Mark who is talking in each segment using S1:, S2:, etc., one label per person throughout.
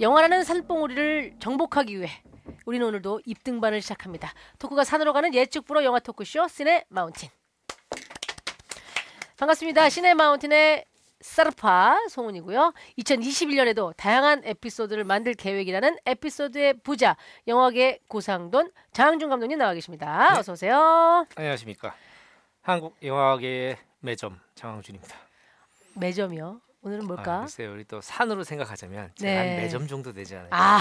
S1: 영화라는 산봉우리를 정복하기 위해 우리는 오늘도 입등반을 시작합니다. 토크가 산으로 가는 예측불허 영화 토크쇼 시네 마운틴. 반갑습니다. 시네 마운틴의 사르파 송은이고요. 2021년에도 다양한 에피소드를 만들 계획이라는 에피소드의 부자 영화계 고상돈 장항준 감독님 나와 계십니다.
S2: 네.
S1: 어서 오세요.
S2: 안녕하십니까. 한국 영화계의 매점 장항준입니다.
S1: 매점이요. 오늘은
S2: 아,
S1: 뭘까?
S2: 글쎄요, 우리 또 산으로 생각하자면 제가
S1: 네.
S2: 한 매점 정도 되지 않을까.
S1: 아,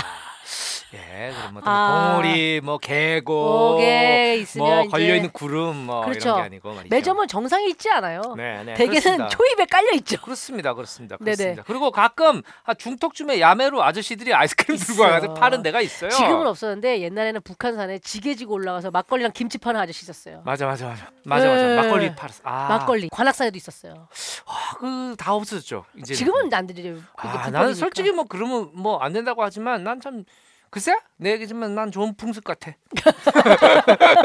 S2: 예, 그럼 뭐
S1: 아.
S2: 봉우리, 뭐 계곡,
S1: 목에 있으면
S2: 뭐
S1: 이제
S2: 걸려 있는 구름, 뭐
S1: 그렇죠.
S2: 이런 게 아니고 말이죠.
S1: 매점은 정상에 있지 않아요.
S2: 네, 네,
S1: 대개는
S2: 그렇습니다.
S1: 초입에 깔려 있죠.
S2: 그렇습니다, 그렇습니다,
S1: 네네.
S2: 그렇습니다. 그리고 가끔 아, 중턱쯤에 야매로 아저씨들이 아이스크림 들고 와서
S1: 있어요.
S2: 파는 데가 있어요.
S1: 지금은 없었는데 옛날에는 북한산에 지게 지고 올라가서 막걸리랑 김치 파는 아저씨 있었어요.
S2: 맞아, 맞아, 맞아, 맞아, 맞아.
S1: 네.
S2: 막걸리 팔았어. 아,
S1: 막걸리 관악산에도 있었어요.
S2: 아, 그다 없어졌죠. 이제
S1: 지금은 안 되죠.
S2: 뭐. 아, 나는 솔직히 뭐 그러면 뭐 안 된다고 하지만 난 참 글쎄 내 얘기지만 난 좋은 풍습 같아.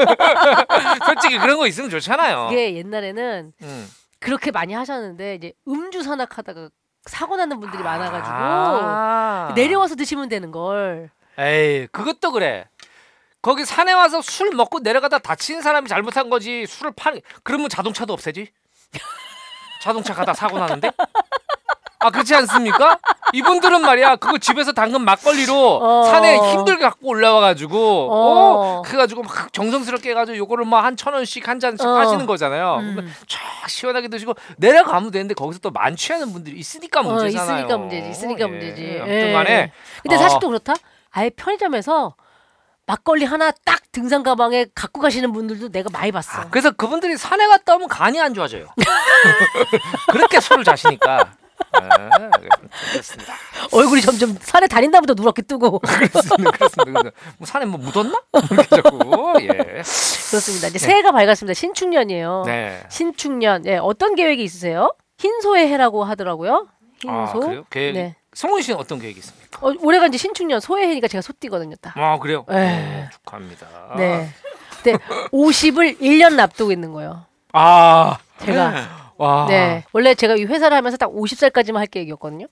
S2: 솔직히 그런 거 있으면 좋잖아요.
S1: 이게 옛날에는
S2: 음.
S1: 그렇게 많이 하셨는데 이제 음주 산악하다가 사고 나는 분들이 많아가지고
S2: 아.
S1: 내려와서 드시면 되는 걸.
S2: 에이 그것도 그래. 거기 산에 와서 술 먹고 내려가다 다친 사람이 잘못한 거지 술을 파는 그러면 자동차도 없애지. 자동차 가다 사고 나는데. 아 그렇지 않습니까? 이분들은 말이야 그거 집에서 담근 막걸리로
S1: 어.
S2: 산에 힘들게 갖고 올라와가지고
S1: 어.
S2: 어. 그래가지고 막 정성스럽게 해가지고 요거를 뭐 한 천 원씩 한 잔씩
S1: 어.
S2: 파시는 거잖아요.
S1: 음.
S2: 그러면 쫙 시원하게 드시고 내려가면 되는데 거기서 또 만취하는 분들이 있으니까
S1: 어,
S2: 문제잖아요.
S1: 있으니까 문제지. 있으니까
S2: 예.
S1: 문제지.
S2: 아무튼간에
S1: 예. 근데 사실
S2: 어.
S1: 또 그렇다. 아예 편의점에서 막걸리 하나 딱 등산 가방에 갖고 가시는 분들도 내가 많이 봤어.
S2: 아, 그래서 그분들이 산에 갔다 오면 간이 안 좋아져요. 그렇게 술을 자시니까.
S1: 네,
S2: 아, 그렇습니다.
S1: 얼굴이 점점 산에 다닌다부터 누렇게 뜨고
S2: 그렇습니다. 그렇습니다. 그래서 뭐 산에 뭐 묻었나? 이렇게 자꾸. 예.
S1: 그렇습니다. 이제
S2: 네.
S1: 새해가 밝았습니다. 신축년이에요.
S2: 네.
S1: 신축년 예, 어떤 계획이 있으세요? 흰소의 해라고 하더라고요. 흰소.
S2: 아, 그래요? 계획.
S1: 어, 네.
S2: 성훈 씨는 어떤 계획이 있습니까?
S1: 어, 올해가 이제 신축년 소의 해니까 제가 소띠거든요. 딱.
S2: 아, 그래요?
S1: 에.
S2: 어, 축하합니다.
S1: 네. 근데 50을 1년 납두고 있는 거예요.
S2: 아.
S1: 제가
S2: 와.
S1: 네. 원래 제가 이 회사를 하면서 딱 50살까지만 할 계획이었거든요.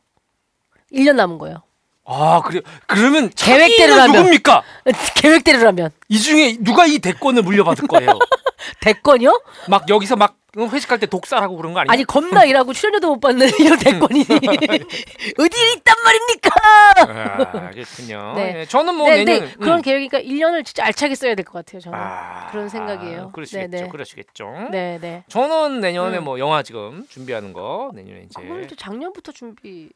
S1: 1년 남은 거예요.
S2: 아, 그래요? 그러면
S1: 계획대로
S2: 차기는
S1: 하면-
S2: 누굽니까?
S1: 계획대로라면
S2: 이 중에 누가 이 대권을 물려받을 거예요?
S1: 대권이요?
S2: 막 여기서 막 회식할 때 독살하고 그런 거 아니야?
S1: 아니 겁나 일하고 출연료도 못 받는 이런 대권이 어디 있단 말입니까?
S2: 아, 그렇군요.
S1: 네.
S2: 예, 저는 뭐
S1: 네,
S2: 내년
S1: 근데 그런
S2: 음.
S1: 계획이니까 1년을 진짜 알차게 써야 될 것 같아요. 저는.
S2: 아,
S1: 그런 생각이에요.
S2: 그러시겠죠.
S1: 네네.
S2: 그러시겠죠.
S1: 네, 네.
S2: 저는 내년에
S1: 음. 아,
S2: 뭐 영화 지금 준비하는 거 내년에 이제
S1: 그건 또 작년부터 준비.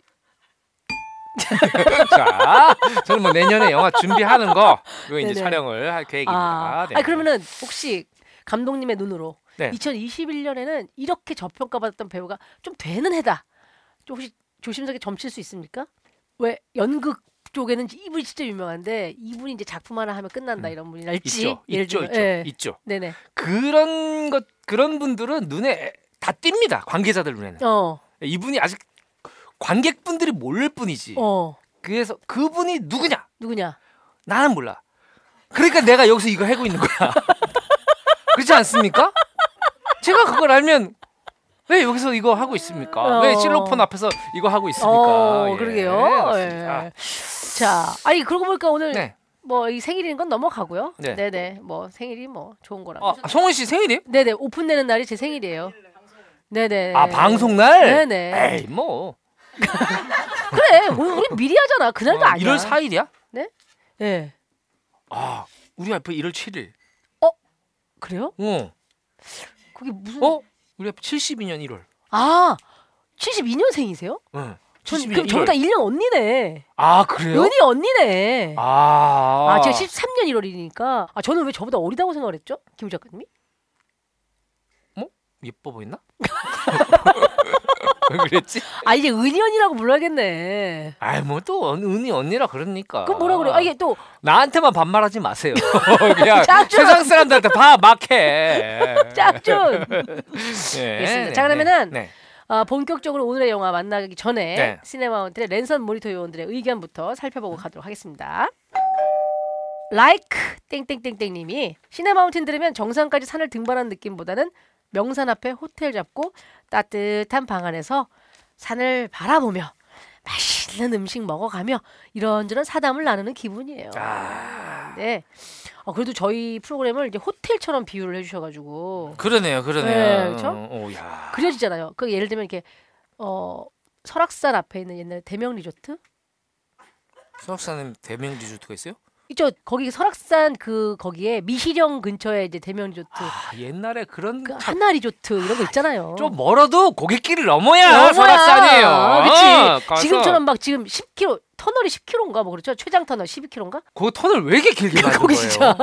S2: 자 저는 뭐 내년에 영화 준비하는 거 이거 이제
S1: 네네.
S2: 촬영을 할 계획입니다.
S1: 아,
S2: 네.
S1: 아니, 그러면은 혹시 감독님의 눈으로
S2: 네.
S1: 2021년에는 이렇게 저평가받았던 배우가 좀 되는 해다. 좀 혹시 조심스럽게 점칠 수 있습니까? 왜 연극 쪽에는 이분이 진짜 유명한데 이분이 이제 작품 하나 하면 끝난다
S2: 음.
S1: 이런 분이랄지
S2: 있죠,
S1: 예를
S2: 있죠,
S1: 들면,
S2: 있죠,
S1: 예.
S2: 있죠.
S1: 네네.
S2: 그런 것 그런 분들은 눈에 다 띕니다. 관계자들 눈에는
S1: 어,
S2: 이분이 아직 관객분들이 모를 뿐이지.
S1: 어,
S2: 그래서 그분이 누구냐?
S1: 누구냐?
S2: 나는 몰라. 그러니까 내가 여기서 이걸 하고 있는 거야. 그렇지 않습니까? 제가 그걸 알면 왜 여기서 이거 하고 있습니까?
S1: 어.
S2: 왜 실로폰 앞에서 이거 하고 있습니까?
S1: 어,
S2: 예,
S1: 그러게요.
S2: 맞습니다.
S1: 예. 자, 아니 그러고 보니까 오늘
S2: 네.
S1: 뭐 이 생일인 건 넘어가고요.
S2: 네.
S1: 네, 네. 뭐 생일이 뭐 좋은 거라.
S2: 아, 송은 씨 생일이?
S1: 네, 네. 오픈되는 날이 제 생일이에요. 네, 네.
S2: 아 방송 날?
S1: 네네.
S2: 에이 뭐
S1: 그래. 우리, 우리 미리 하잖아. 그날도
S2: 어,
S1: 아니야.
S2: 1월 4일이야?
S1: 네.
S2: 아 우리 와이프 1월 7일.
S1: 그래요?
S2: 어,
S1: 그게 무슨
S2: 어? 우리 와이프 72년 1월.
S1: 아. 72년생이세요?
S2: 응.
S1: 전
S2: 72년
S1: 그럼
S2: 1월.
S1: 저보다 1년 언니네.
S2: 아 예. 그래요?
S1: 연희 언니네. 아,
S2: 아,
S1: 제가 13년 1월이니까. 아, 저는 왜 저보다 어리다고 생각을 했죠? 김 작가님이?
S2: 예뻐 보였나? 왜 그랬지?
S1: 아, 이제 은연이라고 불러야겠네.
S2: 아이 뭐또 은이 언니라 그럽니까?
S1: 그럼 뭐라 그래요? 아, 이게 또
S2: 나한테만 반말하지 마세요. 그냥
S1: 짝퉁!
S2: 세상 사람들한테 다 막해. 예.
S1: 짝준. 알겠습니다. 자, 그러면은
S2: 네.
S1: 아, 본격적으로 오늘의 영화 만나기 전에
S2: 네.
S1: 시네마운틴의 랜선 모니터 요원들의 의견부터 살펴보고 가도록 하겠습니다. 라이크 땡땡땡땡 님이 시네마운틴 들으면 정상까지 산을 등반하는 느낌보다는 명산 앞에 호텔 잡고 따뜻한 방 안에서 산을 바라보며 맛있는 맛있는 음식 먹어가며 이런저런 사담을 나누는 기분이에요.
S2: 아.
S1: 네. 어, 그래도 저희 프로그램을 이제 호텔처럼 비유를 해주셔가지고
S2: 그러네요, 그러네요.
S1: 네, 그쵸?
S2: 오야.
S1: 그려지잖아요. 그 예를 들면 이렇게 어 설악산 앞에 있는 옛날 대명 리조트 그
S2: 수학사님 대명 리조트가 있어요?
S1: 있죠. 거기 설악산 그 거기에 미시령 근처에 이제 대명 리조트,
S2: 아, 옛날에 그런
S1: 그
S2: 참-
S1: 한나 리조트 이런 거 있잖아요.
S2: 좀 멀어도 고객길을 넘어야
S1: 영어야. 아,
S2: 설악산이에요.
S1: 그치.
S2: 가서
S1: 지금처럼 막 지금 10km 터널이 10km인가 뭐 그렇죠. 최장 터널 12km인가?
S2: 그 터널 왜 이렇게 길게 만든
S1: 거기
S2: 거예요?
S1: 진짜.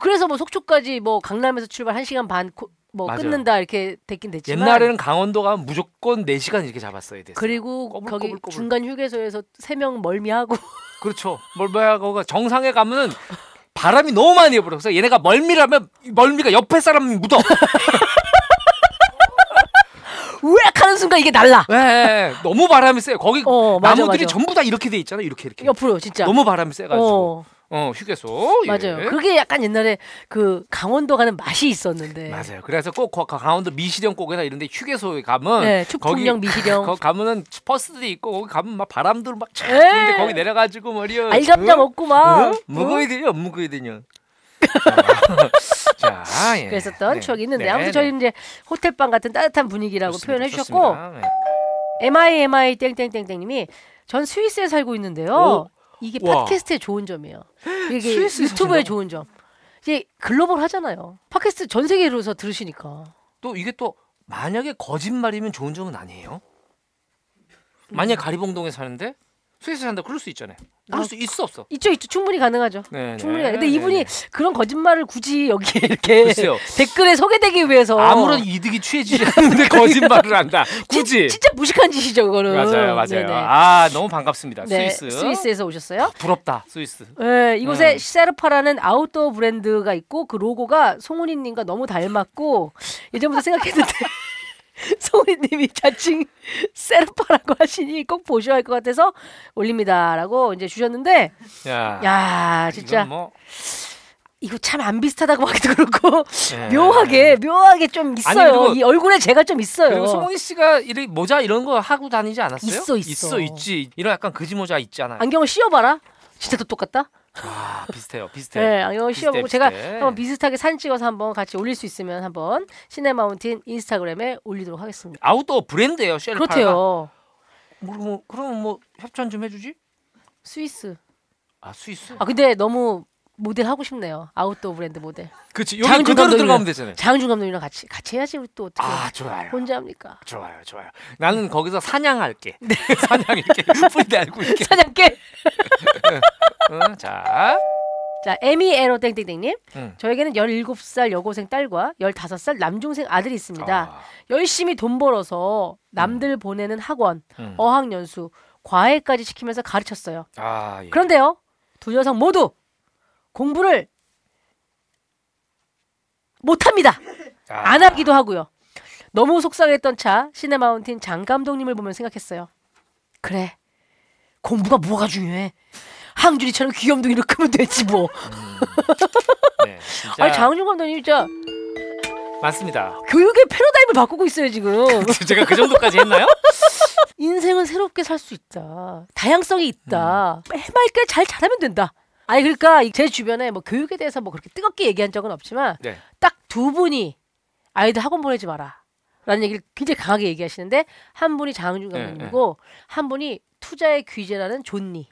S1: 그래서 뭐 속초까지 뭐 강남에서 출발 1시간 반 코- 뭐
S2: 맞아요.
S1: 끊는다 이렇게 됐긴 됐지만
S2: 옛날에는 강원도 가면 무조건 4시간 이렇게 잡았어야 됐어요.
S1: 그리고
S2: 꼬불꼬불
S1: 거기
S2: 꼬불.
S1: 중간 휴게소에서 세 명 멀미하고
S2: 그렇죠. 멀미야 거가 정상에 가면은 바람이 너무 많이 불어서 얘네가 멀미라면 멀미가 옆에 사람이 묻어.
S1: 으악 하는 순간 이게 날라.
S2: 예, 예, 예. 너무 바람이 세요. 거기
S1: 어, 맞아,
S2: 나무들이
S1: 맞아.
S2: 전부 다 이렇게 돼 있잖아. 이렇게 이렇게.
S1: 옆으로 진짜.
S2: 너무 바람이 세 가지고. 어.
S1: 어,
S2: 휴게소. 예.
S1: 맞아요. 그게 약간 옛날에 그 강원도 가는 맛이 있었는데.
S2: 맞아요. 그래서 꼭 거- 강원도 미시령 꼭이나 이런데 휴게소에 가면
S1: 네, 축풍령 미시령.
S2: 그 거기 가면은 버스들이 있고 거기 가면 막 바람도 막 차.
S1: 에이.
S2: 근데 거기 내려가지고 말이야.
S1: 알감자 먹고 막.
S2: 먹어야 되냐 안 먹어야 되냐. 자, 예.
S1: 그랬었던
S2: 네.
S1: 추억이 있는데
S2: 네,
S1: 아무튼
S2: 네.
S1: 저희 이제 호텔방 같은 따뜻한 분위기라고
S2: 좋습니다.
S1: 표현해 주셨고
S2: 좋습니다. 네.
S1: MI MI 땡땡땡땡님이 전 스위스에 살고 있는데요.
S2: 오.
S1: 이게
S2: 와.
S1: 팟캐스트의 좋은 점이에요. 이게
S2: 스위스에
S1: 유튜브의
S2: 사신다고?
S1: 좋은 점. 이제 글로벌 하잖아요. 팟캐스트 전 세계로서 들으시니까.
S2: 또 이게 또 만약에 거짓말이면 좋은 점은 아니에요. 만약 가리봉동에 사는데 스위스 산다 그럴 수 있잖아요. 그럴
S1: 아.
S2: 수 있어 없어.
S1: 있죠, 있죠. 충분히 가능하죠.
S2: 네,
S1: 충분히.
S2: 네,
S1: 가능. 근데
S2: 네,
S1: 이분이
S2: 네.
S1: 그런 거짓말을 굳이 여기에 이렇게
S2: 글쎄요.
S1: 댓글에 소개되기 위해서
S2: 아무런 이득이 취해지지 않는데 거짓말을 한다. 굳이.
S1: 진짜 무식한 짓이죠, 그거는.
S2: 맞아요, 맞아요.
S1: 음, 네네.
S2: 아 너무 반갑습니다.
S1: 네,
S2: 스위스.
S1: 스위스에서 오셨어요?
S2: 부럽다, 스위스.
S1: 네, 이곳에
S2: 음.
S1: 시세르파라는 아웃도어 브랜드가 있고 그 로고가 송은이님과 너무 닮았고 예전부터 생각했는데 송은이님이 자칭 세르파라고 하시니 꼭 보셔야 할 것 같아서 올립니다라고 이제 주셨는데
S2: 야,
S1: 야 진짜
S2: 아, 이건 뭐
S1: 이거 참 안 비슷하다고 하기도 그렇고
S2: 네.
S1: 묘하게 묘하게 좀 있어요.
S2: 그리고-
S1: 이 얼굴에 제가 좀 있어요.
S2: 그리고 송은희 씨가 이 모자 이런 거 하고 다니지 않았어요?
S1: 있어, 있어.
S2: 있지. 이런 약간 그지 모자 있잖아. 요
S1: 안경을 씌워봐라. 진짜 또 똑같다.
S2: 아 비슷해요, 비슷해.
S1: 네, 안경을
S2: 비슷해,
S1: 씌워보고 제가
S2: 비슷해.
S1: 한번 비슷하게 사진 찍어서 한번 같이 올릴 수 있으면 한번 시네마운틴 인스타그램에 올리도록 하겠습니다.
S2: 아웃도어 브랜드예요, 쉘파가.
S1: 그렇대요.
S2: 뭐, 뭐 그러면 뭐 협찬 좀 해주지?
S1: 스위스.
S2: 아 스위스.
S1: 아 근데 너무 모델 하고 싶네요. 아웃도어 브랜드 모델.
S2: 그렇지.
S1: 장준
S2: 여기 그대로
S1: 감독님은-
S2: 들어가면 되잖아요.
S1: 장준 감독님이랑 같이 같이 해야지 우리 또 어떻게
S2: 아 좋아요.
S1: 혼자 합니까?
S2: 좋아요, 좋아요. 나는 거기서 사냥할게.
S1: 네.
S2: 사냥할게. 뿌리 알고 있게.
S1: 사장께.
S2: 응, 자,
S1: 자 에미 에로 땡땡땡님.
S2: 응.
S1: 저에게는 17살 여고생 딸과 15살 남중생 아들이 있습니다.
S2: 아,
S1: 열심히 돈 벌어서 남들 보내는 학원,
S2: 음.
S1: 어학연수, 과외까지 시키면서 가르쳤어요.
S2: 아 예.
S1: 그런데요, 두 녀석 모두 공부를 못합니다.
S2: 아,
S1: 안 하기도 하고요. 너무 속상했던 차 시네마운틴 장 감독님을 보면 생각했어요. 그래 공부가 뭐가 중요해? 항준이처럼 귀염둥이로 크면 되지 뭐.
S2: 네, 진짜
S1: 아니 장준 감독님 진짜
S2: 맞습니다.
S1: 교육의 패러다임을 바꾸고 있어요 지금.
S2: 제가 그 정도까지 했나요?
S1: 인생은 새롭게 살 수 있다. 다양성이 있다.
S2: 음.
S1: 해맑게 잘 잘하면 된다. 아니 그러니까 제 주변에 뭐 교육에 대해서 뭐 그렇게 뜨겁게 얘기한 적은 없지만
S2: 네.
S1: 딱 두 분이 아이들 학원 보내지 마라. 라는 얘기를 굉장히 강하게 얘기하시는데 한 분이 장항준
S2: 예,
S1: 감독님이고 한 분이 투자의 귀재라는 존니.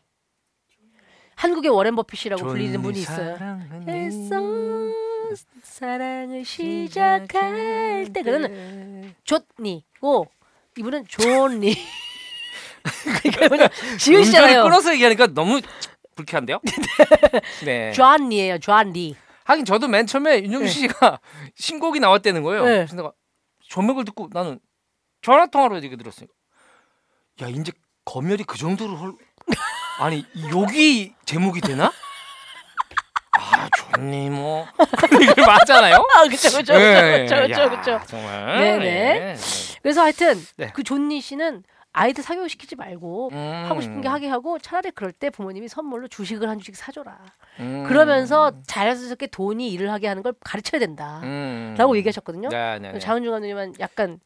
S1: 한국의 워렌 버핏이라고 불리는 분이 있어요. 일상 사랑을 시작할 때 그는 존니고 이분은 존니. 그러니까 뭐냐 지은
S2: 음절을
S1: 씨잖아요.
S2: 끊어서 얘기하니까 너무 불쾌한데요? 네.
S1: 존니예요. 존니.
S2: 하긴 저도 맨 처음에 윤종신 씨가 신곡이 나왔다는 거예요.
S1: 네.
S2: 그래서 내가 조명을 듣고 나는 전화 통화로 얘기 들었으니까 야 이제 검열이 그 정도로 헐... 아니 여기 제목이 되나? 아 좋니 뭐 그런 얘기를 맞잖아요.
S1: 아 그렇죠 그렇죠
S2: 네.
S1: 그렇죠
S2: 야,
S1: 그렇죠 그렇죠.
S2: 정말.
S1: 네, 네. 그래서 하여튼
S2: 네.
S1: 그 존니 씨는 아이들 사교육시키지 말고
S2: 음.
S1: 하고 싶은 게 하게 하고 차라리 그럴 때 부모님이 선물로 주식을 한 주식 사줘라.
S2: 음.
S1: 그러면서 자연스럽게 돈이 일을 하게 하는 걸 가르쳐야 된다.
S2: 음.
S1: 라고 얘기하셨거든요.
S2: 네, 네, 네.
S1: 장은중 감독님은 약간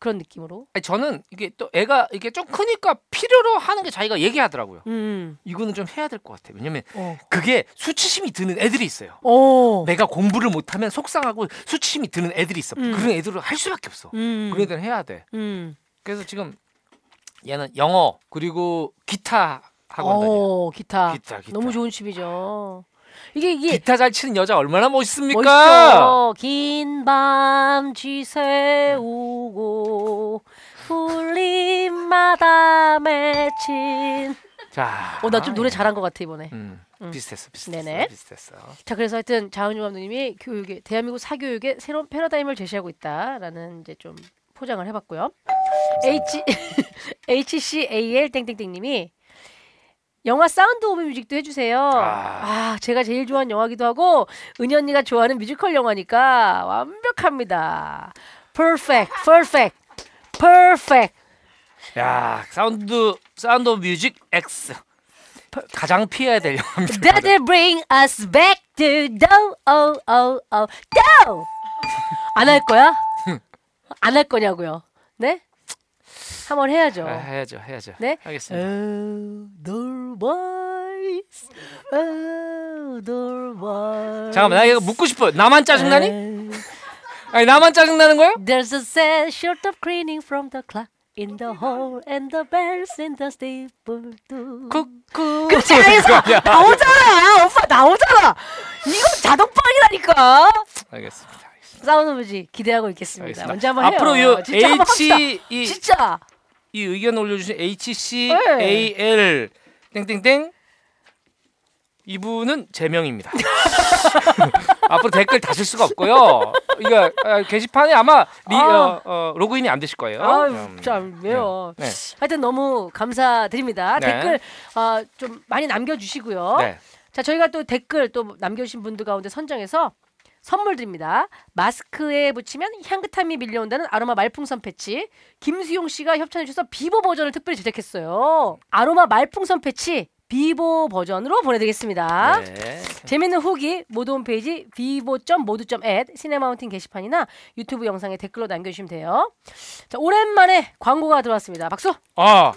S1: 그런 느낌으로.
S2: 아니, 저는 이게 또 애가 이게 좀 크니까 필요로 하는 게 자기가 얘기하더라고요.
S1: 음.
S2: 이거는 좀 해야 될 것 같아. 왜냐면
S1: 어.
S2: 그게 수치심이 드는 애들이 있어요.
S1: 어.
S2: 내가 공부를 못하면 속상하고 수치심이 드는 애들이 있어.
S1: 음.
S2: 그런 애들은 할 수밖에 없어.
S1: 음.
S2: 그런 애들은 해야 돼.
S1: 음.
S2: 그래서 지금 얘는 영어 그리고 기타 학원 다녀.
S1: 어, 기타.
S2: 기타 기타.
S1: 너무 좋은 취미죠. 이게 이게
S2: 기타 잘 치는 여자 얼마나 멋있습니까?
S1: 멋있어. 긴밤 지새우고 울림마다 맺힌.
S2: 자.
S1: 어, 나 좀 노래 잘한 것 같아 이번에.
S2: 음,
S1: 음.
S2: 비슷했어, 비슷했어,
S1: 네네.
S2: 비슷했어.
S1: 자 그래서 하여튼 장은주 감독님이 교육에 대한민국 사교육에 새로운 패러다임을 제시하고 있다라는 이제 좀 포장을 해봤고요. H HCAL 땡땡땡님이 영화 사운드 오브 뮤직도 해주세요.
S2: 아.
S1: 아. 제가 제일 좋아하는 영화기도 하고 은희 언니가 좋아하는 뮤지컬 영화니까 완벽합니다. Perfect, perfect, perfect.
S2: 야, 사운드 사운드 오브 뮤직 X 가장 피해야 될 영화입니다.
S1: That will bring us back to do oh oh oh do. 안할 거야? 안 할 거냐고요? 네? 한번 해야죠.
S2: 아, 해야죠, 해야죠.
S1: 네?
S2: 알겠습니다.
S1: Oh, the boys, oh, the boys.
S2: 잠깐만, 나 이거 묻고 싶어요. 나만 짜증나니?
S1: Oh,
S2: 아니, 나만 짜증나는 거예요?
S1: There's a sad short of cleaning from the clock in the hall and the bells in the steeple too.
S2: 쿠쿠.
S1: 그렇지 그래서 나오잖아 오빠 나오잖아 이거 자동빵이라니까
S2: 알겠습니다. 알겠습니다.
S1: 사운드 오브지 기대하고 있겠습니다
S2: 알겠습니다.
S1: 언제 한번 해요
S2: 앞으로 요
S1: 진짜 한번 합시다.
S2: H 이,
S1: 진짜 네.
S2: 이 의견 올려주신 H C A L 땡땡땡 이분은 제명입니다. 앞으로 댓글 다실 수가 없고요. 이거 아, 게시판에 아마 리,
S1: 아.
S2: 어, 어, 로그인이 안 되실 거예요. 음,
S1: 아참 왜요
S2: 네.
S1: 하여튼 너무 감사드립니다
S2: 네.
S1: 댓글 어, 좀 많이 남겨주시고요
S2: 네.
S1: 자 저희가 또 댓글 또 남겨주신 분들 가운데 선정해서 선물 드립니다. 마스크에 붙이면 향긋함이 밀려온다는 아로마 말풍선 패치. 김수용 씨가 협찬해 주셔서 비보 버전을 특별히 제작했어요. 아로마 말풍선 패치 비보 버전으로 보내드리겠습니다.
S2: 네.
S1: 재밌는 후기 모두 홈페이지 vivo.modu.at 시네마운틴 게시판이나 유튜브 영상에 댓글로 남겨주시면 돼요. 자 오랜만에 광고가 들어왔습니다. 박수.
S2: 아,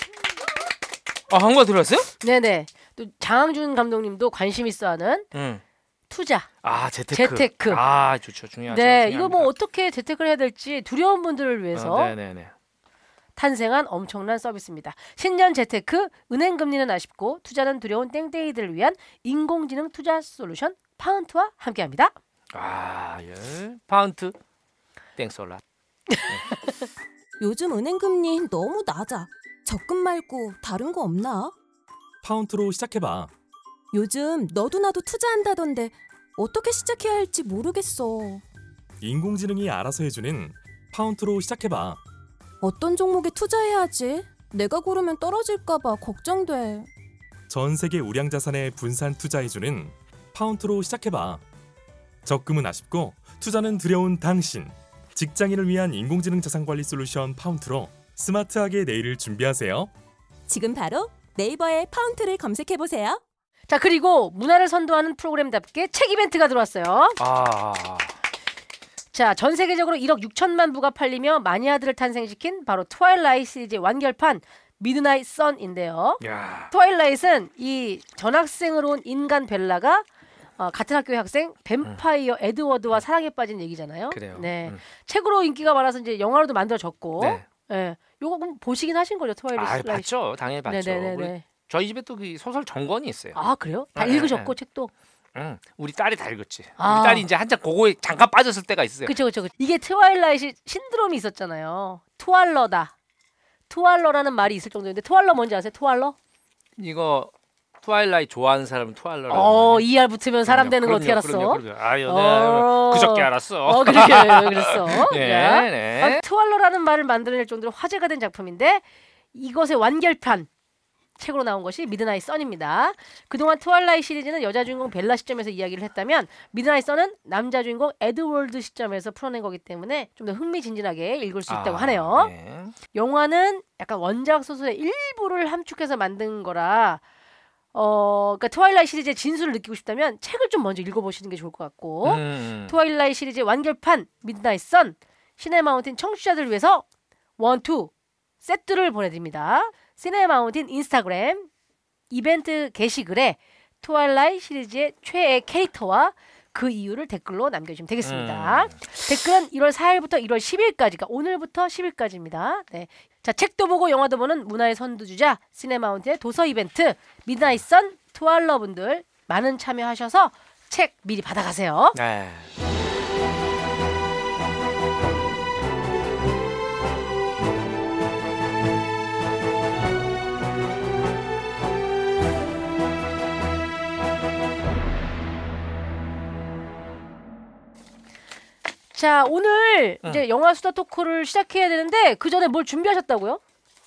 S2: 아 한거 들었어요?
S1: 네네. 또 장항준 감독님도 관심 있어하는
S2: 응.
S1: 투자.
S2: 아 재테크.
S1: 음. 재테크.
S2: 아 좋죠, 중요하죠.
S1: 네, 이거 뭐
S2: 중요합니다.
S1: 어떻게 재테크를 해야 될지 두려운 분들을 위해서
S2: 어, 네네네.
S1: 탄생한 엄청난 서비스입니다. 신년 재테크, 은행 금리는 아쉽고 투자는 두려운 땡땡이들을 위한 인공지능 투자 솔루션 파운트와 함께합니다.
S2: 아 예. 파운트 땡솔라.
S3: 요즘 은행 금리 너무 낮아. 적금 말고 다른 거 없나?
S4: 파운트로 시작해봐.
S3: 요즘 너도 나도 투자한다던데 어떻게 시작해야 할지 모르겠어.
S4: 인공지능이 알아서 해주는 파운트로 시작해봐.
S3: 어떤 종목에 투자해야 하지? 내가 고르면 떨어질까봐 걱정돼.
S4: 전 세계 우량 자산에 분산 투자해주는 파운트로 시작해봐. 적금은 아쉽고 투자는 두려운 당신. 직장인을 위한 인공지능 자산 관리 솔루션 파운트로 스마트하게 내일을 준비하세요.
S3: 지금 바로 네이버에 파운트를 검색해보세요.
S1: 자, 그리고 문화를 선도하는 프로그램답게 책 이벤트가 들어왔어요.
S2: 아.
S1: 자, 전 세계적으로 1억 6천만 부가 팔리며 마니아들을 탄생시킨 바로 트와일라이트 시리즈 완결판 미드나잇 선인데요.
S2: 야.
S1: 트와일라잇은 이 전학생으로 온 인간 벨라가 어, 같은 학교의 학생 뱀파이어 에드워드와 사랑에 빠진 얘기잖아요.
S2: 음. 그래요.
S1: 네.
S2: 음.
S1: 책으로 인기가 많아서 이제 영화로도 만들어졌고.
S2: 네.
S1: 예. 요거 그럼 보시긴 하신 거죠,
S2: 아,
S1: 트와일라잇.
S2: 봤죠. 당연히 봤죠. 우리
S1: 네네네.
S2: 저희 집에 또 그 소설 정권이 있어요.
S1: 아, 그래요? 다
S2: 네,
S1: 읽으셨고 책도.
S2: 응. 우리 딸이 다 읽었지.
S1: 아.
S2: 우리 딸이 이제 한참 그거에 잠깐 빠졌을 때가 있어요.
S1: 그렇죠, 그렇죠. 이게 트와일라잇이 신드롬이 있었잖아요. 투알러다. 투알러라는 말이 있을 정도인데 투알러 뭔지 아세요? 투알러?
S2: 이거 트와일라이 좋아하는 사람은 트와일러라고.
S1: 어, ER 붙으면 사람 되는 거 어떻게 알았어?
S2: 아유, 네.
S1: 어.
S2: 그저께 알았어.
S1: 어, 그렇게 그랬어.
S2: 네,
S1: 자.
S2: 네.
S1: 아, 트왈러라는 말을 만들어낼 정도로 화제가 된 작품인데 이것의 완결판 책으로 나온 것이 미드나잇 선입니다. 그동안 트와일라이 시리즈는 여자 주인공 벨라 시점에서 이야기를 했다면 미드나잇 선은 남자 주인공 에드월드 시점에서 풀어낸 거기 때문에 좀 더 흥미진진하게 읽을 수 있다고
S2: 아,
S1: 하네요.
S2: 네.
S1: 영화는 약간 원작 소설의 일부를 함축해서 만든 거라 어, 그러니까 트와일라이 시리즈의 진수를 느끼고 싶다면 책을 좀 먼저 읽어보시는 게 좋을 것 같고
S2: 음.
S1: 트와일라이 시리즈 완결판 미드나잇 선 시네마운틴 청취자들 위해서 원투 세트를 보내드립니다. 시네마운틴 인스타그램 이벤트 게시글에 트와일라이 시리즈의 최애 캐릭터와 그 이유를 댓글로 남겨주시면 되겠습니다.
S2: 음.
S1: 댓글은 1월 4일부터 1월 10일까지, 그러니까 오늘부터 10일까지입니다. 네. 자, 책도 보고 영화도 보는 문화의 선두주자 시네마운틴의 도서 이벤트 미드나잇 선 트와일러 분들 많은 참여하셔서 책 미리 받아가세요.
S2: 네.
S1: 자, 오늘 이제 영화 수다 토크를 시작해야 되는데 그 전에 뭘 준비하셨다고요?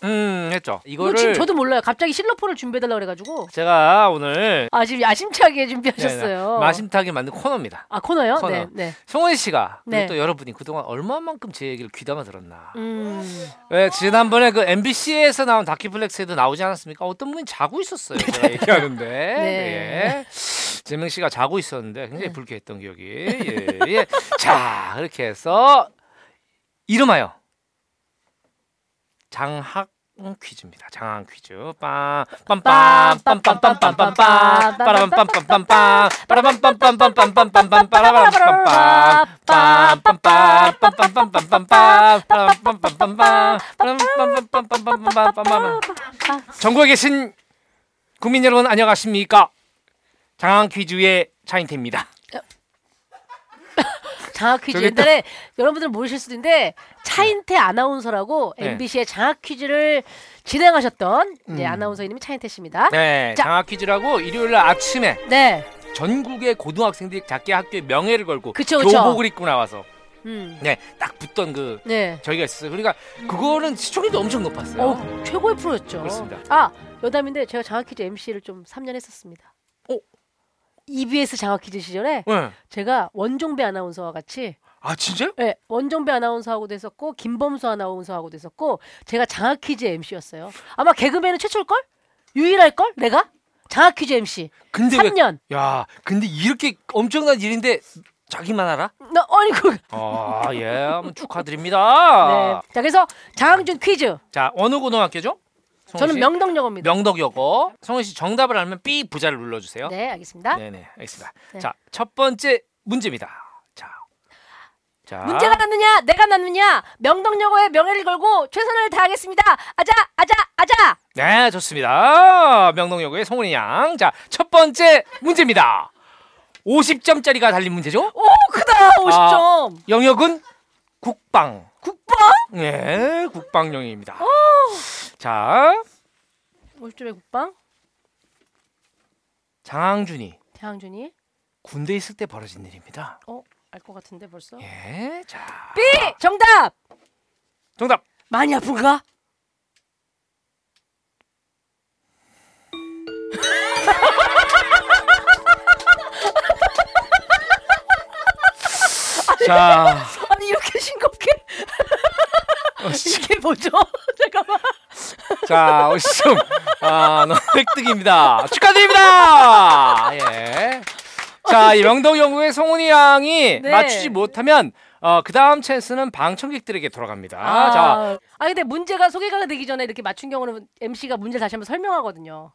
S2: 음 했죠.
S1: 이거 지금
S2: 이거를
S1: 저도 몰라요. 갑자기 실로폰을 준비해달라 그래가지고
S2: 제가 오늘
S1: 아 지금 야심차게
S2: 네, 네,
S1: 준비하셨어요.
S2: 마심타게 만든 코너입니다.
S1: 아 코너요?
S2: 코너.
S1: 네, 네.
S2: 송은 씨가
S1: 네.
S2: 그리고 또 여러분이 그동안 얼마만큼 제 얘기를 귀담아 들었나.
S1: 음.
S2: 왜 지난번에 그 MBC에서 나온 다큐플렉스에도 나오지 않았습니까? 어떤 분이 자고 있었어요. 제가 얘기하는데.
S1: 네.
S2: 예. 재명 씨가 자고 있었는데 굉장히 불쾌했던 기억이. 예. 예. 자, 그렇게 해서 이름하여 장학 퀴즈입니다. 장학 퀴즈. 빵 빰빰 빰빰빰빰빰빰 빠라빰빰빰빰빰 빠라빰빰빰빰빰빰빰빰 빠라빰빰빰빰빰빰
S1: 아,
S2: 전국에 계신 국민 여러분 안녕하십니까? 장항 퀴즈의 차인태입니다.
S1: 장학 퀴즈
S2: 저기 또-
S1: 옛날에 여러분들 모르실 수도 있는데 차인태 아나운서라고
S2: 네.
S1: MBC의 장학 퀴즈를 진행하셨던 이제 아나운서님이 차인태 씨입니다. 네.
S2: 음. 네,
S1: 자.
S2: 장학 퀴즈라고 일요일 날 아침에 전국의 고등학생들이 자기 학교에 명예를 걸고
S1: 그쵸, 그쵸.
S2: 교복을 입고 나와서
S1: 음.
S2: 네, 딱 붙던 그
S1: 네.
S2: 저희가 있었어요. 그러니까 그거는 시청률도 엄청 높았어요.
S1: 어, 최고의 프로였죠.
S2: 그렇습니다.
S1: 아, 여담인데 제가 장학 퀴즈 MC를 좀 3년 했었습니다.
S2: 어?
S1: EBS 장학 퀴즈 시절에
S2: 네.
S1: 제가 원종배 아나운서와 같이
S2: 아 진짜요?
S1: 네, 원종배 아나운서하고도 했었고 김범수 아나운서하고도 했었고 제가 장학 퀴즈 MC였어요. 아마 개그맨은 최초일 걸? 유일할 걸? 내가? 장학 퀴즈 MC.
S2: 근데 그
S1: 3년.
S2: 왜? 야, 근데 이렇게 엄청난 일인데 자기만 알아?
S1: 나 아니 그
S2: 아, 예, 한번 축하드립니다.
S1: 네. 자, 그래서 장항준 퀴즈.
S2: 자, 어느 고등학교죠? 성훈
S1: 저는
S2: 씨?
S1: 명덕여고입니다.
S2: 명덕여고. 성훈 씨 정답을 알면 B 부자를 눌러주세요.
S1: 네, 알겠습니다.
S2: 네 알겠습니다.
S1: 네.
S2: 자, 첫 번째 문제입니다. 자, 자,
S1: 문제가 났느냐, 내가 났느냐, 명덕여고의 명예를 걸고 최선을 다하겠습니다. 아자, 아자, 아자.
S2: 네, 좋습니다. 명동여고의 송은이 양. 자, 첫 번째 문제입니다. 50점짜리가 달린 문제죠.
S1: 오, 크다. 50점.
S2: 아. 영역은 국방.
S1: 국방? 어.
S2: 네, 국방 영역입니다. 자,
S1: 50점의 국방.
S2: 장항준이
S1: 장항준이.
S2: 군대 있을 때 벌어진 일입니다.
S1: 어, 알 것 같은데 벌써.
S2: 예, 자,
S1: B 정답.
S2: 정답.
S1: 많이 아픈가? 아,
S2: 자,
S1: 아니 이렇게 싱겁게 이게 뭐죠? 잠깐만.
S2: 자, 오시점. 아, 너무 획득입니다. 축하드립니다. 예. 자, 이 명동 연구의 송은이 양이
S1: 네.
S2: 맞추지 못하면 어, 그 다음 찬스는 방청객들에게 돌아갑니다. 자,
S1: 아, 아 근데 문제가 소개가 되기 전에 이렇게 맞춘 경우는 MC가 문제 다시 한번 설명하거든요.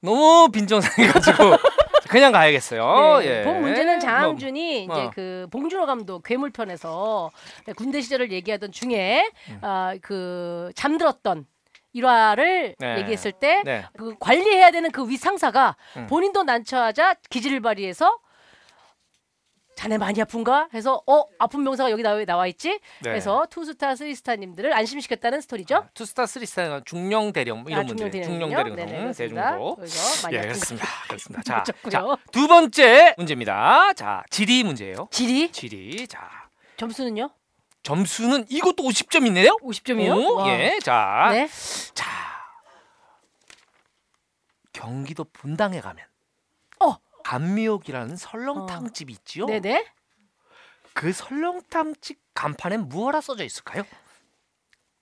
S2: 너무 빈정상해가지고 그냥 가야겠어요.
S1: 네,
S2: 예.
S1: 본 문제는 장항준이
S2: 뭐,
S1: 이제
S2: 어.
S1: 그 봉준호 감독 괴물편에서 네, 군대 시절을 얘기하던 중에
S2: 음.
S1: 아, 그 잠들었던 일화를
S2: 네.
S1: 얘기했을 때
S2: 네.
S1: 그 관리해야 되는 그 위상사가
S2: 음.
S1: 본인도 난처하자 기질을 발휘해서 자네 많이 아픈가 해서 어 아픈 명사가 여기 나와, 나와 있지
S2: 네.
S1: 그래서 투스타 쓰리스타님들을 안심시켰다는 스토리죠.
S2: 투스타 쓰리스타는 중령 대령
S1: 아,
S2: 뭐 이런 분들 중령 대령 대중으로
S1: 그래서
S2: 예
S1: 많이 아픈
S2: 그렇습니다 그렇습니다 자,
S1: 맞췄고요.
S2: 자, 두 번째 문제입니다 자 지리 문제예요
S1: 지리
S2: 지리 자
S1: 점수는요?
S2: 점수는 이것도 50점이네요.
S1: 50점이요? 와.
S2: 예, 자,
S1: 네.
S2: 자, 경기도 분당에 가면
S1: 어.
S2: 감미옥이라는 설렁탕 집이 있지요.
S1: 네네.
S2: 그 설렁탕 집 간판에 무엇라 써져 있을까요?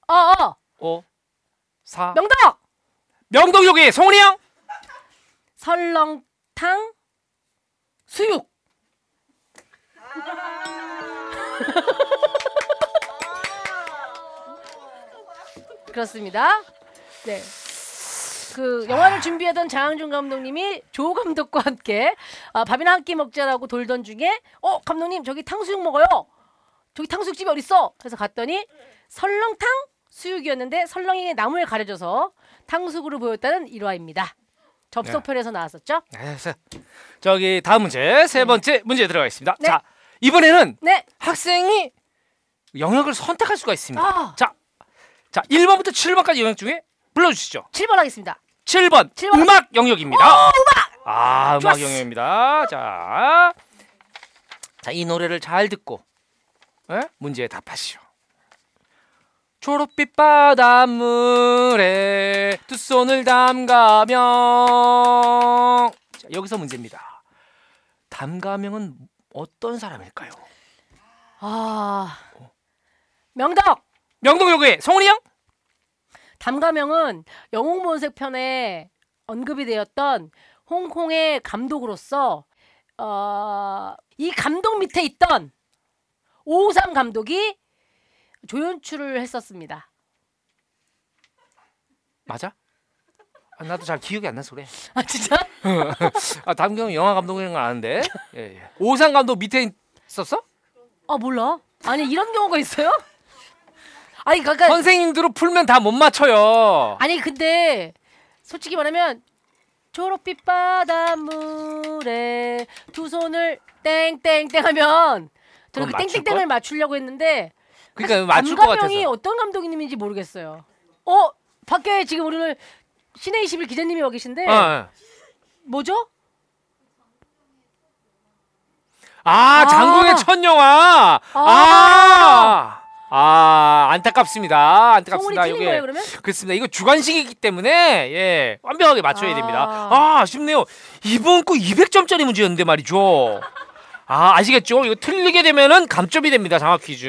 S1: 어어
S2: 어, 사,
S1: 명덕
S2: 명동역에 송은이 형.
S1: 설렁탕 수육. 그렇습니다. 네. 그 영화를 준비하던 장항준 감독님이 조 감독과 함께 아, 밥이나 한 끼 먹자라고 돌던 중에 어 감독님 저기 탕수육 먹어요. 저기 탕수육집이 어딨어? 그래서 갔더니 설렁탕 수육이었는데 설렁이 나무에 가려져서 탕수육으로 보였다는 일화입니다. 접속편에서 나왔었죠.
S2: 알았어요. 네, 저기 다음 문제 세 번째 문제 들어가겠습니다.
S1: 네.
S2: 자 이번에는
S1: 네.
S2: 학생이 영역을 선택할 수가 있습니다.
S1: 아.
S2: 자, 자 1번부터 7번까지 영역 중에 불러주시죠.
S1: 7번 하겠습니다.
S2: 7번,
S1: 칠 번.
S2: 음악 영역입니다. 아, 음악
S1: 좋았어.
S2: 영역입니다. 자, 자, 이 노래를 잘 듣고 예? 문제에 답하시오. 초록빛 바닷물에 두 손을 담가명. 자, 여기서 문제입니다. 담가명은 어떤 사람일까요?
S1: 아. 명덕
S2: 명동 요구의 성훈이 형?
S1: 담가명은 영웅본색 편에 언급이 되었던 홍콩의 감독으로서 어, 이 감독 밑에 있던 오우삼 감독이 조연출을 했었습니다.
S2: 맞아? 아, 나도 잘 기억이 안 나서 그래.
S1: 아 진짜?
S2: 아, 담경 영화 감독이라는 건 아는데. 예, 예. 오상 감독 밑에 있었어?
S1: 아 몰라. 아니 이런 경우가 있어요? 아니 그러니까
S2: 선생님들로 풀면 다 못 맞춰요.
S1: 아니 근데 솔직히 말하면 초록빛 바닷물에 두 손을 땡땡땡 하면 저렇게
S2: 그럼 맞출
S1: 땡땡땡을
S2: 걸?
S1: 맞추려고 했는데
S2: 그러니까 맞출 것
S1: 감가명이
S2: 같아서.
S1: 어떤 감독님인지 모르겠어요. 어 밖에 지금 오늘 시내 21 기자님이 와 계신데
S2: 어, 어.
S1: 뭐죠?
S2: 아, 장국의 첫 영화. 아, 아, 안타깝습니다.
S1: 성훈이
S2: 안타깝습니다.
S1: 틀린 거예요
S2: 이게
S1: 그러면?
S2: 그렇습니다. 이거 주관식이기 때문에 예 완벽하게 맞춰야
S1: 아.
S2: 됩니다. 아, 아쉽네요. 이번 거 200점짜리 문제였는데 말이죠. 아 아시겠죠? 이거 틀리게 되면은 감점이 됩니다. 장학 퀴즈.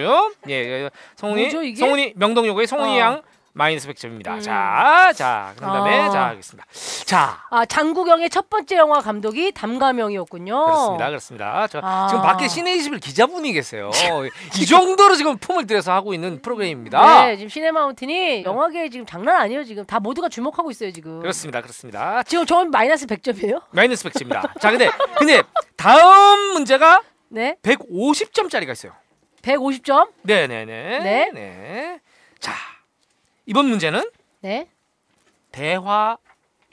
S2: 예, 예,
S1: 뭐죠,
S2: 성훈이
S1: 이게?
S2: 성훈이 명동요구의 성훈이
S1: 어.
S2: 양 마이너스 100점입니다.
S1: 음.
S2: 자, 자 그다음에
S1: 아.
S2: 자 하겠습니다. 자
S1: 아 장국영의 첫 번째 영화 감독이 담가명이었군요.
S2: 그렇습니다. 그렇습니다. 저
S1: 어. 아.
S2: 지금 밖에 시내 21 기자분이 계세요. 이 정도로 지금 품을 들여서 하고 있는 프로그램입니다.
S1: 네 지금 시네마운틴이 영화계에 지금 장난 아니에요 지금 다 모두가 주목하고 있어요 지금.
S2: 그렇습니다. 그렇습니다.
S1: 지금 저 마이너스 100점이에요?
S2: 마이너스 100점입니다. 자, 근데 근데 다음 문제가
S1: 네.
S2: 150점짜리가 있어요.
S1: 150점.
S2: 네, 네, 네.
S1: 네.
S2: 네. 자, 이번 문제는
S1: 네.
S2: 대화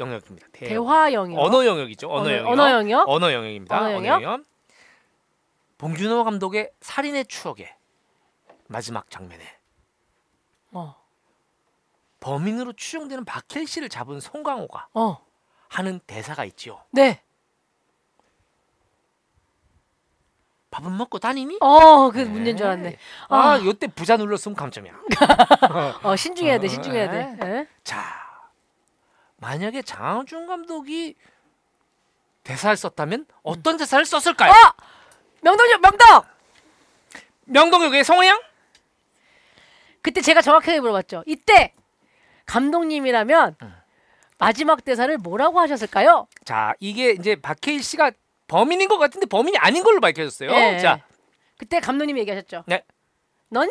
S2: 영역입니다. 대화.
S1: 대화 영역.
S2: 예. 언어 영역이죠. 언어,
S1: 언어-
S2: 영역.
S1: 언어 영역?
S2: 언어 영역입니다.
S1: 언어
S2: 언어
S1: 영역?
S2: 영역. 봉준호 감독의 살인의 추억의 마지막 장면에
S1: 어.
S2: 범인으로 추정되는 박힐 씨를 잡은 송강호가
S1: 어.
S2: 하는 대사가 있지요.
S1: 네.
S2: 밥은 먹고 다니니?
S1: 어, 그 문제인 줄 알았네.
S2: 네. 아,
S1: 아.
S2: 요때 부자 눌렀으면 감점이야.
S1: 어, 신중해야 돼. 신중해야
S2: 아.
S1: 돼. 예?
S2: 자, 만약에 장항준 감독이 대사를 썼다면 어떤 대사를 썼을까요?
S1: 명동요 명동.
S2: 명동역의 성훈이 형?
S1: 그때 제가 정확하게 물어봤죠. 이때 감독님이라면 마지막 대사를 뭐라고 하셨을까요?
S2: 자, 이게 이제 박해일 씨가 범인인 것 같은데 범인이 아닌 걸로 밝혀졌어요.
S1: 예.
S2: 자,
S1: 그때 감독님이 얘기하셨죠.
S2: 네.
S1: 너니?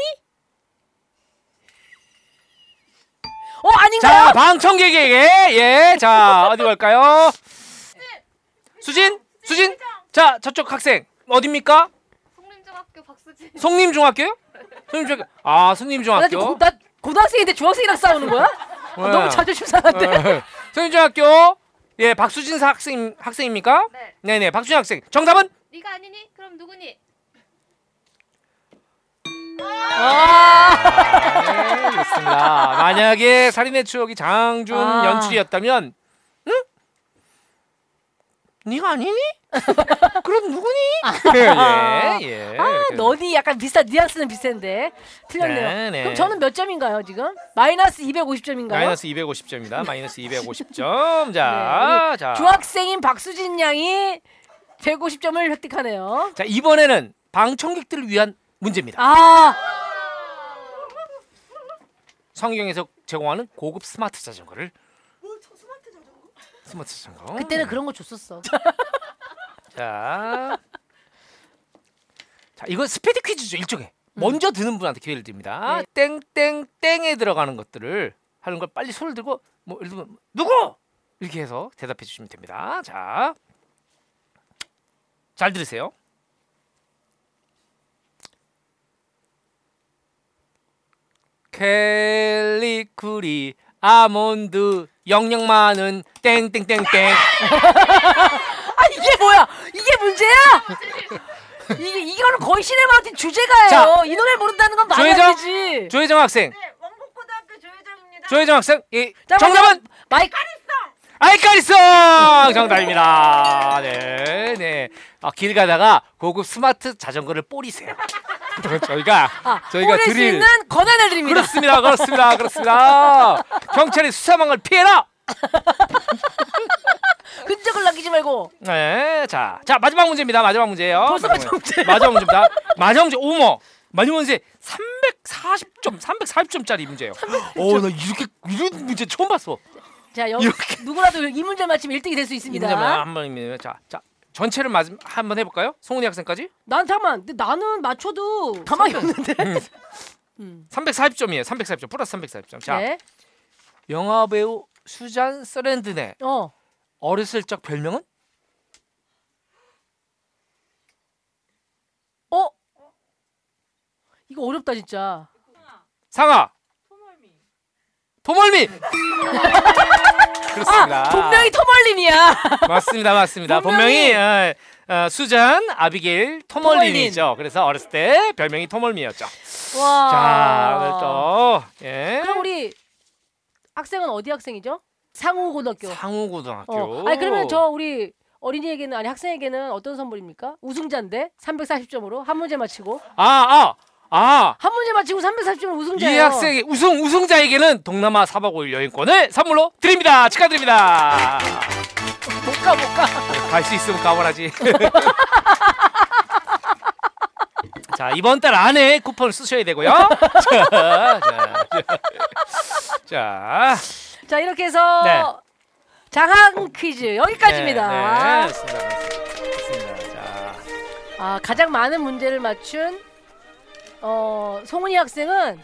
S1: 어, 아닌가요?
S2: 자 방청객에게 예자 어디 갈까요? 수진 수진 자 저쪽 학생 어딥니까?
S5: 성림중학교 박수진.
S2: 송림중학교요? 송림중학교 아
S1: 나 지금
S2: 송림중학교
S1: 고- 나 고등학생인데 중학생이랑 싸우는 거야?
S2: 어,
S1: 아,
S2: 왜?
S1: 너무 자존심 상한데.
S2: 송림중학교 예 박수진 사 학생 학생입니까?
S5: 네.
S2: 네네 박수진 학생 정답은
S5: 네가 아니니? 그럼 누구니?
S2: 네, 그렇습니다. 만약에 살인의 추억이 장준
S1: 아.
S2: 연출이었다면 응? 네가 아니니? 그럼 누구니? 예, 예.
S1: 아,
S2: 이렇게
S1: 너니 약간 비슷한 뉘앙스는 비슷한데 틀렸네요.
S2: 네, 네.
S1: 그럼 저는 몇 점인가요 지금? 마이너스 250점인가요?
S2: 마이너스 250점입니다. 마이너스 250점.
S1: 네,
S2: 아, 자, 자.
S1: 중학생인 박수진 양이 150점을 획득하네요.
S2: 자, 이번에는 방청객들을 위한 문제입니다.
S1: 아,
S2: 성경에서 제공하는 고급 스마트 자전거를 스마트 자전거?
S1: 그때는 그런 거 줬었어.
S2: 자. 자, 이건 스피드 퀴즈죠, 일종의. 먼저 드는 분한테 기회를 드립니다. 땡땡땡에 들어가는 것들을 하는 걸 빨리 손을 들고 뭐 예를 들면 누구 이렇게 해서 대답해 주시면 됩니다. 자, 잘 들으세요. 켈리 쿠리 아몬드 영양 많은 땡땡땡땡
S1: 아 이게 뭐야? 이게 문제야? 이게 이거는 거의 시네마운틴 주제가예요.
S2: 자,
S1: 이 노래 모른다는 건 말이
S2: 조혜정?
S1: 안 되지.
S2: 조혜정 학생
S5: 네, 왕복고등학교 조혜정입니다.
S2: 조혜정 학생 예,
S1: 자,
S2: 정답은
S1: 마이크
S2: 알카리성 정답입니다. 네, 네. 아, 길 가다가 고급 스마트 자전거를 뿌리세요. 그렇죠. 저희가
S1: 아,
S2: 저희가
S1: 뿌릴 수
S2: 드릴
S1: 있는 권한을 드립니다.
S2: 그렇습니다, 그렇습니다, 그렇습니다. 경찰이 수사망을 피해라.
S1: 흔적을 남기지 말고.
S2: 네, 자, 자 마지막 문제입니다. 마지막 문제예요.
S1: 벌써 마지막 문제예요?
S2: 마지막 문제입니다. 마지막 문제 오머. 마지막 문제 340점, 340점짜리 문제예요. 오, 나 이렇게 이런 문제 처음 봤어.
S1: 자, 여, 누구라도 이 문제 맞히면 1등이 될 수 있습니다.
S2: 한 번이면 자, 자 전체를 마- 한번 해볼까요? 송은이 학생까지?
S1: 난 잠만. 근데 나는 맞춰도 가망이 없는데.
S2: 340점이에요. 340점 플러스 340점. 자,
S1: 네.
S2: 영화 배우 수잔 서랜드네
S1: 어.
S2: 어렸을 적 별명은
S1: 어? 이거 어렵다 진짜.
S2: 상아. 도멀미. 그렇습니다.
S1: 아, 분명히 터멀린이야.
S2: 맞습니다, 맞습니다.
S1: 분명히.
S2: 분명히 어, 어, 수잔 아비게일 토멀린이죠. 그래서 어렸을 때 별명이 토멀미였죠.
S1: 와.
S2: 자, 오늘 또 예.
S1: 아. 그럼 우리 학생은 어디 학생이죠? 상호고등학교.
S2: 상호고등학교.
S1: 어. 아니 그러면 저 우리 어린이에게는 아니 학생에게는 어떤 선물입니까? 우승자인데 340점으로 한 문제 맞히고
S2: 아, 아, 아.
S1: 한 문제 맞히고 340점
S2: 이
S1: 우승자예요.
S2: 학생의 우승 우승자에게는 동남아 4박 5일 여행권을 선물로 드립니다. 축하드립니다.
S1: 못가 못가.
S2: 갈 수 있으면 가버라지. 자 이번 달 안에 쿠폰을 쓰셔야 되고요. 자, 자, 자, 자.
S1: 자 이렇게 해서
S2: 네.
S1: 장학 퀴즈 여기까지입니다.
S2: 네, 네, 맞습니다. 맞습니다. 자,
S1: 아 가장 많은 문제를 맞춘 어 송은이 학생은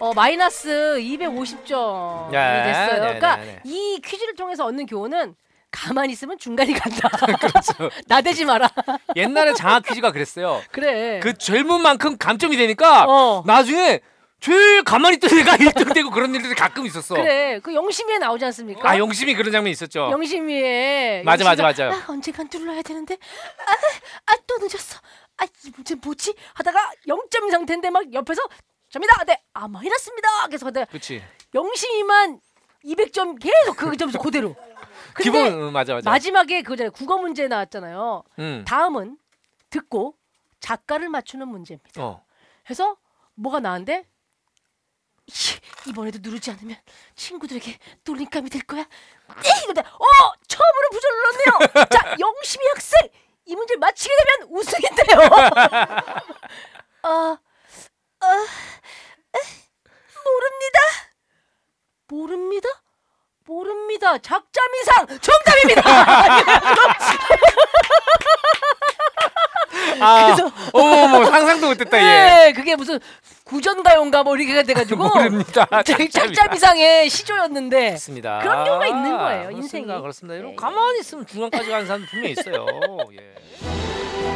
S1: 어 마이너스 250점이
S2: 네,
S1: 됐어요.
S2: 네,
S1: 그러니까
S2: 네, 네.
S1: 이 퀴즈를 통해서 얻는 교훈은 가만히 있으면 중간이 간다.
S2: 그렇죠.
S1: 나대지 마라.
S2: 옛날에 장학 퀴즈가 그랬어요.
S1: 그래.
S2: 그 젊은 만큼 감점이 되니까
S1: 네. 어.
S2: 나중에 제일 가만히 있던 애가 1등 되고 그런 일들이 가끔 있었어.
S1: 그래. 그 영심이에 나오지 않습니까?
S2: 아 영심이 그런 장면이 있었죠.
S1: 영심이에
S2: 맞아, 맞아,
S1: 영심이가
S2: 맞아요.
S1: 아, 언젠간 둘러야 되는데 아또 늦었어. 아이 문제 뭐지? 하다가 0점인 상태인데 막 옆에서 점이다. 네. 아 마이너스입니다. 계속 하다가
S2: 그렇지.
S1: 영심이만 200점 계속 그 점수 그대로. 근데
S2: 기본 응, 맞아 맞아.
S1: 마지막에 그거잖아요. 국어 문제 나왔잖아요.
S2: 음.
S1: 다음은 듣고 작가를 맞추는 문제입니다.
S2: 어.
S1: 해서 뭐가 나왔는데 이- 이번에도 누르지 않으면 친구들에게 놀림감이 될 거야. 네, 근데 어 처음으로 부절 눌렀네요. 자 영심이 학생 이 문제 맞히게 되면 우승인데요. 어, 어, 에, 모릅니다. 모릅니다. 모릅니다. 작자 미상 정답입니다.
S2: 아,
S1: 그래서-
S2: 어머머 상상도 못했다 얘.
S1: 네, 그게 무슨 구전가요인가 뭐 이렇게 돼가지고
S2: 모릅니다.
S1: 저희 작자 미상의 시조였는데 어.
S2: 맞습니다. 아,
S1: 그런 경우가 있는 거예요,
S2: 그렇습니다.
S1: 인생이.
S2: 그렇습니다. 이런
S1: 예,
S2: 가만히 있으면 중간까지 가는 사람 분명히 있어요. 예.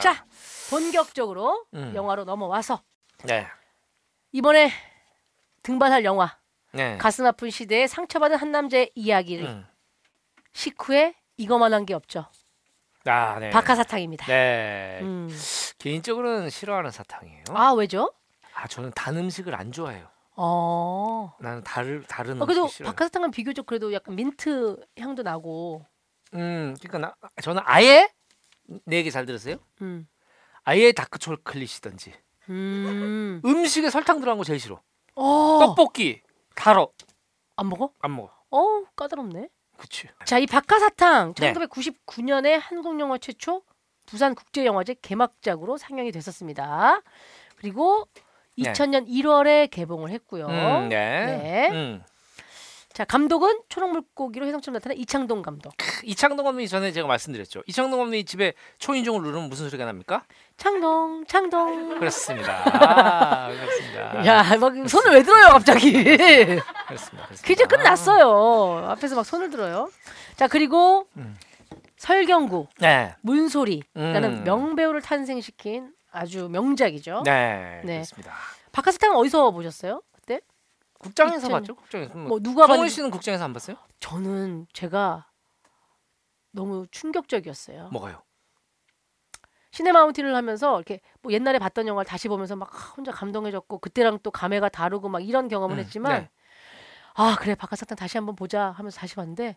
S1: 자 본격적으로
S2: 아. 음.
S1: 영화로 넘어와서
S2: 네.
S1: 이번에 등반할 영화
S2: 네.
S1: 가슴 아픈 시대에 상처받은 한 남자의 이야기를
S2: 음.
S1: 식후에 이거만한 게 없죠
S2: 아, 네.
S1: 박하사탕입니다.
S2: 네.
S1: 음.
S2: 개인적으로는 싫어하는 사탕이에요. 아.
S1: 아 왜죠?
S2: 저는 단 음식을 안 좋아해요.
S1: 어.
S2: 나는 다른 다른
S1: 아, 그래도
S2: 음식 싫어요.
S1: 박하사탕은 비교적 그래도 약간 민트 향도 나고.
S2: 음, 그러니까 나, 저는 아예 내 얘기 잘 들으세요?
S1: 음.
S2: 아예 다크 초콜릿이든지
S1: 음.
S2: 음식에 설탕 들어간 거 제일 싫어.
S1: 어.
S2: 떡볶이 달어
S1: 안 먹어?
S2: 안 먹어.
S1: 어우 까다롭네.
S2: 그치.
S1: 자, 이 박하사탕
S2: 네.
S1: 1999년에 한국 영화 최초 부산 국제 영화제 개막작으로 상영이 됐었습니다. 그리고
S2: 네.
S1: 2000년 1월에 개봉을 했고요.
S2: 음, 네.
S1: 네.
S2: 음.
S1: 자 감독은 초록물고기로 해성처럼 나타난 이창동 감독.
S2: 이창동 감독님 전에 제가 말씀드렸죠. 이창동 감독님 집에 초인종을 누르면 무슨 소리가 납니까?
S1: 창동 창동.
S2: 그렇습니다. 아, 그렇습니다.
S1: 야, 막 손을 왜 들어요, 갑자기?
S2: 그렇습니다. 그렇습니다.
S1: 퀴즈 끝났어요. 앞에서 막 손을 들어요. 자, 그리고
S2: 음.
S1: 설경구,
S2: 네.
S1: 문소리라는
S2: 음.
S1: 명배우를 탄생시킨 아주 명작이죠.
S2: 네.
S1: 네.
S2: 그렇습니다.
S1: 바카스탕 어디서 보셨어요? 그때?
S2: 국장에서
S1: 이천-
S2: 봤죠? 국장에서.
S1: 뭐 누가
S2: 성훈
S1: 봤는지
S2: 씨는 국장에서 안 봤어요?
S1: 저는 제가 너무 충격적이었어요.
S2: 뭐가요?
S1: 시네마운틴을 하면서 이렇게 뭐 옛날에 봤던 영화를 다시 보면서 막 혼자 감동해졌고 그때랑 또 감회가 다르고 막 이런 경험을
S2: 음,
S1: 했지만
S2: 네.
S1: 아 그래 바카사탕 다시 한번 보자 하면서 다시 봤는데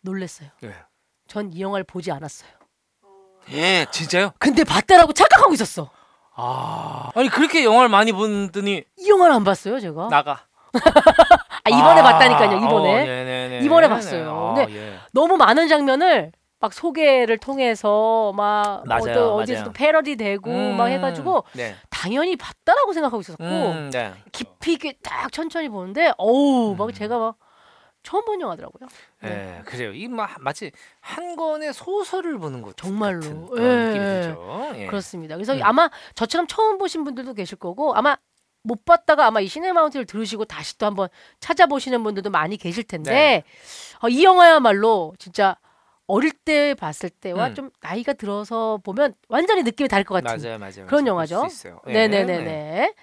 S1: 놀랬어요.
S2: 네.
S1: 전 이 영화를 보지 않았어요.
S2: 예, 진짜요?
S1: 근데 봤다라고 착각하고 있었어.
S2: 아, 아니 그렇게 영화를 많이 본더니
S1: 이 영화를 안 봤어요 제가.
S2: 나가.
S1: 아 이번에
S2: 아,
S1: 봤다니까요 이번에.
S2: 어, 네네네.
S1: 이번에 봤어요.
S2: 아,
S1: 근데
S2: 예.
S1: 너무 많은 장면을 막 소개를 통해서 막
S2: 맞아요,
S1: 어떤 어디서
S2: 맞아요.
S1: 또 패러디되고 뭐 막
S2: 음,
S1: 해가지고
S2: 네.
S1: 당연히 봤다라고 생각하고 있었고
S2: 음, 네.
S1: 깊이 있게 딱 천천히 보는데
S2: 음.
S1: 어우 막 제가 막 처음 본 영화더라고요.
S2: 예,
S1: 네.
S2: 그래요. 이 마, 마치 한 권의 소설을 보는 것
S1: 정말로.
S2: 같은 그런
S1: 예,
S2: 느낌이
S1: 예.
S2: 들죠. 예.
S1: 그렇습니다. 그래서
S2: 음.
S1: 아마 저처럼 처음 보신 분들도 계실 거고 아마 못 봤다가 아마 이 시네마운틴을 들으시고 다시 또 한번 찾아보시는 분들도 많이 계실 텐데
S2: 네.
S1: 어, 이 영화야말로 진짜 어릴 때 봤을 때와
S2: 음.
S1: 좀 나이가 들어서 보면 완전히 느낌이 다를 것 같은
S2: 맞아요, 맞아요.
S1: 그런
S2: 맞아요. 볼수
S1: 영화죠.
S2: 있어요. 예,
S1: 네네네네.
S2: 네.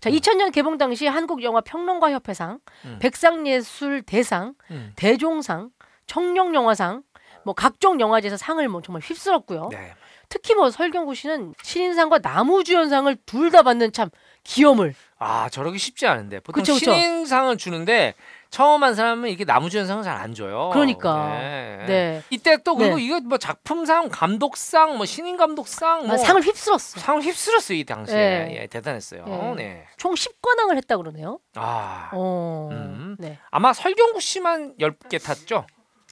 S1: 자, 2000년 개봉 당시 한국 영화 평론가 협회상,
S2: 음.
S1: 백상예술 대상,
S2: 음.
S1: 대종상, 청룡 영화상, 뭐 각종 영화제에서 상을 뭐 정말 휩쓸었고요.
S2: 네.
S1: 특히 뭐 설경구 씨는 신인상과 나무주연상을 둘 다 받는 참 기염을.
S2: 아, 저러기 쉽지 않은데 보통
S1: 그쵸, 그쵸.
S2: 신인상을 주는데 처음 한 사람은 이렇게 나무주연상을 잘 안 줘요.
S1: 그러니까.
S2: 네.
S1: 네.
S2: 이때 또 그리고
S1: 네.
S2: 이거 뭐 작품상, 감독상, 뭐 신인 감독상, 뭐
S1: 아, 상을 휩쓸었어.
S2: 상을 휩쓸었어요 이 당시에
S1: 네.
S2: 예, 대단했어요.
S1: 네.
S2: 네.
S1: 총 10관왕을 했다 그러네요.
S2: 아
S1: 어.
S2: 음.
S1: 네.
S2: 아마 설경구 씨만 10개 탔죠.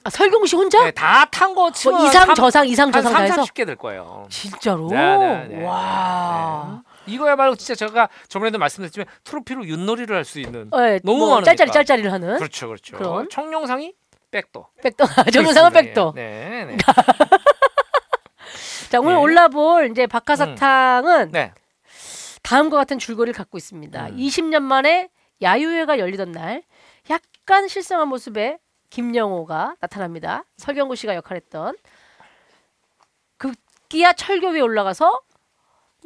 S1: 아, 설경구 씨 혼자?
S2: 네, 다탄거 치면
S1: 뭐 이상 저상 이상
S2: 한
S1: 저상 다
S2: 3,
S1: 해서
S2: 40개 될 거예요.
S1: 진짜로?
S2: 네, 네, 네.
S1: 와.
S2: 네. 이거야말로 진짜 제가 저번에도 말씀드렸지만 트로피로 윷놀이를 할 수 있는
S1: 네,
S2: 너무
S1: 뭐
S2: 많으니까.
S1: 짤짤이 짤짤이를 하는
S2: 그렇죠, 그렇죠.
S1: 그런?
S2: 청룡상이 백도.
S1: 백도 전문 상업
S2: 그렇습니다.
S1: 아, 백도. 그러니까
S2: 네, 네.
S1: 자 오늘
S2: 예.
S1: 올라볼 이제 박하사탕은
S2: 네.
S1: 다음과 같은 줄거리를 갖고 있습니다.
S2: 음.
S1: 20년 만에 야유회가 열리던 날 약간 실성한 모습의 김영호가 나타납니다. 설경구 씨가 역할했던 급기야 철교 위에 올라가서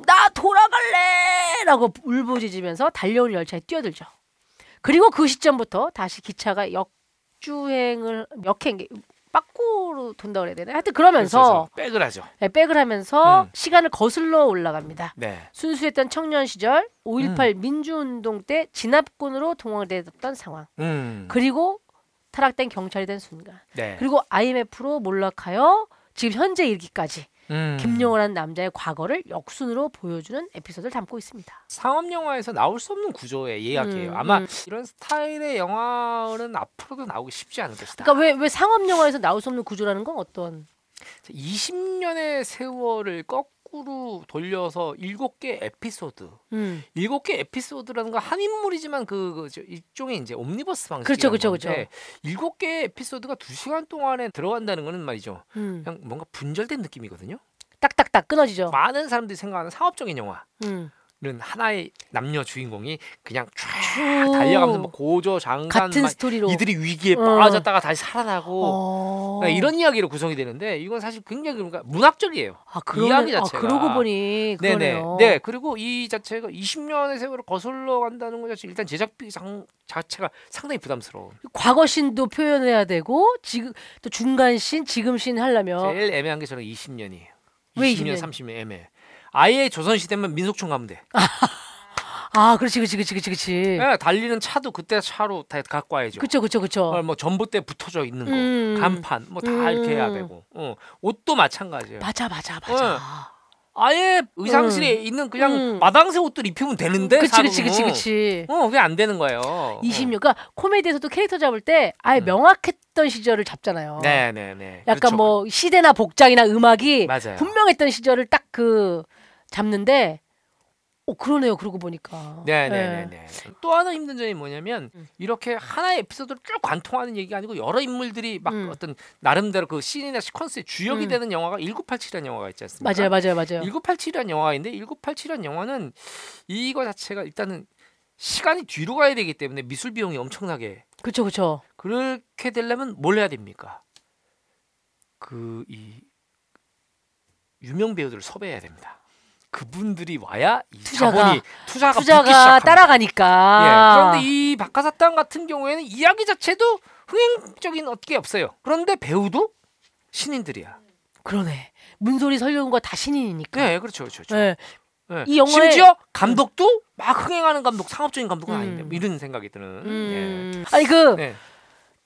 S1: 나 돌아갈래라고 울부짖으면서 달려온 열차에 뛰어들죠. 그리고 그 시점부터 다시 기차가 역주행을 역행 빠꾸로 돈다 그래야 되나? 하여튼 그러면서
S2: 그렇죠, 그래서 백을 하죠.
S1: 예, 백을 하면서
S2: 음.
S1: 시간을 거슬러 올라갑니다.
S2: 네.
S1: 순수했던 청년 시절 5.18
S2: 음.
S1: 민주운동 때 진압군으로 동원되었던 상황
S2: 음.
S1: 그 그리고 타락된 경찰이 된 순간
S2: 네.
S1: 그리고 IMF로 몰락하여 지금 현재 이르기까지
S2: 음.
S1: 김용호라는 남자의 과거를 역순으로 보여주는 에피소드를 담고
S2: 아.
S1: 있습니다.
S2: 상업 영화에서 나올 수 없는 구조의 이야기예요.
S1: 음,
S2: 아마
S1: 음.
S2: 이런 스타일의 영화는 앞으로도 나오기 쉽지 않을 것이다.
S1: 그러니까 왜, 왜 상업 영화에서 나올 수 없는 구조라는 건 어떤
S2: 20년의 세월을 거꾸로 돌려서 7개 에피소드.
S1: 음.
S2: 7개 에피소드라는 건 한 인물이지만 그, 그 저- 일종의 이제 옴니버스 방식인
S1: 그렇죠, 그렇죠,
S2: 건데 7개의 에피소드가 2시간 동안에 들어간다는 거는 말이죠.
S1: 음.
S2: 그냥 뭔가 분절된 느낌이거든요.
S1: 딱딱딱 끊어지죠.
S2: 많은 사람들이 생각하는 상업적인 영화.
S1: 음.
S2: 는 하나의 남녀 주인공이 그냥 쫙
S1: 쭉
S2: 달려가면서 뭐 고조 장관
S1: 같은
S2: 막
S1: 스토리로
S2: 이들이 위기에
S1: 어.
S2: 빠졌다가 다시 살아나고
S1: 어.
S2: 네, 이런 이야기로 구성이 되는데 이건 사실 굉장히 그러니까 문학적이에요.
S1: 아, 그러네.
S2: 이야기
S1: 아,
S2: 자체가.
S1: 그러고 보니
S2: 네네.
S1: 그러네요.
S2: 네 그리고 이 자체가 20년의 세월을 거슬러 간다는 것 자체 일단 제작비 장, 자체가 상당히 부담스러운.
S1: 과거 신도 표현해야 되고 지금 또 중간 신, 지금 신 하려면
S2: 제일 애매한 게 저는 20년이에요.
S1: 어. 왜 20년?
S2: 20년, 30년 애매해. 아예 조선 시대면 민속촌 가면 돼.
S1: 아, 그렇지, 그렇지, 그렇지, 그렇지, 그렇지.
S2: 예, 달리는 차도 그때 차로 다 갖고 와야죠.
S1: 네. 그쵸, 그쵸, 그쵸.
S2: 어, 뭐 전봇대 붙어져 있는 거,
S1: 그렇죠. 음.
S2: 간판 뭐 다 이렇게 해야
S1: 음.
S2: 되고, 어, 옷도 마찬가지예요.
S1: 맞아, 맞아,
S2: 어.
S1: 맞아.
S2: 아예 의상실에 있는 그냥
S1: 음.
S2: 마당새 옷들 입히면 되는데
S1: 그치, 그치,
S2: 사람은.
S1: 그치, 그치.
S2: 어, 그게 안 되는 거예요.
S1: 20년. 그러니까 코미디에서도 캐릭터 잡을 때 아예
S2: 음.
S1: 명확했던 시절을 잡잖아요.
S2: 네, 네, 네.
S1: 약간
S2: 그렇죠.
S1: 뭐 시대나 복장이나 음악이
S2: 맞아요.
S1: 분명했던 시절을 딱 그 잡는데 어, 그러네요. 그러고 보니까. 예.
S2: 네네네네. 예. 또 하나 힘든 점이 뭐냐면
S1: 음.
S2: 이렇게 하나의 에피소드를 쭉 관통하는 얘기가 아니고 여러 인물들이 막
S1: 음.
S2: 어떤 나름대로 그 씬이나 시퀀스의 주역이
S1: 음.
S2: 되는 영화가 1987이라는 영화가 있지
S1: 맞아요,
S2: 않습니까?
S1: 맞아요, 맞아요.
S2: 1987이라는 영화인데 1987이라는 영화는 이거 자체가 일단은 시간이 뒤로 가야 되기 때문에 미술 비용이 엄청나게
S1: 그렇죠, 그렇죠.
S2: 그렇게 되려면 뭘 해야 됩니까? 그 이 유명 배우들을 섭외해야 됩니다. 그분들이 와야 이
S1: 투자가-
S2: 자본이 투자가,
S1: 투자가
S2: 붙기 시작합니다. 예,
S1: 따라가니까.
S2: 그런데 이 박하사탕 같은 경우에는 이야기 자체도 흥행적인 어떻게 없어요. 그런데 배우도 신인들이야.
S1: 그러네. 문소리 설령과 다 신인이니까.
S2: 네, 그렇죠, 그렇죠. 그렇죠.
S1: 예.
S2: 예.
S1: 이 영화의-
S2: 심지어 감독도 막 흥행하는 감독, 상업적인 감독은
S1: 음.
S2: 아닌데 뭐 이런 생각이 드는.
S1: 음. 아니 그
S2: 예. 네.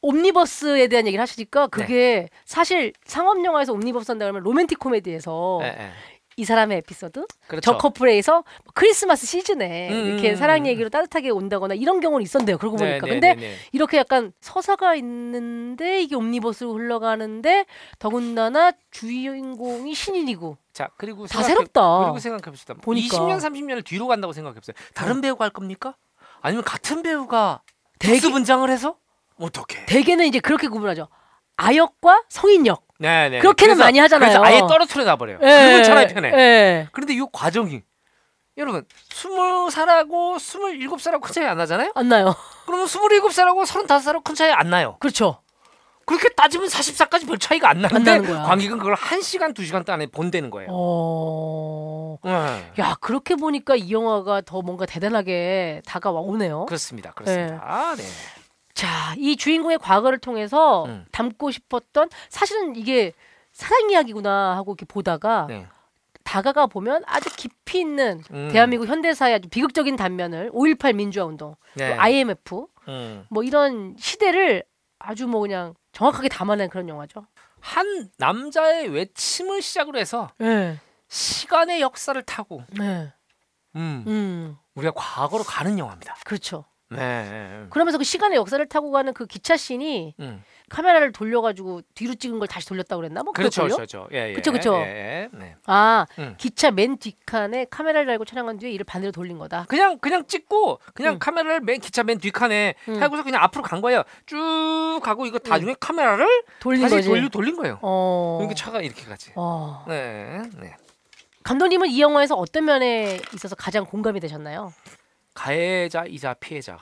S1: 옴니버스에 대한 얘기를 하시니까 그게 사실 상업 영화에서 옴니버스 한다 그러면 로맨틱 코미디에서
S2: 예, 예.
S1: 이 사람의 에피소드
S2: 그렇죠.
S1: 저 커플에서 뭐 크리스마스 시즌에
S2: 음,
S1: 이렇게
S2: 음,
S1: 사랑
S2: 음.
S1: 얘기로 따뜻하게 온다거나 이런 경우는 있었는데요. 그러고
S2: 네,
S1: 보니까
S2: 네,
S1: 근데
S2: 네, 네.
S1: 이렇게 약간 서사가 있는데 이게 옴니버스로 흘러가는데 더군다나 주인공이 신인이고
S2: 자 그리고
S1: 다
S2: 생각해-
S1: 새롭다.
S2: 그리고 생각해봅시다.
S1: 보니까. 네.
S2: 20년 30년을 뒤로 간다고 생각해보세요. 다른 배우가 할 겁니까? 아니면 같은 배우가
S1: 대기-
S2: 텍스 분장을 해서 어떻게?
S1: 대개는 이제 그렇게 구분하죠. 아역과 성인역.
S2: 네, 네.
S1: 그렇게는
S2: 그래서-
S1: 많이 하잖아요.
S2: 그래서 아예 떨어뜨려 놔버려요.
S1: 예,
S2: 그건 차라리 편해.
S1: 예.
S2: 그런데 이 과정이 여러분 스물 살하고 스물일곱 살하고 큰 차이 안 나잖아요.
S1: 안 나요.
S2: 그러면 스물일곱 살하고 서른다섯 살하고 큰 차이 안 나요.
S1: 그렇죠.
S2: 그렇게 따지면 40살까지 별 차이가 안 나는데
S1: 나는 거야.
S2: 관객은 그걸 한 시간 두 시간 안에 본다는 거예요.
S1: 어.
S2: 예.
S1: 야, 그렇게 보니까 이 영화가 더 뭔가 대단하게 다가와 오네요.
S2: 그렇습니다. 그렇습니다. 네.
S1: 자, 이 주인공의 과거를 통해서
S2: 음.
S1: 담고 싶었던 사실은 이게 사랑 이야기구나 하고 이렇게 보다가
S2: 네.
S1: 다가가 보면 아주 깊이 있는
S2: 음.
S1: 대한민국 현대사의 아주 비극적인 단면을 5.18 민주화 운동,
S2: 네.
S1: 또 IMF
S2: 음.
S1: 뭐 이런 시대를 아주 뭐 그냥 정확하게 담아낸 그런 영화죠.
S2: 한 남자의 외침을 시작으로 해서
S1: 네,
S2: 시간의 역사를 타고
S1: 네,
S2: 음,
S1: 음,
S2: 우리가 과거로 가는 영화입니다.
S1: 그렇죠.
S2: 네. 네.
S1: 그러면서 그 시간의 역사를 타고 가는 그 기차 씬이
S2: 음.
S1: 카메라를 돌려가지고 뒤로 찍은 걸 다시 돌렸다 고 그랬나? 뭐 그걸
S2: 그렇죠,
S1: 돌려?
S2: 그렇죠, 예, 예.
S1: 그쵸, 그쵸.
S2: 예, 예. 네.
S1: 아,
S2: 음.
S1: 기차 맨 뒷칸에 카메라를 달고 촬영한 뒤에 이를 반대로 돌린 거다.
S2: 그냥 그냥 찍고 그냥
S1: 음.
S2: 카메라를 맨 기차 맨 뒷칸에
S1: 음.
S2: 하고서 그냥 앞으로 간 거예요. 쭉 가고 이거 다중에 카메라를
S1: 돌린
S2: 다시
S1: 거지.
S2: 음. 돌려 돌린 그러니까 거예요.
S1: 어.
S2: 이렇게 차가 이렇게 가지.
S1: 와.
S2: 네, 네.
S1: 감독님은 이 영화에서 어떤 면에 있어서 가장 공감이 되셨나요?
S2: 가해자이자 피해자.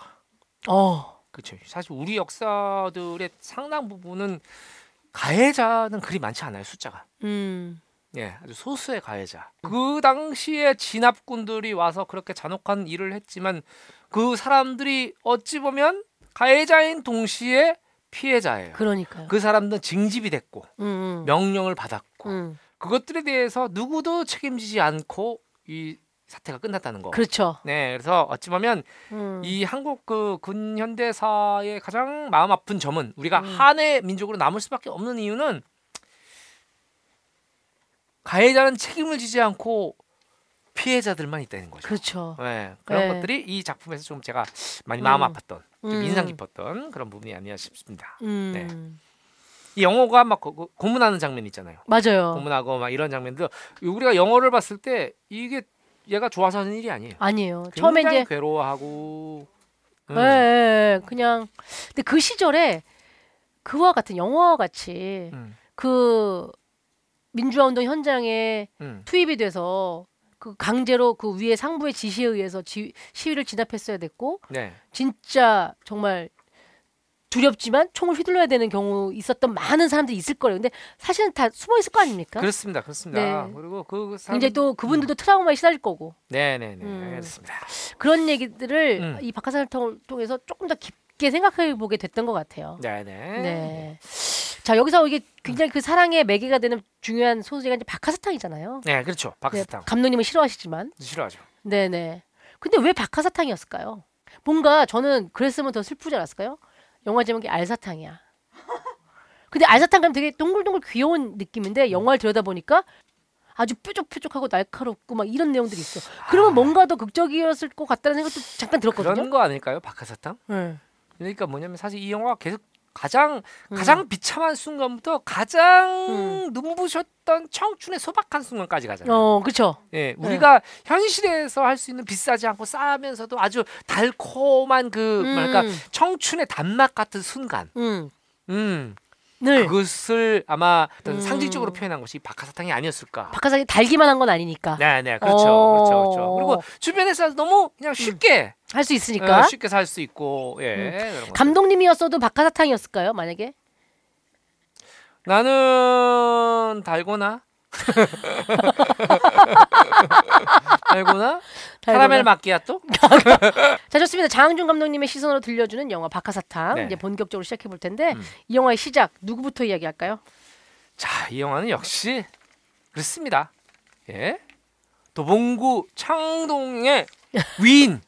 S1: 어.
S2: 그렇죠. 사실 우리 역사들의 상당 부분은 가해자는 그리 많지 않아요 숫자가.
S1: 음.
S2: 예, 아주 소수의 가해자. 그 당시에 진압군들이 와서 그렇게 잔혹한 일을 했지만 그 사람들이 어찌 보면 가해자인 동시에 피해자예요.
S1: 그러니까요.
S2: 그 사람들은 징집이 됐고
S1: 음, 그렇죠. 음.
S2: 명령을 받았고
S1: 음.
S2: 그것들에 대해서 누구도 책임지지 않고 이 사태가 끝났다는 거.
S1: 그렇죠.
S2: 네, 그래서 어찌 보면
S1: 음.
S2: 이 한국 그 근현대사의 가장 마음 아픈 점은 우리가
S1: 음.
S2: 한의 민족으로 남을 수밖에 없는 이유는 가해자는 책임을 지지 않고 피해자들만 있다는 거죠.
S1: 그렇죠.
S2: 네,
S1: 네.
S2: 그런 것들이 이 작품에서 좀 제가 많이 마음
S1: 음.
S2: 아팠던, 좀
S1: 음.
S2: 인상 깊었던 그런 부분이 아니었 싶습니다.
S1: 음.
S2: 네. 이 영어가 막 고- 고- 고문하는 장면 있잖아요.
S1: 맞아요.
S2: 고문하고 막 이런 장면들 우리가 영어를 봤을 때 이게 얘가 좋아서 하는 일이 아니에요.
S1: 아니에요. 처음에
S2: 굉장히
S1: 이제
S2: 괴로워하고 음,
S1: 예, 예, 예. 그냥 근데 그 시절에 그와 같은 영화와 같이
S2: 음,
S1: 그 민주화 운동 현장에
S2: 음.
S1: 투입이 돼서 그 강제로 그 위에 상부의 지시에 의해서 지, 시위를 진압했어야 됐고
S2: 네.
S1: 진짜 정말 두렵지만 총을 휘둘러야 되는 경우 있었던 많은 사람들이 있을 거예요. 근데 사실은 다 숨어 있을 거 아닙니까?
S2: 그렇습니다. 그렇습니다.
S1: 그러니까? 네.
S2: 그리고 그 사람
S1: 이제 또 그분들도 트라우마에 시달릴 거고
S2: 네네네
S1: 음.
S2: 알겠습니다.
S1: 그런 얘기들을
S2: 음.
S1: 이 박하사를 통- 통해서 조금 더 깊게 생각해 보게 됐던 것 같아요.
S2: 네네.
S1: 네. 자 여기서 이게 굉장히 그 사랑의 매개가 되는 중요한 소재가 이제 박하사탕이잖아요.
S2: 네 그렇죠.
S1: 네,
S2: 박스탕
S1: 감독님은 싫어하시지만
S2: 싫어하죠.
S1: 아, 네네. 근데 왜 박하사탕이었을까요? 뭔가 저는 그랬으면 더 슬프지 않았을까요? 영화 제목이 알사탕이야. 근데 알사탕 그럼 되게 동글동글 귀여운
S2: 음.
S1: 느낌인데 영화를 들여다 보니까 아주 뾰족뾰족하고 날카롭고 막 이런 내용들이 있어.
S2: 아.
S1: 그러면 뭔가 더 극적이었을 것 같다는 생각도 잠깐 들었거든요.
S2: 그런 거 아닐까요? 박하사탕?
S1: 네.
S2: 그러니까 뭐냐면 사실 이 영화가 계속 가장
S1: 음.
S2: 가장 비참한 순간부터 가장 눈부셨던 청춘의 소박한 순간까지 가잖아요.
S1: 어, 그렇죠.
S2: 예, 우리가 현실에서 할 수 있는 비싸지 않고 싸면서도 아주 달콤한 그
S1: 음.
S2: 뭐랄까 청춘의 단맛 같은 순간.
S1: 음,
S2: 음,
S1: 늘
S2: 그것을 아마 어떤
S1: 음.
S2: 상징적으로 표현한 것이 박하사탕이 아니었을까.
S1: 박하상이 달기만 한 건 아니니까
S2: 네, 네, 그렇죠,
S1: 어.
S2: 그렇죠, 그렇죠. 그리고 주변에서 너무 그냥 쉽게
S1: 할 수 있으니까
S2: 어, 쉽게 살 수 있고, 예.
S1: 음.
S2: 그런 것들.
S1: 감독님이었어도 박하사탕이었을까요? 만약에
S2: 나는 달고나. 달고나? 카라멜 마끼아또?
S1: 자 좋습니다. 장항준 감독님의 시선으로 들려주는 영화 박하사탕
S2: 네.
S1: 이제 본격적으로 시작해 볼 텐데
S2: 음.
S1: 이 영화의 시작 누구부터 이야기할까요?
S2: 자, 이 영화는 역시 그렇습니다. 예. 도봉구 창동의 위인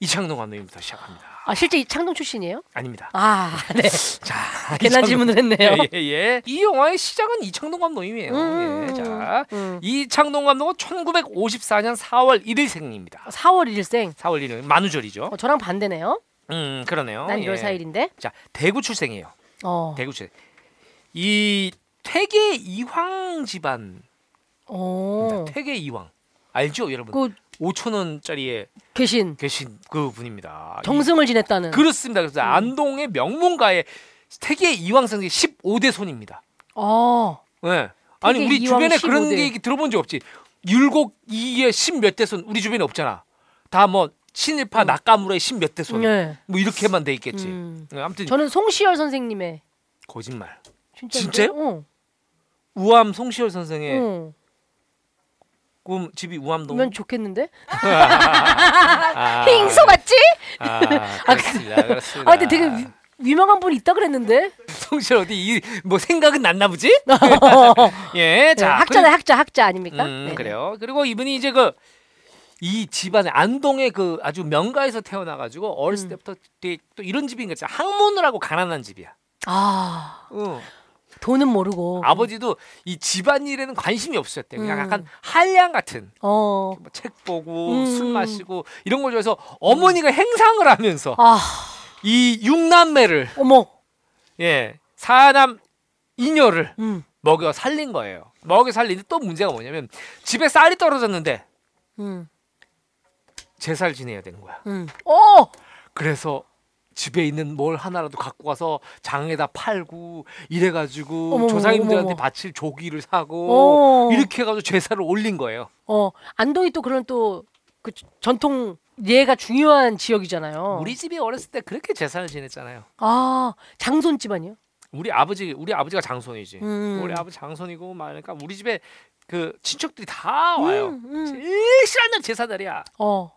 S2: 이창동 감독님부터 시작합니다.
S1: 아 실제 이 창동 출신이에요?
S2: 아닙니다.
S1: 아 네.
S2: 자,
S1: 괜한
S2: 이창동-
S1: 질문을 했네요.
S2: 예, 예, 예. 이 영화의 시작은 이창동 감독님이에요.
S1: 음,
S2: 예,
S1: 음,
S2: 자,
S1: 음.
S2: 이창동 감독은 1954년 4월 1일생입니다.
S1: 4월 1일생.
S2: 4월 1일 만우절이죠.
S1: 어, 저랑 반대네요.
S2: 음, 그러네요.
S1: 난 1월
S2: 예.
S1: 4일인데.
S2: 자, 대구 출생이에요.
S1: 어.
S2: 대구 출생. 이 퇴계 이황 집안.
S1: 어.
S2: 퇴계 이황. 알죠, 여러분?
S1: 그
S2: 5천 원짜리에
S1: 계신
S2: 계신 그 분입니다.
S1: 정승을
S2: 이-
S1: 지냈다는.
S2: 그렇습니다.
S1: 음.
S2: 그래서 안동의 명문가의 태계 이왕성의 15대 손입니다.
S1: 어.
S2: 예. 아니 우리
S1: 이왕 네.
S2: 주변에 그런
S1: 15대.
S2: 얘기 들어본 적 없지. 율곡 이의 10몇 대 손 우리 주변에 없잖아. 다 뭐 친일파 낙가무의 10몇 대 손.
S1: 음. 네.
S2: 뭐 이렇게만 돼 있겠지.
S1: 음.
S2: 예, 아무튼
S1: 저는 송시열 선생님의
S2: 거짓말.
S1: 진짜
S2: 진짜요? 예.
S1: 어.
S2: 우암 송시열 선생의
S1: 어.
S2: 꿈 집이 우암동.
S1: 면 좋겠는데.
S2: 아,
S1: 빙소 같지?
S2: 아, 그렇습니다. 그렇습니다.
S1: 아 근데 되게 유, 명한분 있다 그랬는데.
S2: 송시열 어디 이 뭐 생각은 났나 보지? 예,
S1: 자,
S2: 자
S1: 네. 어. 학자네 학자 학자 아닙니까?
S2: 음,
S1: 네.
S2: 그래요. 그리고 이분이 이제 그 이 집안의 안동의 그 아주 명가에서 태어나가지고 어렸을
S1: 음.
S2: 때부터 되게 또 이런 집인 거죠. 학문을 하고 가난한 집이야.
S1: 아
S2: 응.
S1: 돈은 모르고.
S2: 아버지도 이 집안 일에는 관심이 없으셨대. 요 그냥
S1: 음.
S2: 약간 한량 같은
S1: 어.
S2: 뭐책 보고
S1: 음.
S2: 술 마시고 이런 걸 좋아해서 어머니가 행상을 하면서
S1: 아
S2: 이 육남매를
S1: 어머.
S2: 예 사남 이녀를
S1: 음.
S2: 먹여 살린 거예요. 먹여 살리는데 또 문제가 뭐냐면 집에 쌀이 떨어졌는데
S1: 음.
S2: 제사를 지내야 되는 거야.
S1: 음. 어.
S2: 그래서 집에 있는 뭘 하나라도 갖고 가서 장에다 팔고 이래가지고
S1: 어머머,
S2: 조상님들한테
S1: 어머머.
S2: 바칠 조기를 사고
S1: 어.
S2: 이렇게 해가지고 제사를 올린 거예요.
S1: 어. 안동이 또 그런 또 그 전통 예가 중요한 지역이잖아요.
S2: 우리 집이 어렸을 때 그렇게 제사를 지냈잖아요.
S1: 아 장손 집안이요?
S2: 우리 아버지 우리 아버지가 장손이지.
S1: 음.
S2: 우리 아버지 장손이고 막 그러니까 우리 집에 그 친척들이 다 와요.
S1: 음, 음.
S2: 제일 싫어하는 제사날이야.
S1: 어.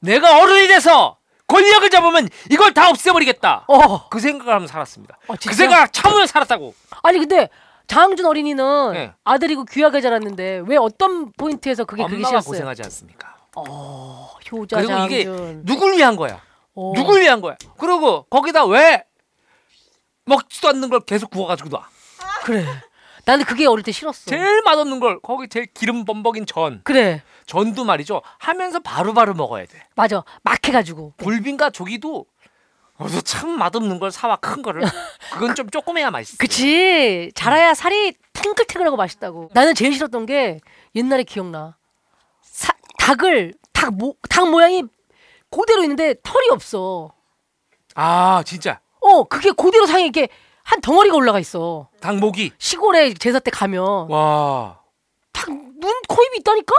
S2: 내가 어른이 돼서 권력을 잡으면 이걸 다 없애버리겠다.
S1: 어.
S2: 그 생각을 하면서 살았습니다.
S1: 아,
S2: 그
S1: 진짜?
S2: 생각 참으면 살았다고.
S1: 아니 근데 장준 어린이는
S2: 네.
S1: 아들이고 귀하게 자랐는데 왜 어떤 포인트에서 그게 그게
S2: 엄마가
S1: 싫었어요?
S2: 고생하지 않습니까?
S1: 어, 효자
S2: 그리고
S1: 장준.
S2: 이게 누굴 위한 거야?
S1: 어.
S2: 누굴 위한 거야? 그리고 거기다 왜 먹지도 않는 걸 계속 구워가지고
S1: 음.
S2: 놔?
S1: 그래. 나는 그게 어릴 때 싫었어.
S2: 제일 맛없는 걸 거기 제일 기름 범벅인 전
S1: 그래.
S2: 전도 말이죠 하면서 바로바로 먹어야 돼
S1: 맞아. 막 해가지고.
S2: 골빈과 조기도 어서 참 맛없는 걸 사와 큰 거를 그건 좀 조그매야 맛있어
S1: 그치. 자라야 살이 탱글탱글하고 맛있다고. 나는 제일 싫었던 게 옛날에 기억나. 사, 닭을 닭, 모, 닭 모양이 그대로 있는데 털이 없어.
S2: 아 진짜
S1: 어, 그게 그대로 상에 이렇게 한 덩어리가 올라가 있어.
S2: 닭목이
S1: 시골에 제사 때 가면
S2: 와
S1: 닭 눈 코입이 있다니까?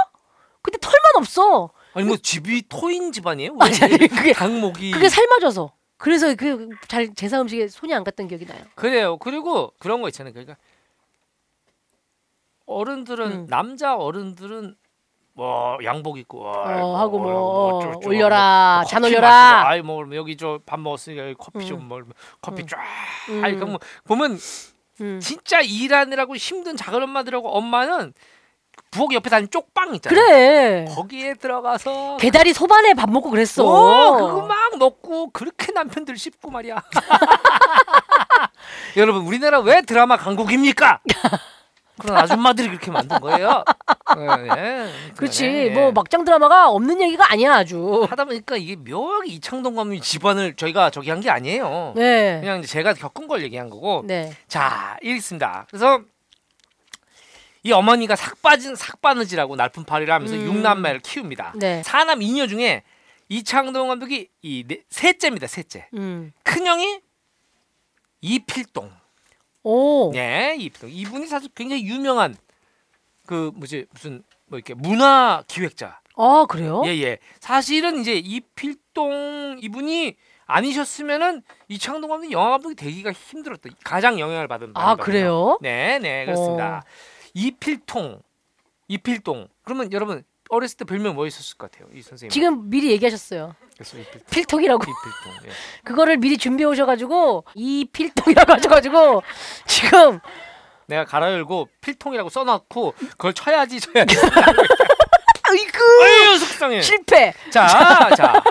S1: 근데 털만 없어.
S2: 아니 뭐 집이 토인 집안이에요?
S1: 아니, 아니,
S2: 왜
S1: 그게-
S2: 닭목이
S1: 그게 삶아져서. 그래서 그 잘 제사 음식에 손이 안 갔던 기억이 나요.
S2: 그래요. 그리고 그런 거 있잖아요. 그러니까 어른들은
S1: 음.
S2: 남자 어른들은 뭐 양복 입고 아이고,
S1: 어, 하고 뭐,
S2: 뭐
S1: 어,
S2: 어쩌고저쩌고
S1: 올려라,
S2: 뭐 커피
S1: 잔 올려라.
S2: 마시고, 아이 뭐 여기 저 밥 먹었으니까 여기 커피 좀 뭐, 커피 쫙. 아이 그뭐 보면
S1: 음.
S2: 진짜 일하느라고 힘든 작은 엄마들하고 엄마는 부엌 옆에 다니는 쪽방 있잖아요.
S1: 그래.
S2: 거기에 들어가서
S1: 개다리 소반에 밥 먹고 그랬어.
S2: 오, 그거 막 먹고 그렇게 남편들 씹고 말이야. 여러분 우리나라 왜 드라마 강국입니까? 그런 아줌마들이 그렇게 만든 거예요. 예, 예.
S1: 그렇지.
S2: 예.
S1: 뭐 막장 드라마가 없는 얘기가 아니야 아주.
S2: 뭐 하다 보니까 이게 묘하게 이창동 감독님 집안을 저희가 저기 한 게 아니에요.
S1: 네.
S2: 그냥 이제 제가 겪은 걸 얘기한 거고.
S1: 네.
S2: 자, 이렇게 있습니다. 그래서 이 어머니가 삭 빠진 삭 바느질하고 날품팔이를 하면서
S1: 음.
S2: 육남매를 키웁니다.
S1: 네.
S2: 사남 이녀 중에 이창동 감독이 이 네- 셋째입니다. 셋째.
S1: 음.
S2: 큰형이 이필동.
S1: 오.
S2: 예, 이필동. 이분이 사실 굉장히 유명한 그 뭐지 무슨 뭐 이렇게 문화 기획자.
S1: 아 그래요?
S2: 예, 예. 사실은 이제 이필동 이분이 아니셨으면은 이창동 감독이 영화 감독이 되기가 힘들었다. 가장 영향을 받은
S1: 아
S2: 분이거든요.
S1: 그래요?
S2: 네, 네, 그렇습니다.
S1: 어.
S2: 이필통, 이필동. 그러면 여러분 어렸을 때 별명 뭐 있었을 것 같아요, 이 선생님?
S1: 지금 미리 얘기하셨어요.
S2: 그래서 이필-
S1: 필통이라고.
S2: 이필통. 예.
S1: 그거를 미리 준비해 오셔가지고 이 필통이라고 하셔가지고 지금
S2: 내가 갈아열고 필통이라고 써놓고 그걸 쳐야지 쳐야지.
S1: 아이고
S2: 아유 속상해.
S1: 실패.
S2: 자, 자.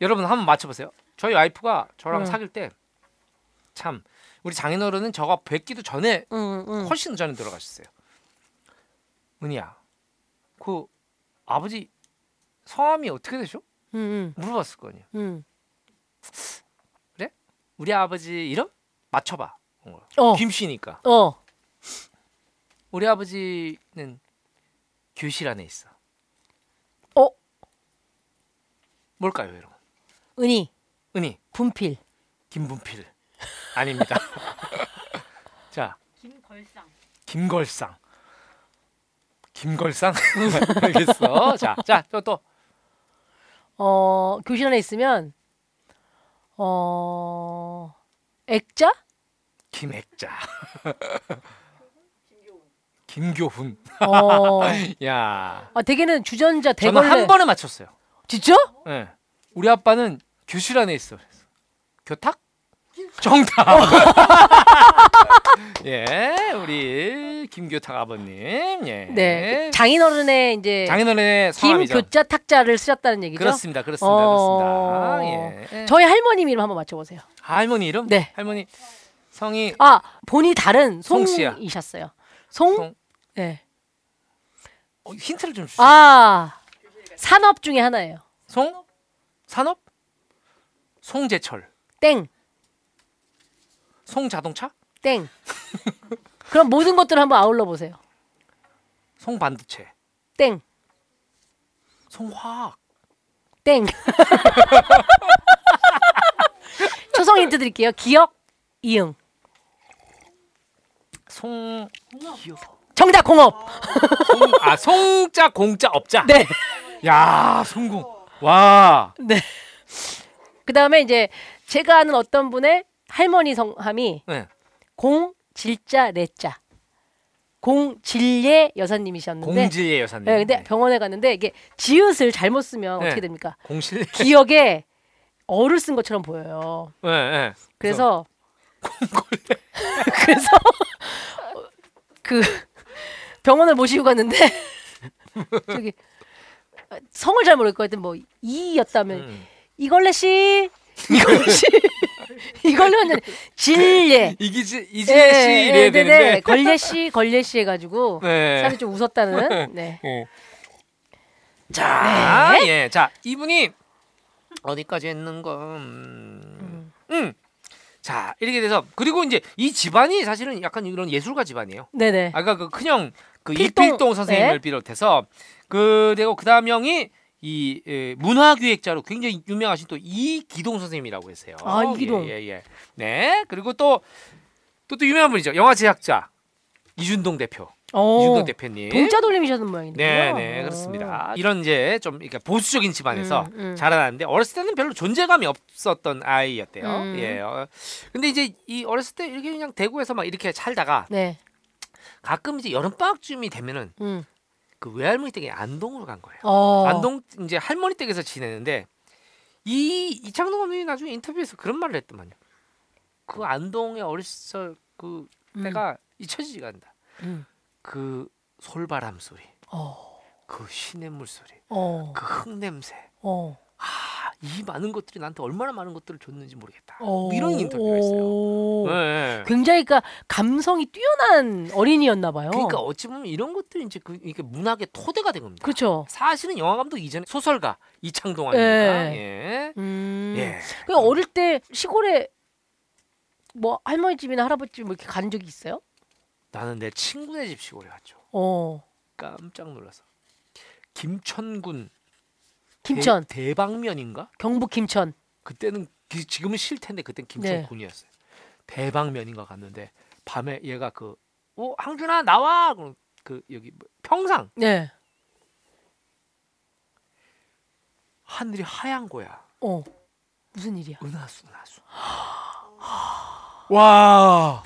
S2: 여러분 한번 맞춰보세요. 저희 와이프가 저랑
S1: 응.
S2: 사귈 때 참 우리 장인어른은 저가 뵙기도 전에
S1: 응, 응.
S2: 훨씬 전에 돌아가셨어요. 은희야, 그 아버지 성함이 어떻게 되죠?
S1: 응,
S2: 물어봤을 거 아니에요.
S1: 응, 응.
S2: 우리 아버지 이름 맞춰봐. 그런 거예요.
S1: 어,
S2: 김씨니까
S1: 어.
S2: 우리 아버지는 교실 안에 있어.
S1: 어?
S2: 뭘까요, 여러분?
S1: 은희
S2: 은희
S1: 분필.
S2: 김분필 아닙니다. 자,
S5: 김걸상.
S2: 김걸상. 김걸상 알겠어. 자, 자, 또 또.
S1: 어 교실 안에 있으면 어 액자?
S2: 김액자. 김교훈.
S1: 어.
S2: 야.
S1: 아 대개는 주전자
S2: 저는
S1: 대걸레.
S2: 한 번에 맞췄어요.
S1: 진짜?
S2: 예. 우리 아빠는 교실 안에 있어. 그래서. 교탁? 정답. 예, 우리 김교탁 아버님. 예.
S1: 네. 장인어른의 이제
S2: 장인어른의 성함이죠.
S1: 김교자 탁자를 쓰셨다는 얘기죠.
S2: 그렇습니다. 그렇습니다.
S1: 어.
S2: 그렇습니다. 예.
S1: 저희 할머님 이름 한번 맞춰보세요.
S2: 할머니 이름?
S1: 네.
S2: 할머니 성이
S1: 아 본이 다른
S2: 송 씨야.
S1: 송이셨어요. 송?
S2: 송.
S1: 네.
S2: 어, 힌트를 좀 주세요.
S1: 아 산업 중에 하나예요.
S2: 송? 산업? 송재철.
S1: 땡,
S2: 송자동차?
S1: 땡. 그럼 모든 것들을 한번 아울러 보세요.
S2: 송반도체.
S1: 땡,
S2: 송화학.
S1: 땡. 초성 힌트 드릴게요. 기억, 이응.
S2: 송 기어.
S1: 정답 공업.
S2: 송... 아, 송자 공자 업자.
S1: 네.
S2: 야, 송공. 와.
S1: 그 다음에 이제 제가 아는 어떤 분의 할머니 성함이
S2: 네.
S1: 공 질자 레자 공질예 여사님이셨는데
S2: 공지의 여사님.
S1: 네, 근데 병원에 갔는데 이게 지읒을 잘못 쓰면
S2: 네.
S1: 어떻게 됩니까?
S2: 공실.
S1: 기억에 어를 쓴 것처럼 보여요.
S2: 예, 예.
S1: 그래서 그래서 어, 그 병원을 모시고 갔는데 저기 어, 성을 잘 모를 거였든 뭐 이였다면
S2: 음.
S1: 이걸레 씨 이걸레 씨 이걸레 완전 질예
S2: 이기지 이지혜 씨
S1: 예,
S2: 이래야
S1: 예, 네, 네.
S2: 되는데.
S1: 걸레 씨 걸레 씨 해가지고
S2: 네.
S1: 사실 좀 웃었다는 네.
S2: 어. 자, 예. 자, 이분이 어디까지 했는가? 음. 음. 자, 이렇게 돼서 그리고 이제 이 집안이 사실은 약간 이런 예술가 집안이에요.
S1: 네네
S2: 아까 그 큰형 그
S1: 필동,
S2: 이필동 선생님을
S1: 네.
S2: 비롯해서 그리고 그다음 형이 이 예, 문화기획자로 굉장히 유명하신 또 이기동 선생님이라고 했어요.
S1: 아, 이기동.
S2: 예, 예, 예. 네. 그리고 또 또 또 유명한 분이죠. 영화 제작자 이준동 대표.
S1: 오,
S2: 이준동 대표님.
S1: 어, 동자 돌림이셨는 모양이네요. 어. 아.
S2: 네, 네, 그렇습니다. 이런 이제 좀 이렇게 보수적인 집안에서
S1: 음, 음.
S2: 자라났는데 어렸을 때는 별로 존재감이 없었던 아이였대요.
S1: 음.
S2: 예. 어, 근데 이제 이 어렸을 때 이렇게 그냥 대구에서 막 이렇게 살다가
S1: 네,
S2: 가끔 이제 여름 방학쯤이 되면은
S1: 음,
S2: 그 외할머니 댁에 안동으로 간 거예요.
S1: 어,
S2: 안동 이제 할머니 댁에서 지내는데 이 이창동 감독이 나중에 인터뷰에서 그런 말을 했더만요. 그 안동의 어렸을 그
S1: 음.
S2: 때가 잊혀지지가 않는다.
S1: 음.
S2: 그 솔바람 소리,
S1: 어,
S2: 그 시냇물 소리,
S1: 어,
S2: 그 흙 냄새.
S1: 어,
S2: 아 이 많은 것들이 나한테 얼마나 많은 것들을 줬는지 모르겠다.
S1: 오.
S2: 이런 인터뷰가 있어요.
S1: 어. 오.
S2: 네.
S1: 굉장히 그러니까 감성이 뛰어난 어린이였나 봐요.
S2: 그러니까 어찌 보면 이런 것들이 이제 그 이게 문학의 토대가 된 겁니다.
S1: 그렇죠.
S2: 사실은 영화 감독 이전에 소설가 이창동 아닙니까? 예.
S1: 네. 음.
S2: 예.
S1: 그 어릴 때 시골에 뭐 할머니 집이나 할아버지 집뭐 이렇게 간 적이 있어요?
S2: 나는 내 친구네 집 시골에 갔죠.
S1: 어.
S2: 깜짝 놀라서. 김천군
S1: 김천,
S2: 대, 대방면인가?
S1: 경북 김천.
S2: 그때는 기- 지금은 실 텐데 그땐
S1: 네.
S2: 김천군이었어요. 대방면인가 갔는데 밤에 얘가 그 오, 항준아 나와. 그럼 그 여기 뭐- 평상
S1: 네.
S2: 하늘이 하얀 거야.
S1: 어. 무슨 일이야?
S2: 은하수 은하수. 와.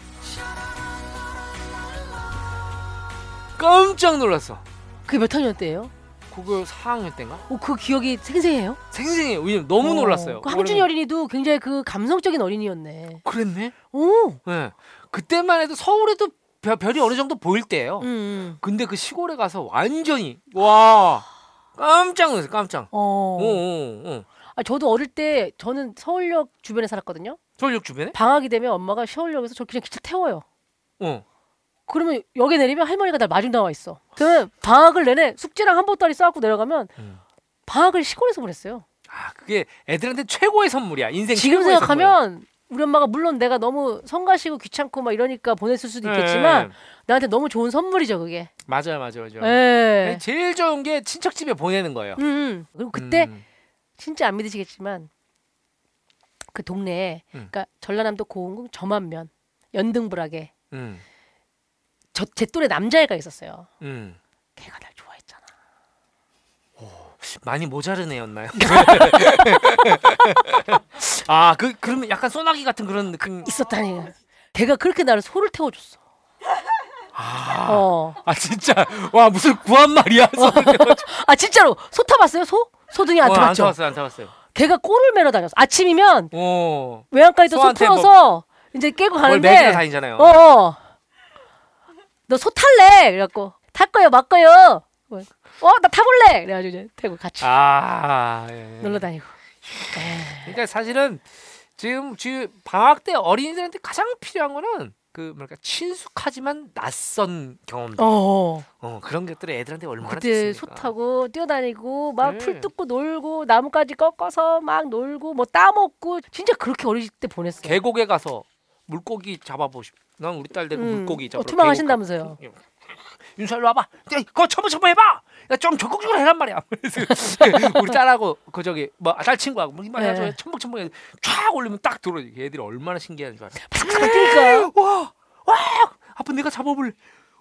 S2: 깜짝 놀랐어.
S1: 그게 몇 학년 때예요?
S2: 그걸 4학년 때인가?
S1: 어, 그 기억이 생생해요?
S2: 생생해요. 왜냐면 너무
S1: 어.
S2: 놀랐어요.
S1: 그 황준이 어린이도 굉장히 그 감성적인 어린이였네.
S2: 그랬네.
S1: 오.
S2: 예. 그때만 해도 서울에도 별, 별이 어느 정도 보일 때예요.
S1: 음, 음.
S2: 근데 그 시골에 가서 완전히 와 깜짝 놀랐어요. 깜짝.
S1: 어.
S2: 어, 어, 어.
S1: 아, 저도 어릴 때 저는 서울역 주변에 살았거든요.
S2: 서울역 주변에?
S1: 방학이 되면 엄마가 서울역에서 저 그냥 기차 태워요.
S2: 어.
S1: 그러면 역에 내리면 할머니가 날 마중 나와 있어. 그러면 방학을 내내 숙제랑 한 보따리 싸갖고 내려가면
S2: 음.
S1: 방학을 시골에서 보냈어요.
S2: 아 그게 애들한테 최고의 선물이야. 인생
S1: 지금
S2: 최고의 선물이야.
S1: 생각하면 우리 엄마가 물론 내가 너무 성가시고 귀찮고 막 이러니까 보냈을 수도 있겠지만
S2: 예.
S1: 나한테 너무 좋은 선물이죠 그게.
S2: 맞아요, 맞아요, 맞아요.
S1: 예.
S2: 제일 좋은 게 친척 집에 보내는 거예요.
S1: 음, 음. 그리고 그때
S2: 그렇죠. 음.
S1: 진짜 안 믿으시겠지만 그 동네에
S2: 음.
S1: 그러니까 전라남도 고흥군 점안면 연등불하게
S2: 음.
S1: 저 제 또래 남자애가 있었어요.
S2: 음.
S1: 걔가 날 좋아했잖아.
S2: 많이 모자른 애였나요? 아, 그 그러면 약간 소나기 같은 그런 느낌.
S1: 있었다니. 걔가 그렇게 나를 소를 태워줬어. 어.
S2: 아 진짜 와 무슨 구한 말이야.
S1: 아 진짜로 소 타봤어요 소? 소등이 안
S2: 어, 안
S1: 타봤죠.
S2: 타봤어요, 안 타봤어요.
S1: 걔가 꼬를 매러 다녔어. 아침이면
S2: 오,
S1: 외양까지 또소
S2: 소한테 뭐-
S1: 풀어서 이제 깨고
S2: 뭘 매주러
S1: 가는데.
S2: 다니잖아요.
S1: 아, 어. 어. 너 소 탈래? 그래갖고 탈 거요, 막 거요. 어, 나 타볼래. 그래가지고 이제 태고 같이
S2: 아, 예.
S1: 놀러 다니고.
S2: 그러니까 사실은 지금 지금 방학 때 어린이들한테 가장 필요한 거는 그 뭐랄까 친숙하지만 낯선 경험들. 어.
S1: 어.
S2: 그런 것들이 애들한테 얼마나
S1: 그때 소
S2: 좋습니까?
S1: 타고 뛰어다니고 막
S2: 네.
S1: 풀 뜯고 놀고 나뭇가지 꺾어서 막 놀고 뭐 따먹고 진짜 그렇게 어릴 때 보냈어.
S2: 계곡에 가서 물고기 잡아보고 싶. 난 우리 딸 데리고
S1: 음,
S2: 물고기 잡으러
S1: 어, 투망하신다면서요.
S2: 계곡 가- 예. 윤서 일로 와봐. 야, 그거 쳐봐 쳐봐 해봐. 야, 좀 적극적으로 해란 말이야. 그래서 우리 딸하고 그 저기 뭐딸 친구하고 뭐 이만 해가지고
S1: 네.
S2: 첨벙첨벙 해서 촥 올리면 딱 들어. 얘들이 얼마나 신기한 줄 알아.
S1: 그러니까.
S2: 네. 와, 와, 아빠 내가 잡아볼.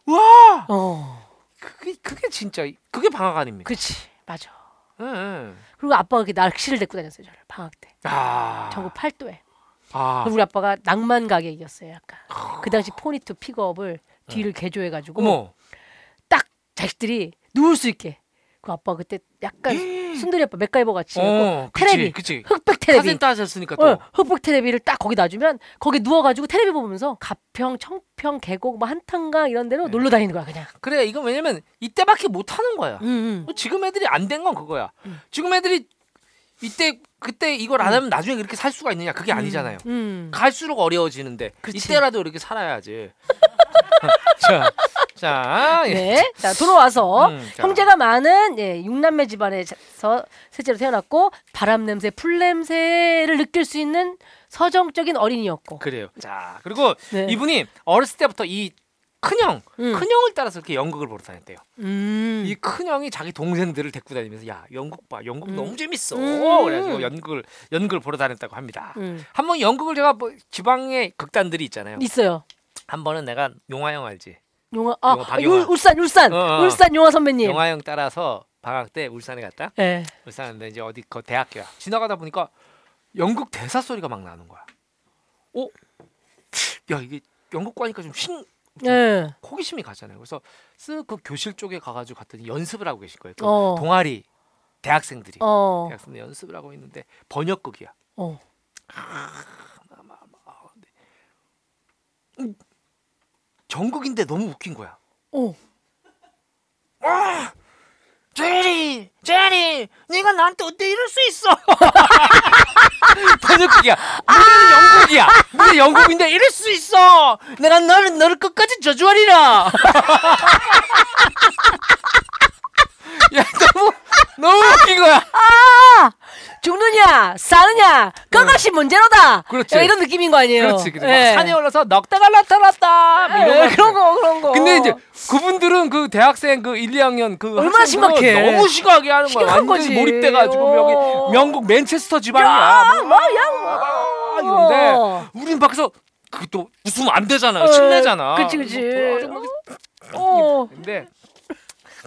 S2: 와,
S1: 어.
S2: 그게 그게 진짜 그게 방학 아닙니까? 예,
S1: 그렇지. 맞아.
S2: 응, 응.
S1: 그리고 아빠가 이렇게 낚시를 데리고 다녔어요 저를 방학 때
S2: 아,
S1: 전국 팔도에
S2: 아,
S1: 그리고 우리 아빠가 낭만 가게이었어요 약간 그 당시 포니투 픽업을 뒤를 개조해가지고
S2: 네. 어머,
S1: 딱 자식들이 누울 수 있게 그 아빠 그때 약간 순돌이 아빠 맥가이버 같이
S2: 예. 어, 그치,
S1: 테레비
S2: 그치.
S1: 흑백 테레비
S2: 사진 따셨으니까 네, 또.
S1: 어, 흑백 테레비를 딱 거기 놔주면 거기 누워가지고 테레비 보면서 가평 청평 계곡 뭐 한탄강 이런
S2: 네.
S1: 데로 놀러 다니는 거야 그냥
S2: 그래, 이건 왜냐면 이때밖에 못 하는 거야.
S1: 음, 음.
S2: 뭐 지금 애들이 안 된 건 그거야.
S1: 음.
S2: 지금 애들이 이때 그때 이걸 안 하면 나중에 그렇게 살 수가 있느냐 그게 아니잖아요.
S1: 음.
S2: 갈수록 어려워지는데
S1: 그렇지.
S2: 이때라도 이렇게 살아야지. 자, 자, 예.
S1: 네. 자, 돌아와서
S2: 음, 자.
S1: 형제가 많은 예, 육남매 집안에서 셋째로 태어났고 바람 냄새, 풀 냄새를 느낄 수 있는 서정적인 어린이였고.
S2: 그래요. 자, 그리고
S1: 네.
S2: 이분이 어렸을 때부터 이 큰형,
S1: 음.
S2: 큰형을 따라서 이렇게 연극을 보러 다녔대요.
S1: 음.
S2: 이 큰형이 자기 동생들을 데리고 다니면서 야 연극 봐, 연극
S1: 음.
S2: 너무 재밌어.
S1: 음.
S2: 그래가지고 연극을 연극을 보러 다녔다고 합니다.
S1: 음.
S2: 한 번 연극을 제가 뭐 지방의 극단들이 있잖아요.
S1: 있어요.
S2: 한 번은 내가 용화형 알지?
S1: 용화 아
S2: 용화, 박용화.
S1: 울, 울산 울산
S2: 어, 어.
S1: 울산 용화 선배님.
S2: 용화형 따라서 방학 때 울산에 갔다.
S1: 예.
S2: 울산인데 이제 어디 그 대학교야. 지나가다 보니까 연극 대사 소리가 막 나는 거야. 어? 야 이게 연극 과니까 좀 신. 좀
S1: 예.
S2: 호기심이 가잖아요. 그래서 쓱 그 교실 쪽에 가가지고 갔더니 연습을 하고 계실 거예요. 그
S1: 어.
S2: 동아리 대학생들이
S1: 어.
S2: 대학생들 연습을 하고 있는데 번역극이야.
S1: 어.
S2: 전극인데 너무 웃긴 거야.
S1: 어.
S2: 제리, 제리, 네가 나한테 어떻게 이럴 수 있어? 번역극이야. 무대는 영국이야. 무대 영국인데 이럴 수 있어. 내가 너를 너를 끝까지 저주하리라. 야 너무 너무 웃긴 거야.
S1: 아 죽느냐 사느냐 그것이 문제로다.
S2: 어. 그렇지.
S1: 야, 이런 느낌인 거 아니에요.
S2: 그렇지. 그래서
S1: 예.
S2: 막 산에 올라서 넉다가 나타났다. 뭐 이런
S1: 예,
S2: 거.
S1: 그런 거 그런 거.
S2: 근데 이제 그분들은 그 대학생 그 1, 2학년 그
S1: 얼마나
S2: 학생들은
S1: 심각해.
S2: 너무 심하게 하는 거야.
S1: 심각한
S2: 완전히
S1: 거지.
S2: 몰입돼가지고
S1: 어.
S2: 여기 명국 맨체스터 지방이야.
S1: 야, 뭐, 야,
S2: 아,
S1: 뭐.
S2: 이런데 우린 밖에서 그또 웃으면 안 되잖아.
S1: 어,
S2: 신내잖아. 뭐
S1: 그치, 그치.
S2: 그래서 막
S1: 어.
S2: 근데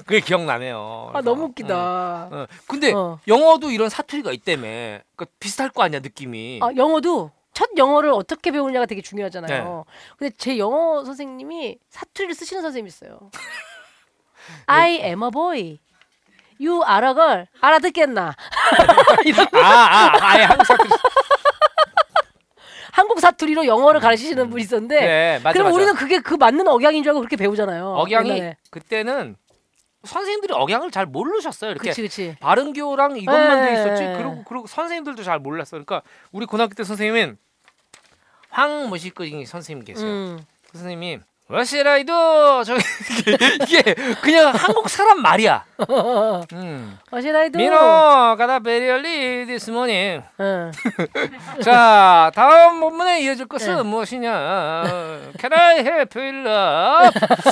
S2: 그게 기억나네요.
S1: 아 너무 웃기다.
S2: 어, 근데
S1: 어. 영어도
S2: 영어도 이런 사투리가 있다며. 그러니까 비슷할 거 아니야 느낌이.
S1: 아 영어도 첫 영어를 어떻게 배우느냐가 되게 중요하잖아요.
S2: 네.
S1: 근데 제 영어 선생님이 사투리를 쓰시는 선생님이 있어요.
S2: 네.
S1: I am a boy. You are a girl. 알아듣겠나?
S2: 아, 아, 아예 한국 사투리.
S1: 한국 사투리로 영어를 가르치시는 분이 있었는데
S2: 네, 맞아,
S1: 그럼
S2: 맞아.
S1: 우리는 그게 그 맞는 억양인 줄 알고 그렇게 배우잖아요.
S2: 억양이
S1: 옛날에.
S2: 그때는 선생님들이 억양을 잘 모르셨어요. 이렇게
S1: 그치 그치.
S2: 바른교랑 이것만 돼
S1: 예.
S2: 있었지. 그리고 그리고 선생님들도 잘 몰랐어. 그러니까 우리 고등학교 때 선생님은 황 모시끄기 선생님 계세요.
S1: 음.
S2: 그 선생님이 러시라이도 저기 이게 그냥 한국 사람 말이야. 음.
S1: 어시라이도.
S2: 미노 가다 베리얼리 디스 모닝.
S1: 응.
S2: 자 다음 본문에 이어질 것은
S1: 네.
S2: 무엇이냐 Can I help you love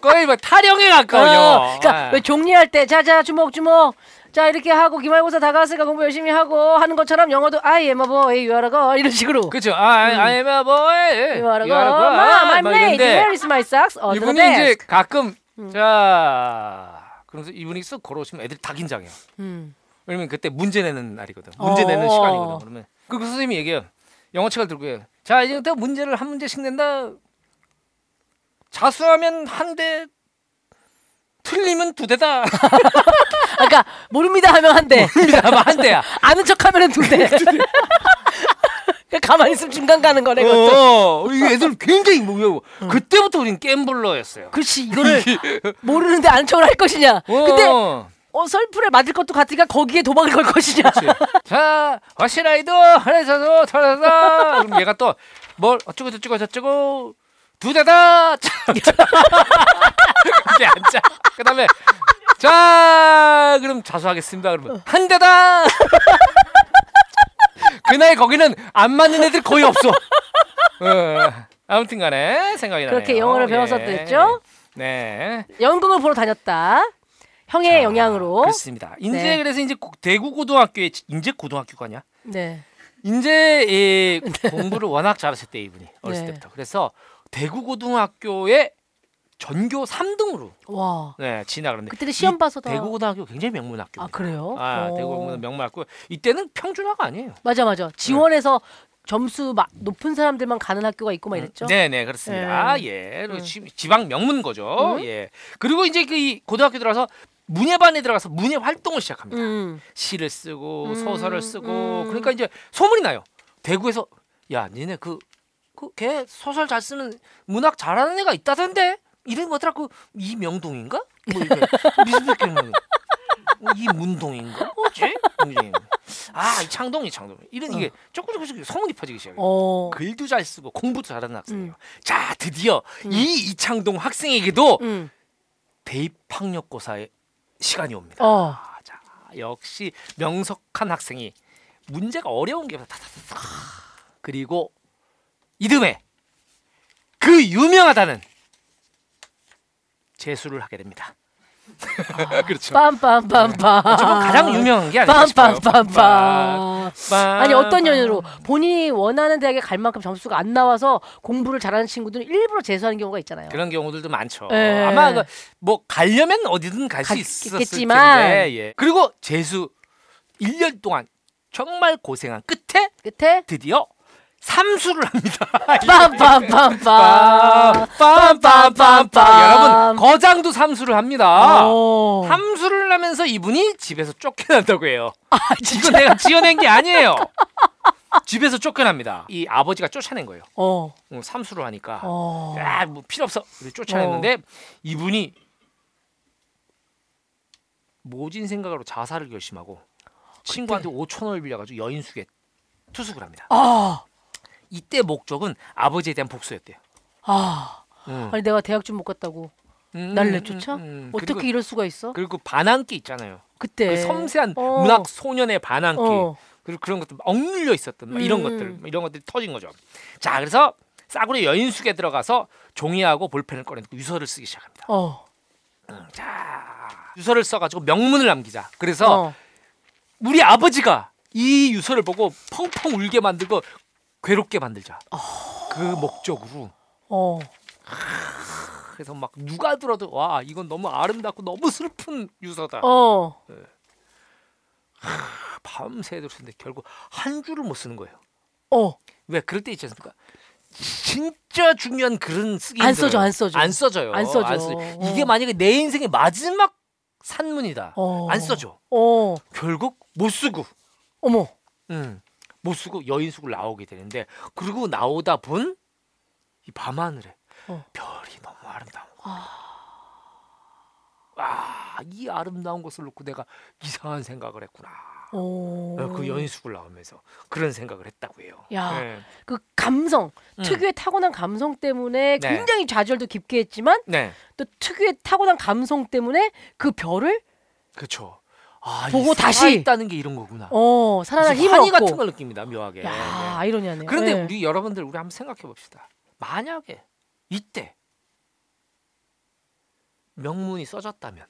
S2: 거의 뭐 타령에 가까워요 아, 예.
S1: 어, 그러니까 왜 종리할 때 자자 주목 주목 자 이렇게 하고 기말고사 다가왔으니까 공부 열심히 하고 하는 것처럼 영어도 I am a boy, you are a girl 이런 식으로
S2: 그렇죠 I, I am a boy
S1: 음. you are a
S2: You
S1: girl,
S2: are a girl. 아,
S1: mom, I'm
S2: 막
S1: late,
S2: 이런데
S1: where is my socks? On the 음.
S2: 이분이
S1: desk.
S2: 이제 가끔 자 그러면서 이분이 쓱 걸어오시면 애들이 다 긴장해요
S1: 음.
S2: 왜냐면 그때 문제 내는 날이거든. 문제 내는
S1: 어.
S2: 시간이거든. 그러면 그리고 선생님이 얘기해요. 영어 책을 들고 해요. 자 이제부터 문제를 한 문제씩 낸다. 자수하면 한 대, 틀리면 두 대다.
S1: 아, 그러니까 모릅니다 하면 한 대,
S2: 아마 한 대야.
S1: 아는 척 하면은 두 대. 가만히 있으면 중간 가는 거네. 그것도.
S2: 어, 이 애들 굉장히 뭐야. 그때부터 우린 갬블러였어요.
S1: 그렇지 이거를 모르는데 아는 척을 할 것이냐. 근데
S2: 어.
S1: 어, 설풀에 맞을 것도 같으니까 거기에 도박을 걸 것이냐.
S2: 자, 어시라이도 하나에서도 털어서 그럼 얘가 또 뭘 어쩌고 저쩌고 저쩌고 두 대다. 이제 앉자. 그다음에 자, 그럼 자수하겠습니다. 그러면 한 대다. 그날 거기는 안 맞는 애들 거의 없어. 어, 아무튼간에 생각이 나네요. 예.
S1: 그렇게 영어를 배웠었겠죠?
S2: 네.
S1: 연극을 보러 다녔다. 형의
S2: 자,
S1: 네, 영향으로.
S2: 그렇습니다. 인제
S1: 네.
S2: 그래서 이제 고- 대구 고등학교에 인제 고등학교가 아니야?
S1: 네.
S2: 인제 예, 공부를 워낙 잘하셨대 이분이 어렸을
S1: 네.
S2: 때부터. 그래서 대구 고등학교에 전교 3등으로
S1: 와.
S2: 네, 진학을 했는데
S1: 그때는 시험
S2: 이
S1: 봐서 다-
S2: 대구 고등학교 굉장히 명문 학교.
S1: 아 그래요? 어.
S2: 대구 네. 고등학교 명문 학교. 이때는 평준화가 아니에요.
S1: 맞아 맞아. 지원해서 점수 막 높은 사람들만 가는 학교가 있고 막 이랬죠.
S2: 네, 네, 그렇습니다.
S1: 예.
S2: 예. 그리고 지- 지방 명문 거죠.
S1: 음.
S2: 예. 그리고 이제 그 이 고등학교 들어가서 문예반에 들어가서 문예 활동을 시작합니다.
S1: 음.
S2: 시를 쓰고
S1: 음,
S2: 소설을 쓰고
S1: 음.
S2: 그러니까 이제 소문이 나요. 대구에서 야 니네 그, 그그걔 소설 잘 쓰는 문학 잘하는 애가 있다던데 이름 뭐더라 그 이명동인가 뭐 이게 미술백길문 이문동인가 뭐지 뭐지? 아 이창동 이창동 이런 이게 조금 조금씩 소문이 퍼지기 시작해요.
S1: 어. 음.
S2: 글도 잘 쓰고 공부도 잘하는 학생이에요. 자 드디어 이 이창동 학생에게도
S1: 음.
S2: 대입 학력고사의 시간이 옵니다.
S1: 어.
S2: 아, 자 역시 명석한 학생이 문제가 어려운 게 다다다다 그리고 이듬해 그 유명하다는 재수를 하게 됩니다. 그렇죠.
S1: 빰빰빰빰.
S2: 저건 가장 유명한 게 아닐까 싶어요.
S1: 빰빰빰빰.
S2: 빰,
S1: 아니 어떤
S2: 빰.
S1: 연유로 본인이 원하는 대학에 갈 만큼 점수가 안 나와서 공부를 잘하는 친구들은 일부러 재수하는 경우가 있잖아요.
S2: 그런 경우들도 많죠.
S1: 예.
S2: 아마 그, 뭐 가려면 어디든 갈 수 있었을
S1: 갔겠지만.
S2: 텐데. 예. 그리고 재수 1년 동안 정말 고생한 끝에
S1: 끝에
S2: 드디어 삼수를 합니다.
S1: 빰빰빰빰.
S2: 빰빰빰빰 어.
S1: 빰빰빰빰.
S2: 여러분 거장도 삼수를 합니다.
S1: 오.
S2: 삼수를 하면서 이분이 집에서 쫓겨난다고 해요.
S1: 아,
S2: 이건 내가 지어낸 게 아니에요. 집에서 쫓겨납니다. 이 아버지가 쫓아낸 거예요.
S1: 어.
S2: 응, 삼수를 하니까
S1: 어.
S2: 어. 야, 뭐 필요 없어. 우리 쫓아냈는데 이분이 모진 생각으로 자살을 결심하고 친구한테 5천 원을 빌려가지고 여인숙에 투숙을 합니다.
S1: 아,
S2: 이때 목적은 아버지에 대한 복수였대요.
S1: 아.
S2: 음.
S1: 아니 내가 대학 좀 못 갔다고
S2: 음,
S1: 날
S2: 음,
S1: 내쫓아?
S2: 음, 음.
S1: 어떻게
S2: 그리고,
S1: 이럴 수가 있어?
S2: 그리고 반항기 있잖아요.
S1: 그때
S2: 그 섬세한
S1: 어.
S2: 문학 소년의 반항기
S1: 어.
S2: 그리고 그런 것들 억눌려 있었던 막 이런
S1: 음.
S2: 것들 막 이런 것들이 터진 거죠. 자 그래서 싸구려 여인숙에 들어가서 종이하고 볼펜을 꺼내고 유서를 쓰기 시작합니다.
S1: 어.
S2: 자 유서를 써가지고 명문을 남기자. 그래서
S1: 어.
S2: 우리 아버지가 이 유서를 보고 펑펑 울게 만들고 괴롭게 만들자. 그 목적으로
S1: 어.
S2: 그래서 막 누가 들어도 와 이건 너무 아름답고 너무 슬픈 유서다.
S1: 어.
S2: 밤새도록 쓰는데 결국 한 줄을 못 쓰는 거예요.
S1: 어.
S2: 왜 그럴 때 있지 않습니까? 진짜 중요한 글은 쓰기
S1: 안
S2: 힘들어요.
S1: 써져, 안 써져.
S2: 안 써져요.
S1: 안 써져.
S2: 써져요.
S1: 어.
S2: 이게 만약에 내 인생의 마지막 산문이다.
S1: 어.
S2: 안 써져.
S1: 어.
S2: 결국 못 쓰고,
S1: 어머.
S2: 음, 못 쓰고 여인숙을 나오게 되는데 그리고 나오다 본 이 밤하늘에
S1: 어.
S2: 별이 너무 아름다운 거야. 와, 이 아름다운 것을 놓고 내가 이상한 생각을 했구나.
S1: 어.
S2: 그 여인숙을 나오면서 그런 생각을 했다고 해요.
S1: 야.
S2: 네.
S1: 그 감성,
S2: 음.
S1: 특유의 타고난 감성 때문에
S2: 네.
S1: 굉장히 좌절도 깊게 했지만
S2: 네.
S1: 또 특유의 타고난 감성 때문에 그 별을
S2: 그렇죠. 아,
S1: 보고
S2: 이
S1: 다시-
S2: 살아있다는 게 이런 거구나.
S1: 어, 살아날
S2: 무슨
S1: 힘을
S2: 환희
S1: 얻고
S2: 같은 걸 느낍니다. 묘하게.
S1: 야,
S2: 네.
S1: 아이러니하네요.
S2: 그런데
S1: 네.
S2: 우리 여러분들 우리 한번 생각해 봅시다. 만약에 이때 명문이 써졌다면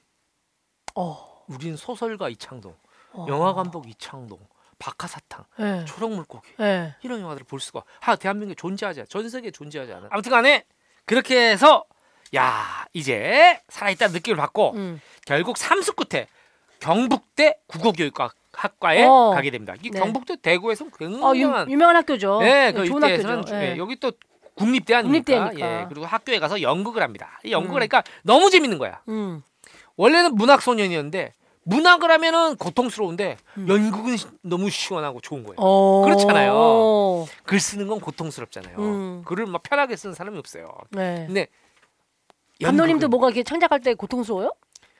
S1: 어.
S2: 우리는 소설가 이창동,
S1: 어.
S2: 영화 감독 이창동, 박하사탕,
S1: 예.
S2: 초록물고기
S1: 예.
S2: 이런 영화들을 볼 수가 하 대한민국에 존재하지 않아. 전 세계에 존재하지 않아. 아무튼간에 그렇게 해서 야 이제 살아있다는 느낌을 받고
S1: 음.
S2: 결국 삼수 끝에 경북대 국어교육학과에
S1: 어.
S2: 가게 됩니다. 이
S1: 네.
S2: 경북대 대구에서는 굉장한
S1: 어, 유, 유명한 학교죠.
S2: 네, 그
S1: 좋은
S2: 육대에서는
S1: 학교죠.
S2: 예,
S1: 예.
S2: 여기 또 국립대 아닙니까?
S1: 국립대니까.
S2: 예, 그리고 학교에 가서 연극을 합니다. 이 연극을
S1: 음.
S2: 하니까 너무 재밌는 거야.
S1: 음.
S2: 원래는 문학 소년이었는데 문학을 하면은 고통스러운데
S1: 음.
S2: 연극은 시- 너무 시원하고 좋은 거예요.
S1: 어.
S2: 그렇잖아요. 글 쓰는 건 고통스럽잖아요.
S1: 음.
S2: 글을 막 편하게 쓰는 사람이 없어요.
S1: 네.
S2: 근데
S1: 감독님도 뭐-
S2: 음, 연극은
S1: 뭔가 이렇게 창작할 때 고통스러워요?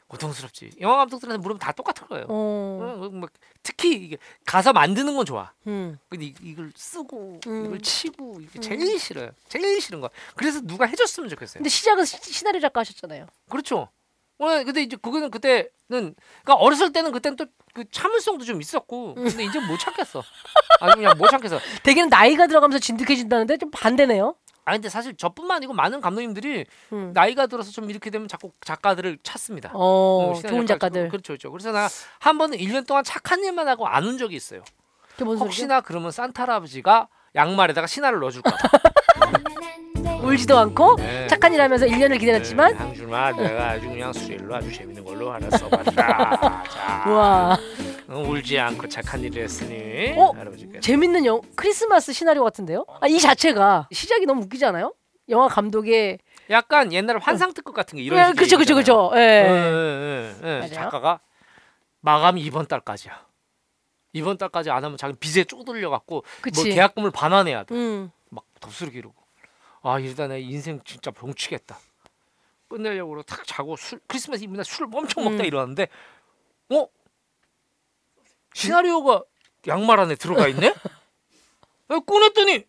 S2: 고통스럽지. 영화 감독들한테 물으면 다 똑같을 거예요.
S1: 어.
S2: 어, 뭐 특히 이게 가사 만드는 건 좋아.
S1: 음.
S2: 근데 이- 이걸 쓰고
S1: 음.
S2: 이걸 치고 이게 제일 싫어요. 제일 싫은 거. 그래서 누가 해줬으면 좋겠어요.
S1: 근데 시작은 시, 시나리오 작가 하셨잖아요.
S2: 그렇죠. 원래 근데 이제 그거는 그때는 그러니까 어렸을 때는 그때는 또 그 참을성도 좀 있었고
S1: 음.
S2: 근데 이제 못 참겠어. 아니 그냥 못 참겠어.
S1: 대개는 나이가 들어가면서 진득해진다는데 좀 반대네요.
S2: 아니 근데 사실 저뿐만 아니고 많은 감독님들이
S1: 음.
S2: 나이가 들어서 좀 이렇게 되면 자꾸 작가들을 찾습니다.
S1: 어,
S2: 어, 시나리오
S1: 좋은 작가들.
S2: 그렇죠, 그렇죠. 그래서 나 한 번은 1년 동안 착한 일만 하고 안 운 적이 있어요.
S1: 그게 뭔 소리죠?
S2: 혹시나 그러면 산타 할아버지가 양말에다가 신화를 넣어줄까 봐.
S1: 울지도 않고
S2: 네.
S1: 착한 일 하면서 1년을 기다렸지만
S2: 한 줄만 네, 내가 아주 그냥 수일로 아주 재밌는 걸로 하나 써봤다. 자,
S1: 우와
S2: 어, 울지 않고 착한 일을 했으니
S1: 어?
S2: 할아버지께서
S1: 재밌는 영 크리스마스 시나리오 같은데요? 아, 이 자체가 시작이 너무 웃기지 않아요? 영화 감독의
S2: 약간 옛날 환상 특급 같은 게 이런
S1: 예,
S2: 식의
S1: 그쵸 그쵸
S2: 있잖아요.
S1: 그쵸 예.
S2: 예, 예, 예, 예.
S1: 맞아요.
S2: 작가가 마감이 이번 달까지야. 이번 달까지 안 하면 자기 빚에 쪼들려 갖고 뭐
S1: 그치.
S2: 계약금을 반환해야 돼.
S1: 음.
S2: 막 덥수룩 이러고. 아 이러다 내 인생 진짜 병치겠다. 끝내려고 탁 자고 술 크리스마스 이브날 술을 엄청 먹다
S1: 음.
S2: 일어났는데 어 시나리오가 양말 안에 들어가 있네? 아, 꺼냈더니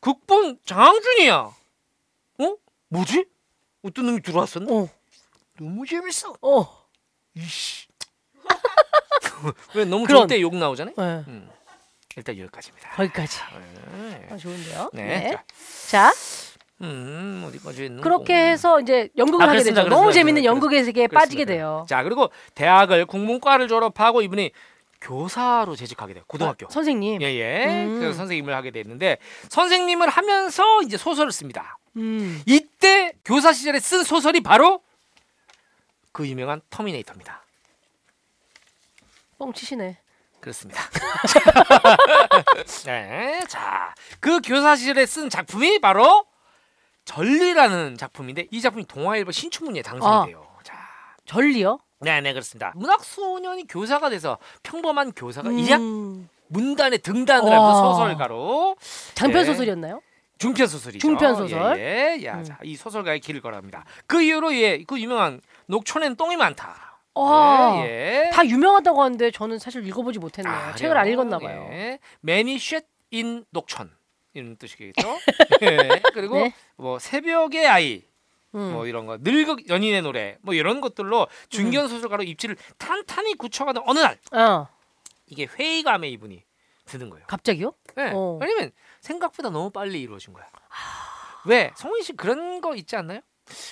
S2: 극본 장준이야. 어 뭐지? 어떤 놈이 들어왔었나?
S1: 어.
S2: 너무 재밌어.
S1: 어.
S2: 이씨. 왜 너무
S1: 그런.
S2: 좋을 때 욕 나오잖아요.
S1: 예.
S2: 음. 일단 여기까지입니다.
S1: 거기까지.
S2: 네.
S1: 아, 좋은데요.
S2: 네.
S1: 자
S2: 자, 음 어디까지 했는
S1: 그렇게 해서 이제 연극을
S2: 아,
S1: 하게 되죠.
S2: 그렇습니다,
S1: 너무
S2: 그렇습니다.
S1: 재밌는
S2: 그렇-
S1: 연극의 세계에
S2: 그렇습니다.
S1: 예, 빠지게 돼요.
S2: 자 그리고 대학을 국문과를 졸업하고 이분이 교사로 재직하게 돼요. 고등학교.
S1: 아, 선생님.
S2: 예예.
S1: 음.
S2: 그래서 선생님을 하게 됐는데 선생님을 하면서 이제 소설을 씁니다.
S1: 음.
S2: 이때 교사 시절에 쓴 소설이 바로 그 유명한 터미네이터입니다.
S1: 뻥치시네.
S2: 그렇습니다. 네, 자, 그 교사 시절에 쓴 작품이 바로 전리라는 작품인데 이 작품이 동아일보 신춘문예에
S1: 아.
S2: 당선이 돼요. 자,
S1: 전리요?
S2: 네, 네 그렇습니다. 문학 소년이 교사가 돼서 평범한 교사가
S1: 음. 어.
S2: 일약 문단에 등단을
S1: 와.
S2: 하면서 소설가로
S1: 장편
S2: 예.
S1: 소설이었나요?
S2: 중편 소설이죠.
S1: 중편 소설.
S2: 예, 예. 야,
S1: 음.
S2: 자, 이 소설가의 길을 걸어갑니다. 그 이후로 예, 그 유명한 녹촌엔 똥이 많다.
S1: 어,
S2: 예, 예.
S1: 다 유명하다고 하는데 저는 사실 읽어보지 못했네요.
S2: 아,
S1: 책을 안
S2: 그래요?
S1: 읽었나 봐요.
S2: 예. 매니쉣 인 녹천 이런 뜻이겠죠. 예. 그리고
S1: 네.
S2: 뭐 새벽의 아이
S1: 음.
S2: 뭐 이런 거 늙은 연인의 노래 뭐 이런 것들로
S1: 음.
S2: 중견 소설가로 입지를 탄탄히 굳혀가던 어느 날
S1: 어,
S2: 이게 회의감에 이분이 드는 거예요.
S1: 갑자기요?
S2: 예.
S1: 어.
S2: 왜냐면 생각보다 너무 빨리 이루어진 거야. 왜 성훈 씨 그런 거 있지 않나요?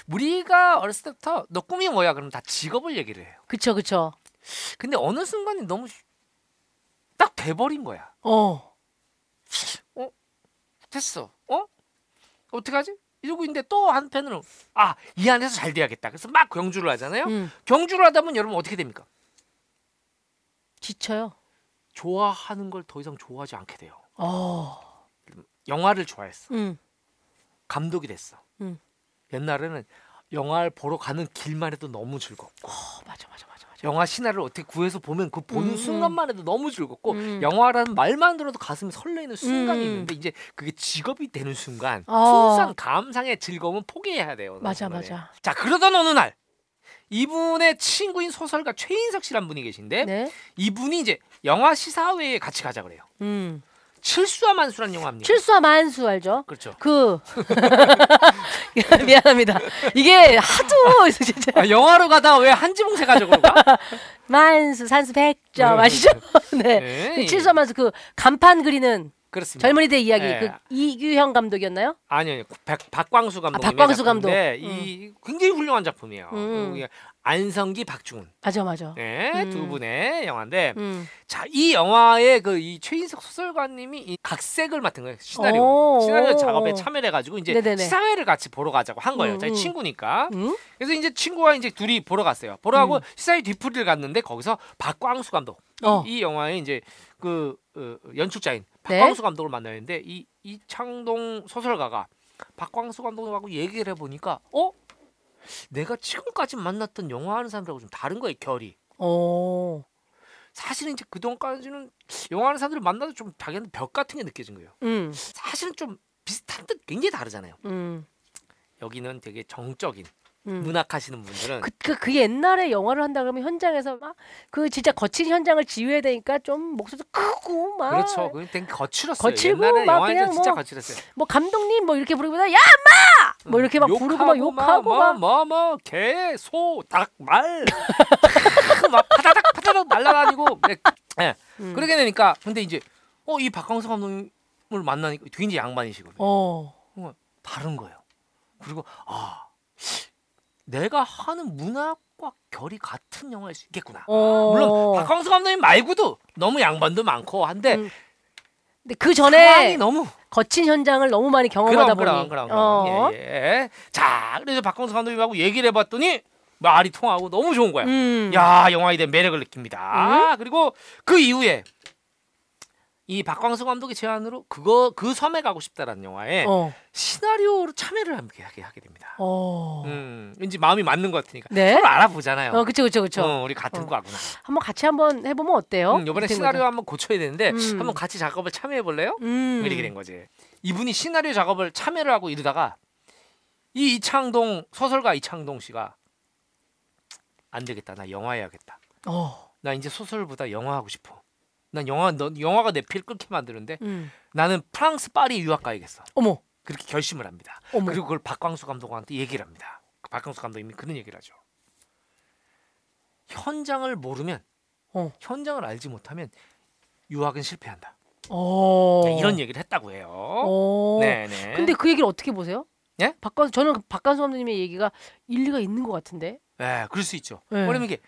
S2: 우리가 어렸을 때부터 너 꿈이 뭐야? 그러면 다 직업을 얘기를 해요.
S1: 그쵸, 그쵸.
S2: 근데 어느 순간이 너무 쉬- 딱 돼버린 거야.
S1: 어,
S2: 됐어. 어? 어떻게 하지? 이러고 있는데 또 한편으로 아 이 안에서 잘 돼야겠다. 그래서 막 경주를 하잖아요.
S1: 음,
S2: 경주를 하다 보면 여러분 어떻게 됩니까?
S1: 지쳐요.
S2: 좋아하는 걸 더 이상 좋아하지 않게 돼요.
S1: 어,
S2: 영화를 좋아했어.
S1: 음,
S2: 감독이 됐어.
S1: 음.
S2: 옛날에는 영화를 보러 가는 길만 해도 너무 즐겁고
S1: 어, 맞아, 맞아, 맞아, 맞아.
S2: 영화 신화를 어떻게 구해서 보면 그 보는
S1: 음,
S2: 순간만 해도 너무 즐겁고
S1: 음.
S2: 영화라는 말만 들어도 가슴이 설레는 순간이
S1: 음.
S2: 있는데 이제 그게 직업이 되는 순간
S1: 어.
S2: 순수한 감상의 즐거움은 포기해야 돼요.
S1: 맞아,
S2: 나중에.
S1: 맞아.
S2: 자 그러던 어느 날 이분의 친구인 소설가 최인석 씨란 분이 계신데
S1: 네,
S2: 이분이 이제 영화 시사회에 같이 가자 그래요.
S1: 음,
S2: 칠수와 만수란 영화입니다.
S1: 칠수와 만수 알죠?
S2: 그렇죠.
S1: 그 미안합니다. 이게 하도 진짜
S2: 아, 영화로 가다 왜 한지봉세 가족으로 가?
S1: 만수 산수 백점 아시죠? 네.
S2: 그렇죠. 네.
S1: 그 칠수와 만수 그 간판 그리는
S2: 그렇습니다.
S1: 젊은이들 이야기
S2: 예.
S1: 그 이규형 감독이었나요?
S2: 아니요, 아니요. 백- 박광수 감독.
S1: 박광수 아, 감독.
S2: 이 굉장히 훌륭한 작품이에요.
S1: 음.
S2: 그리고 안성기, 박중훈
S1: 맞아 맞아.
S2: 네,
S1: 음.
S2: 두 분의 영화인데
S1: 음.
S2: 자 이 영화의 그 이 최인석 소설가님이 이 각색을 맡은 거예요 시나리오
S1: 오.
S2: 시나리오 작업에 참여해 가지고 이제
S1: 네네네.
S2: 시사회를 같이 보러 가자고 한 거예요.
S1: 음,
S2: 자기
S1: 음.
S2: 친구니까
S1: 음?
S2: 그래서 이제 친구와 이제 둘이 보러 갔어요. 보러 가고 시사회 뒤풀이를 갔는데 거기서 박광수 감독
S1: 어.
S2: 이 영화의 이제 그 어, 연출자인
S1: 네.
S2: 박광수 감독을 만나는데 이 이창동 소설가가 박광수 감독하고 얘기를 해보니까 어 내가 지금까지 만났던 영화하는 사람들하고 좀 다른 거예요 결이
S1: 어.
S2: 사실은 이제 그동안까지는 영화하는 사람들을 만나도 좀 자기한테 벽 같은 게 느껴진 거예요
S1: 음.
S2: 사실은 좀 비슷한 듯 굉장히 다르잖아요
S1: 음.
S2: 여기는 되게 정적인
S1: 음.
S2: 문학하시는 분들은
S1: 그, 그, 그 옛날에 영화를 한다 그러면 현장에서 막 그 진짜 거친 현장을 지휘해야 되니까 좀 목소리도 크고 막
S2: 그렇죠. 그건 되게 거칠었어요.
S1: 아. 거칠고
S2: 옛날에
S1: 막
S2: 영화에서
S1: 그냥
S2: 진짜
S1: 뭐
S2: 거칠었어요.
S1: 뭐 감독님 뭐 이렇게 부르기보다 야 마! 뭐 이렇게 막 부르고 막 욕하고 막
S2: 뭐, 막뭐뭐개소닭말막 파다닥 파다닥 날라다니고 네. 예.
S1: 음.
S2: 그러게 되니까 근데 이제 어 이 박광서 감독님을 만나니까 굉장히 양반이시거든요.
S1: 어.
S2: 다른 거예요. 그리고 아 내가 하는 문학과 결이 같은 영화일 수 있겠구나.
S1: 어.
S2: 물론 박광서 감독님 말고도 너무 양반도 많고 한데
S1: 음, 근데 그
S2: 상황이
S1: 전에
S2: 너무
S1: 거친 현장을 너무 많이 경험하다
S2: 그럼
S1: 보니
S2: 그럼 그럼
S1: 어.
S2: 그럼 예, 예. 자 그래서 박광수 감독님하고 얘기를 해봤더니 말이 통하고 너무 좋은 거야.
S1: 음.
S2: 야 영화에 대한 매력을 느낍니다. 그리고 그 이후에 이 박광수 감독의 제안으로 그거 그 섬에 가고 싶다라는 영화에
S1: 어.
S2: 시나리오로 참여를 함께 하게 하게 됩니다.
S1: 어.
S2: 음, 왠지 마음이 맞는 것 같으니까
S1: 네.
S2: 서로 알아보잖아요.
S1: 어, 그쵸, 그쵸, 그쵸.
S2: 어, 우리 같은
S1: 어.
S2: 과구나.
S1: 한번 같이 한번 해보면 어때요?
S2: 음, 이번에
S1: 이 친구들.
S2: 시나리오 한번 고쳐야 되는데
S1: 음.
S2: 한번 같이 작업을 참여해 볼래요?
S1: 음.
S2: 뭐 이렇게 된 거지. 이분이 시나리오 작업을 참여를 하고 이러다가 이 이창동 소설가 이창동 씨가 안 되겠다. 나 영화 해야겠다.
S1: 어.
S2: 나 이제 소설보다 영화 하고 싶어. 난 영화 너, 영화가 내 피를 끓게 만드는데
S1: 음.
S2: 나는 프랑스 파리 유학 가야겠어.
S1: 어머,
S2: 그렇게 결심을 합니다.
S1: 어머.
S2: 그리고 그걸 박광수 감독한테 얘기를 합니다. 그 박광수 감독님이 그런 얘기를 하죠. 현장을 모르면
S1: 어.
S2: 현장을 알지 못하면 유학은 실패한다.
S1: 어.
S2: 이런 얘기를 했다고 해요.
S1: 어.
S2: 네네.
S1: 근데 그 얘기를 어떻게 보세요?
S2: 예?
S1: 박관 저는 그 박관수 감독님의 얘기가 일리가 있는 것 같은데.
S2: 예, 그럴 수 있죠.
S1: 예.
S2: 왜냐면 이게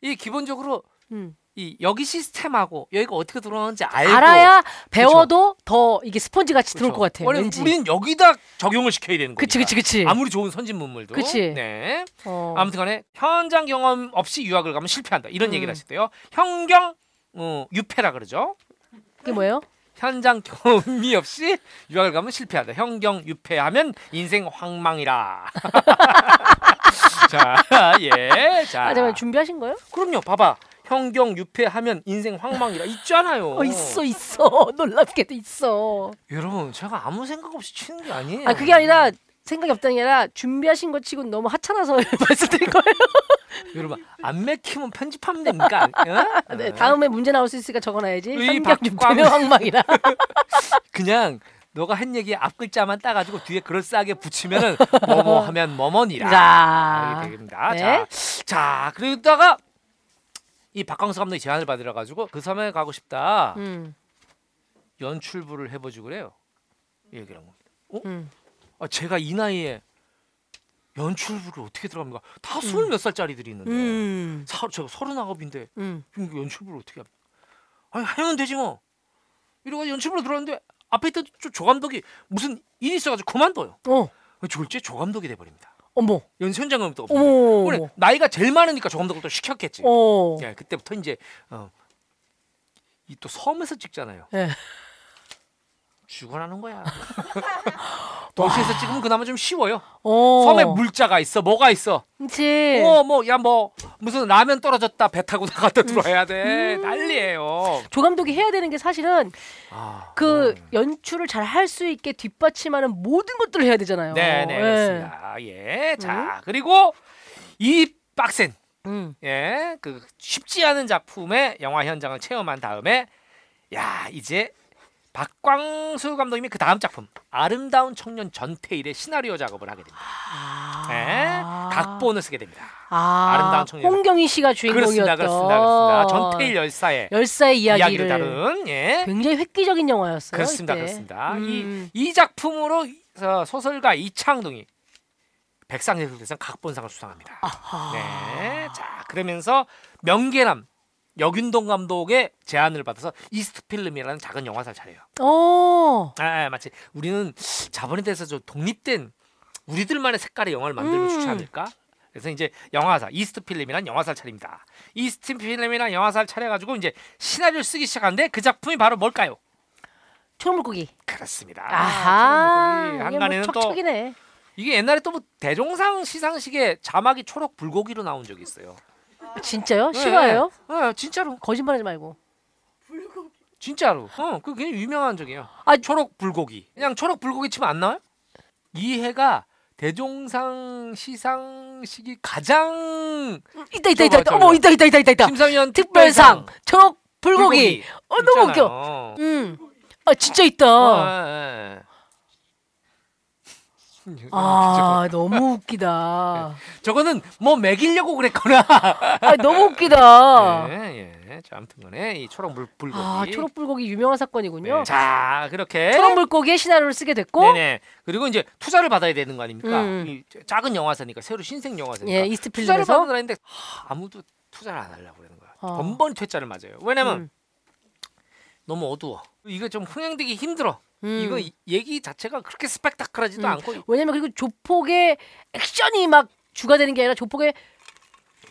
S2: 이 기본적으로
S1: 음.
S2: 이 여기 시스템하고 여기가 어떻게 돌아가는지 알고
S1: 알아야 배워도 더 이게 스펀지 같이 들어올
S2: 그렇죠.
S1: 것 같아요.
S2: 왜냐면
S1: 왠지.
S2: 우리는 여기다 적용을 시켜야 되는 거니까.
S1: 그치, 그치, 그치.
S2: 아무리 좋은 선진 문물도.
S1: 그치.
S2: 네.
S1: 어.
S2: 아무튼간에 현장 경험 없이 유학을 가면 실패한다. 이런
S1: 음.
S2: 얘기를 하셨대요. 현경 어, 유패라 그러죠.
S1: 이게 뭐예요?
S2: 현장 경험이 없이 유학을 가면 실패한다. 현경 유패하면 인생 황망이라. 자, 예. 자.
S1: 아, 잠깐 준비하신 거예요?
S2: 그럼요. 봐봐. 현경 유패하면 인생 황망이라 있잖아요.
S1: 어, 있어, 있어. 놀랍게도 있어.
S2: 여러분, 제가 아무 생각 없이 치는 게 아니에요.
S1: 아, 그게 아니라 생각이 없다는 게 아니라 준비하신 것 치고는 너무 하찮아서 말씀드린 거예요.
S2: 여러분 안 맥히면 편집하면 됩니까? 어?
S1: 네,
S2: 어.
S1: 다음에 문제 나올 수 있으니까 적어놔야지.
S2: 이
S1: 삼각김
S2: 박광-
S1: 되면 황망이라.
S2: 그냥 너가 한 얘기 앞 글자만 따가지고 뒤에 그럴싸하게 붙이면은 뭐뭐 하면 뭐뭐니라.
S1: 라.
S2: 알게 됩니다.
S1: 어. 네.
S2: 자, 자 그러다가 이 박광수 감독이 제안을 받으러 가지고 그 섬에 가고 싶다
S1: 음,
S2: 연출부를 해보지 그래요. 이 얘기를 한 겁니다. 어?
S1: 음.
S2: 아, 제가 이 나이에 연출부를 어떻게 들어갑니까? 다 스물 몇 살짜리들이 있는데
S1: 음,
S2: 사, 제가 서른 아홉인데
S1: 음.
S2: 그럼 이거 연출부를 어떻게 합니까? 아니 하면 되지 뭐. 이러고 연출부로 들어왔는데 앞에 있던 조, 조 감독이 무슨 일이 있어가지고 그만둬요.
S1: 어,
S2: 졸지에 조 감독이 돼버립니다.
S1: 어머,
S2: 연수 현장 감독도 없고.
S1: 어머,
S2: 원래
S1: 어머,
S2: 나이가 제일 많으니까 조 감독을 또 시켰겠지.
S1: 어,
S2: 예, 그때부터 이제 어, 이 또 섬에서 찍잖아요.
S1: 예.
S2: 죽어나는 거야. 도시에서 찍으면 그나마 좀 쉬워요.
S1: 어. 예.
S2: 섬에 물자가 있어, 뭐가 있어.
S1: 그치.
S2: 어, 뭐, 야, 뭐, 무슨 라면 떨어졌다, 배 타고 나갔다 들어와야 돼.
S1: 음.
S2: 난리예요.
S1: 조 감독이 해야 되는 게 사실은
S2: 아,
S1: 그 연출을 잘 할 수 있게 뒷받침하는 모든 것들을 해야 되잖아요.
S2: 네, 네,
S1: 예.
S2: 그렇습니다. 예, 자 그리고 이 빡센
S1: 음.
S2: 예, 그 쉽지 않은 작품의 영화 현장을 체험한 다음에 야 이제 박광수 감독님이 그 다음 작품 아름다운 청년 전태일의 시나리오 작업을 하게 됩니다. 예, 각본을 쓰게 됩니다.
S1: 아,
S2: 아름다운 청년.
S1: 홍경희 씨가
S2: 그렇습니다,
S1: 주인공이었던
S2: 그렇습니다, 그렇습니다. 전태일 열사의
S1: 열사의 이야기를,
S2: 이야기를 다룬 예,
S1: 굉장히 획기적인 영화였어요.
S2: 그렇습니다,
S1: 이때.
S2: 그렇습니다.
S1: 음.
S2: 이, 이 작품으로 이- 어, 소설가 이창동이 백상예술대상 각본상을 수상합니다. 네, 자 그러면서 명계남 여균동 감독의 제안을 받아서 이스트필름이라는 작은 영화사를 차려요.
S1: 어.
S2: 아, 아, 마치 우리는 자본에 대해서 좀 독립된 우리들만의 색깔의 영화를
S1: 음.
S2: 만들면 좋지 않을까? 그래서 이제 영화사 이스트필름이란 영화사를 차립니다. 이스트필름이란 영화사를 차려가지고 이제 시나리오를 쓰기 시작하는데 그 작품이 바로 뭘까요?
S1: 초물고기.
S2: 그렇습니다.
S1: 아하.
S2: 저는 뭐 거기
S1: 이게
S2: 아, 한간에는
S1: 뭐
S2: 또
S1: 척척이네.
S2: 이게 옛날에 또뭐 대종상 시상식에 자막이 초록 불고기로 나온 적이 있어요.
S1: 아, 진짜요? 실화예요?
S2: 네, 네, 진짜로,
S1: 거짓말하지 말고.
S2: 진짜로. 어, 그 굉장히 유명한 적이에요.
S1: 아,
S2: 초록 불고기. 그냥 초록 불고기 치면 안 나와요? 이해가 대종상 시상식이 가장
S1: 있다 있다
S2: 저거,
S1: 있다 있다.
S2: 저거.
S1: 어머 있다 있다 있다 있다 있다.
S2: 심사위원
S1: 그러니까 특별상 초록 불고기. 어 너무
S2: 있잖아요.
S1: 웃겨. 음. 아 진짜 있다.
S2: 어, 예, 예.
S1: 아 너무 웃기다.
S2: 저거는 뭐 먹이려고 그랬거나 네.
S1: 아 너무 웃기다.
S2: 예, 예. 자, 아무튼간에 이 초록 물 불고기.
S1: 어. 아 초록 불고기 유명한 사건이군요.
S2: 네. 자, 그렇게.
S1: 초록 물고기의 시나리오를 쓰게 됐고
S2: 네네. 그리고 이제 투자를 받아야 되는 거 아닙니까?
S1: 음.
S2: 이 작은 영화사니까 새로 신생 영화사니까.
S1: 예
S2: 네. 투자를
S1: 이스트필드에서
S2: 받으라 했는데 하, 아무도 투자를 안 하려고 그러는 거야.
S1: 어.
S2: 번번이 퇴짜를 맞아요. 왜냐면
S1: 음.
S2: 너무 어두워. 이거 좀 흥행되기 힘들어.
S1: 음.
S2: 이거 이- 얘기 자체가 그렇게 스펙타클하지도
S1: 음.
S2: 않고
S1: 왜냐면 그리고 조폭의 액션이 막 주가 되는 게 아니라 조폭의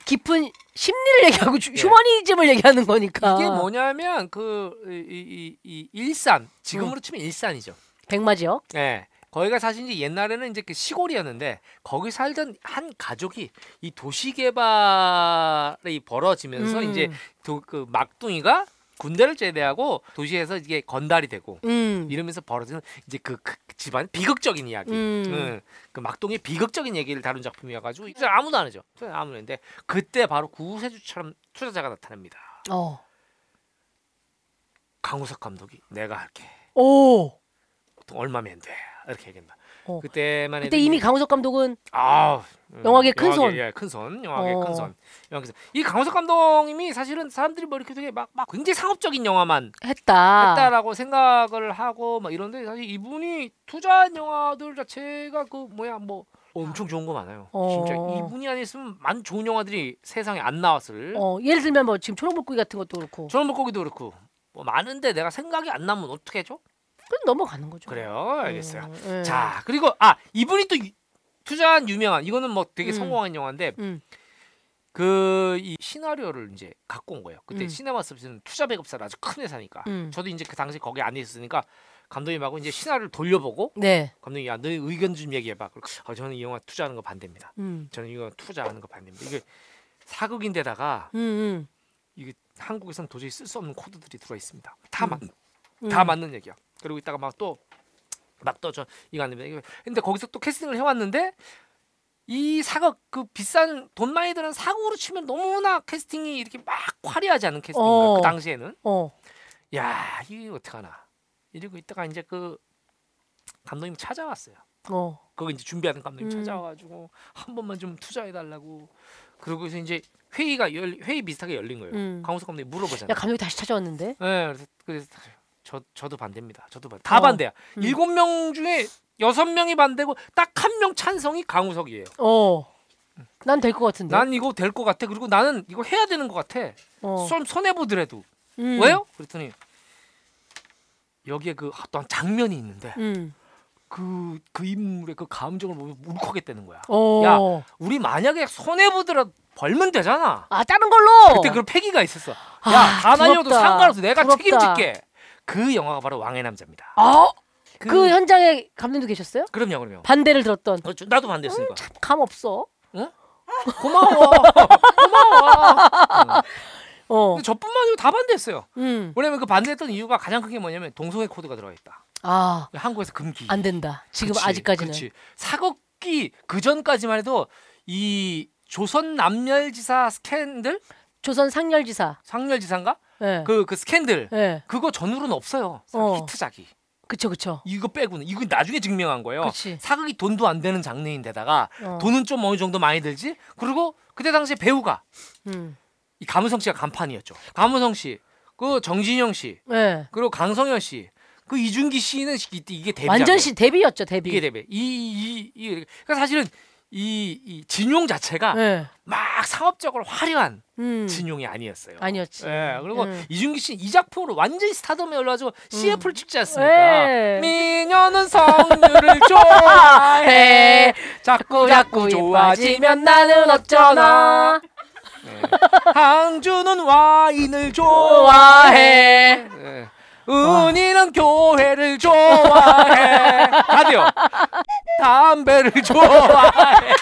S1: 깊은 심리를 얘기하고 주-
S2: 예.
S1: 휴머니즘을 얘기하는 거니까
S2: 이게 뭐냐면 그 이 이, 이 일산 지금으로
S1: 음.
S2: 치면 일산이죠.
S1: 백마지역
S2: 예. 거기가 사실 이제 옛날에는 이제 그 시골이었는데 거기 살던 한 가족이 이 도시 개발이 벌어지면서
S1: 음.
S2: 이제 도, 그 막둥이가 군대를 제대하고 도시에서 이게 건달이 되고
S1: 음.
S2: 이러면서 벌어지는 이제 그, 그 집안 비극적인 이야기.
S1: 음.
S2: 응. 그 막둥이 비극적인 얘기를 다룬 작품이어가지고 이제 아무도 안 하죠. 아무도 했는데 그때 바로 구세주처럼 투자자가 나타납니다.
S1: 어.
S2: 강우석 감독이 내가 할게.
S1: 오.
S2: 보통 얼마면 돼. 이렇게 얘기한다.
S1: 어.
S2: 그때만 해도
S1: 그때 이미 강우석 감독은
S2: 아
S1: 영화계 큰 손.
S2: 예, 큰 손, 영화계
S1: 어.
S2: 큰 손, 영화계 큰 손. 이 강호석 감독님이 사실은 사람들이 뭐 이렇게 되게 막, 막 굉장히 상업적인 영화만
S1: 했다.
S2: 했다라고 생각을 하고 막 이런데 사실 이분이 투자한 영화들 자체가 그 뭐야 뭐 엄청 좋은 거 많아요.
S1: 어.
S2: 진짜 이분이 아니었으면 많은 좋은 영화들이 세상에 안 나왔을.
S1: 어, 예를 들면 뭐 지금 초록불고기 같은 것도 그렇고.
S2: 저런 물고기도 그렇고 뭐 많은데 내가 생각이 안 나면 어떻게 해줘?
S1: 그럼 넘어가는 거죠.
S2: 그래요, 알겠어요.
S1: 음, 예.
S2: 자 그리고 아 이분이 또 유- 투자한 유명한 이거는 뭐 되게
S1: 음.
S2: 성공한 영화인데
S1: 음.
S2: 그 이 시나리오를 이제 갖고 온 거예요. 그때
S1: 음.
S2: 시네마 서비스는 투자 배급사라 아주 큰 회사니까
S1: 음.
S2: 저도 이제 그 당시 거기 안에 있었으니까 감독님하고 이제 시나리오를 돌려보고
S1: 네.
S2: 감독님 야너 의견 좀 얘기해봐. 그리고, 아, 저는 이 영화 투자하는 거 반대입니다.
S1: 음.
S2: 저는 이거 투자하는 거 반대입니다. 이게 사극인데다가
S1: 음, 음.
S2: 이게 한국에선 도저히 쓸 수 없는 코드들이 들어 있습니다. 다 맞,
S1: 음.
S2: 다 맞는 얘기야. 그리고 이따가 막 또 막 떠져 이거 안 됩니다. 이거. 근데 거기서 또 캐스팅을 해왔는데 이 사각 그 비싼 돈 많이 드는 사고로 치면 너무나 캐스팅이 이렇게 막 화려하지 않은 캐스팅인
S1: 어.
S2: 거야. 그 당시에는
S1: 어.
S2: 야 이거 어떡하나 이러고 있다가 이제 그 감독님 이 찾아왔어요.
S1: 어.
S2: 그거 이제 준비하는 감독님
S1: 음.
S2: 찾아와가지고 한 번만 좀 투자해 달라고 그러고서 이제 회의가 열 회의 비슷하게 열린 거예요.
S1: 음.
S2: 강호석 감독님 물어보잖아요.
S1: 야 감독이 다시 찾아왔는데.
S2: 네, 그래서, 그래서 저 저도 반대입니다. 저도 반, 다
S1: 어.
S2: 반대야.
S1: 음.
S2: 일곱 명 중에 여섯 명이 반대고 딱 한 명 찬성이 강우석이에요.
S1: 어. 난 될 것 같은데.
S2: 난 이거 될 것 같아. 그리고 나는 이거 해야 되는 것 같아.
S1: 어.
S2: 좀 손해 보더라도
S1: 음.
S2: 왜요? 그랬더니 여기에 그 어떤 장면이 있는데
S1: 음.
S2: 그 그 인물의 그 감정을 보면 울컥했다는 거야.
S1: 어.
S2: 야. 우리 만약에 손해 보더라도 벌면 되잖아.
S1: 아 다른 걸로.
S2: 그때 그런 패기가 있었어.
S1: 아,
S2: 야다 날려도
S1: 부럽다.
S2: 상관없어. 내가
S1: 부럽다.
S2: 책임질게. 그 영화가 바로 왕의 남자입니다.
S1: 아,
S2: 그,
S1: 그 현장에 감독도 계셨어요?
S2: 그럼요, 그럼요.
S1: 반대를 들었던.
S2: 어, 저- 나도 반대했으니까.
S1: 감 없어.
S2: 고마워. 고마워. 어.
S1: 어.
S2: 근데 저뿐만 아니고 다 반대했어요.
S1: 음.
S2: 왜냐면 그 반대했던 이유가 가장 큰 게 뭐냐면 동성애 코드가 들어가 있다.
S1: 아,
S2: 한국에서 금기.
S1: 안 된다. 지금
S2: 그치,
S1: 아직까지는.
S2: 그치. 사극기 그 전까지만 해도 이 조선 남멸지사 스캔들,
S1: 조선 상렬지사.
S2: 상멸지사인가?
S1: 예.
S2: 그 그 스캔들.
S1: 예.
S2: 그거 전후로는 없어요.
S1: 어.
S2: 히트작이.
S1: 그쵸, 그쵸.
S2: 이거 빼고는 이거 나중에 증명한 거예요.
S1: 그치.
S2: 사극이 돈도 안 되는 장르인데다가
S1: 어.
S2: 돈은 좀 어느 정도 많이 들지. 그리고 그때 당시 에 배우가
S1: 음.
S2: 이 감우성 씨가 간판이었죠. 감우성 씨, 그 정진영 씨,
S1: 예.
S2: 그리고 강성현 씨, 그 이준기 씨는 시- 이때 이게 데뷔
S1: 완전 씨 데뷔였죠, 데뷔.
S2: 이게 데뷔. 이이 이, 그러니까 사실은 이, 이 진용 자체가
S1: 예.
S2: 막 상업적으로 화려한
S1: 음.
S2: 진용이 아니었어요.
S1: 아니었지.
S2: 예, 그리고
S1: 음.
S2: 이준기 씨는 이 작품으로 완전히 스타덤에 올라가지고 CF를 찍지 않습니까?
S1: 예.
S2: 미녀는 성류를 좋아해 자꾸 자꾸
S1: 자꾸
S2: 좋아지면
S1: 좋아지면 나는 어쩌나
S2: 네. 항주는 와인을 좋아해
S1: 좋아해.
S2: 어. 네. 은희는 교회를 좋아해 다 돼요 담배를 좋아해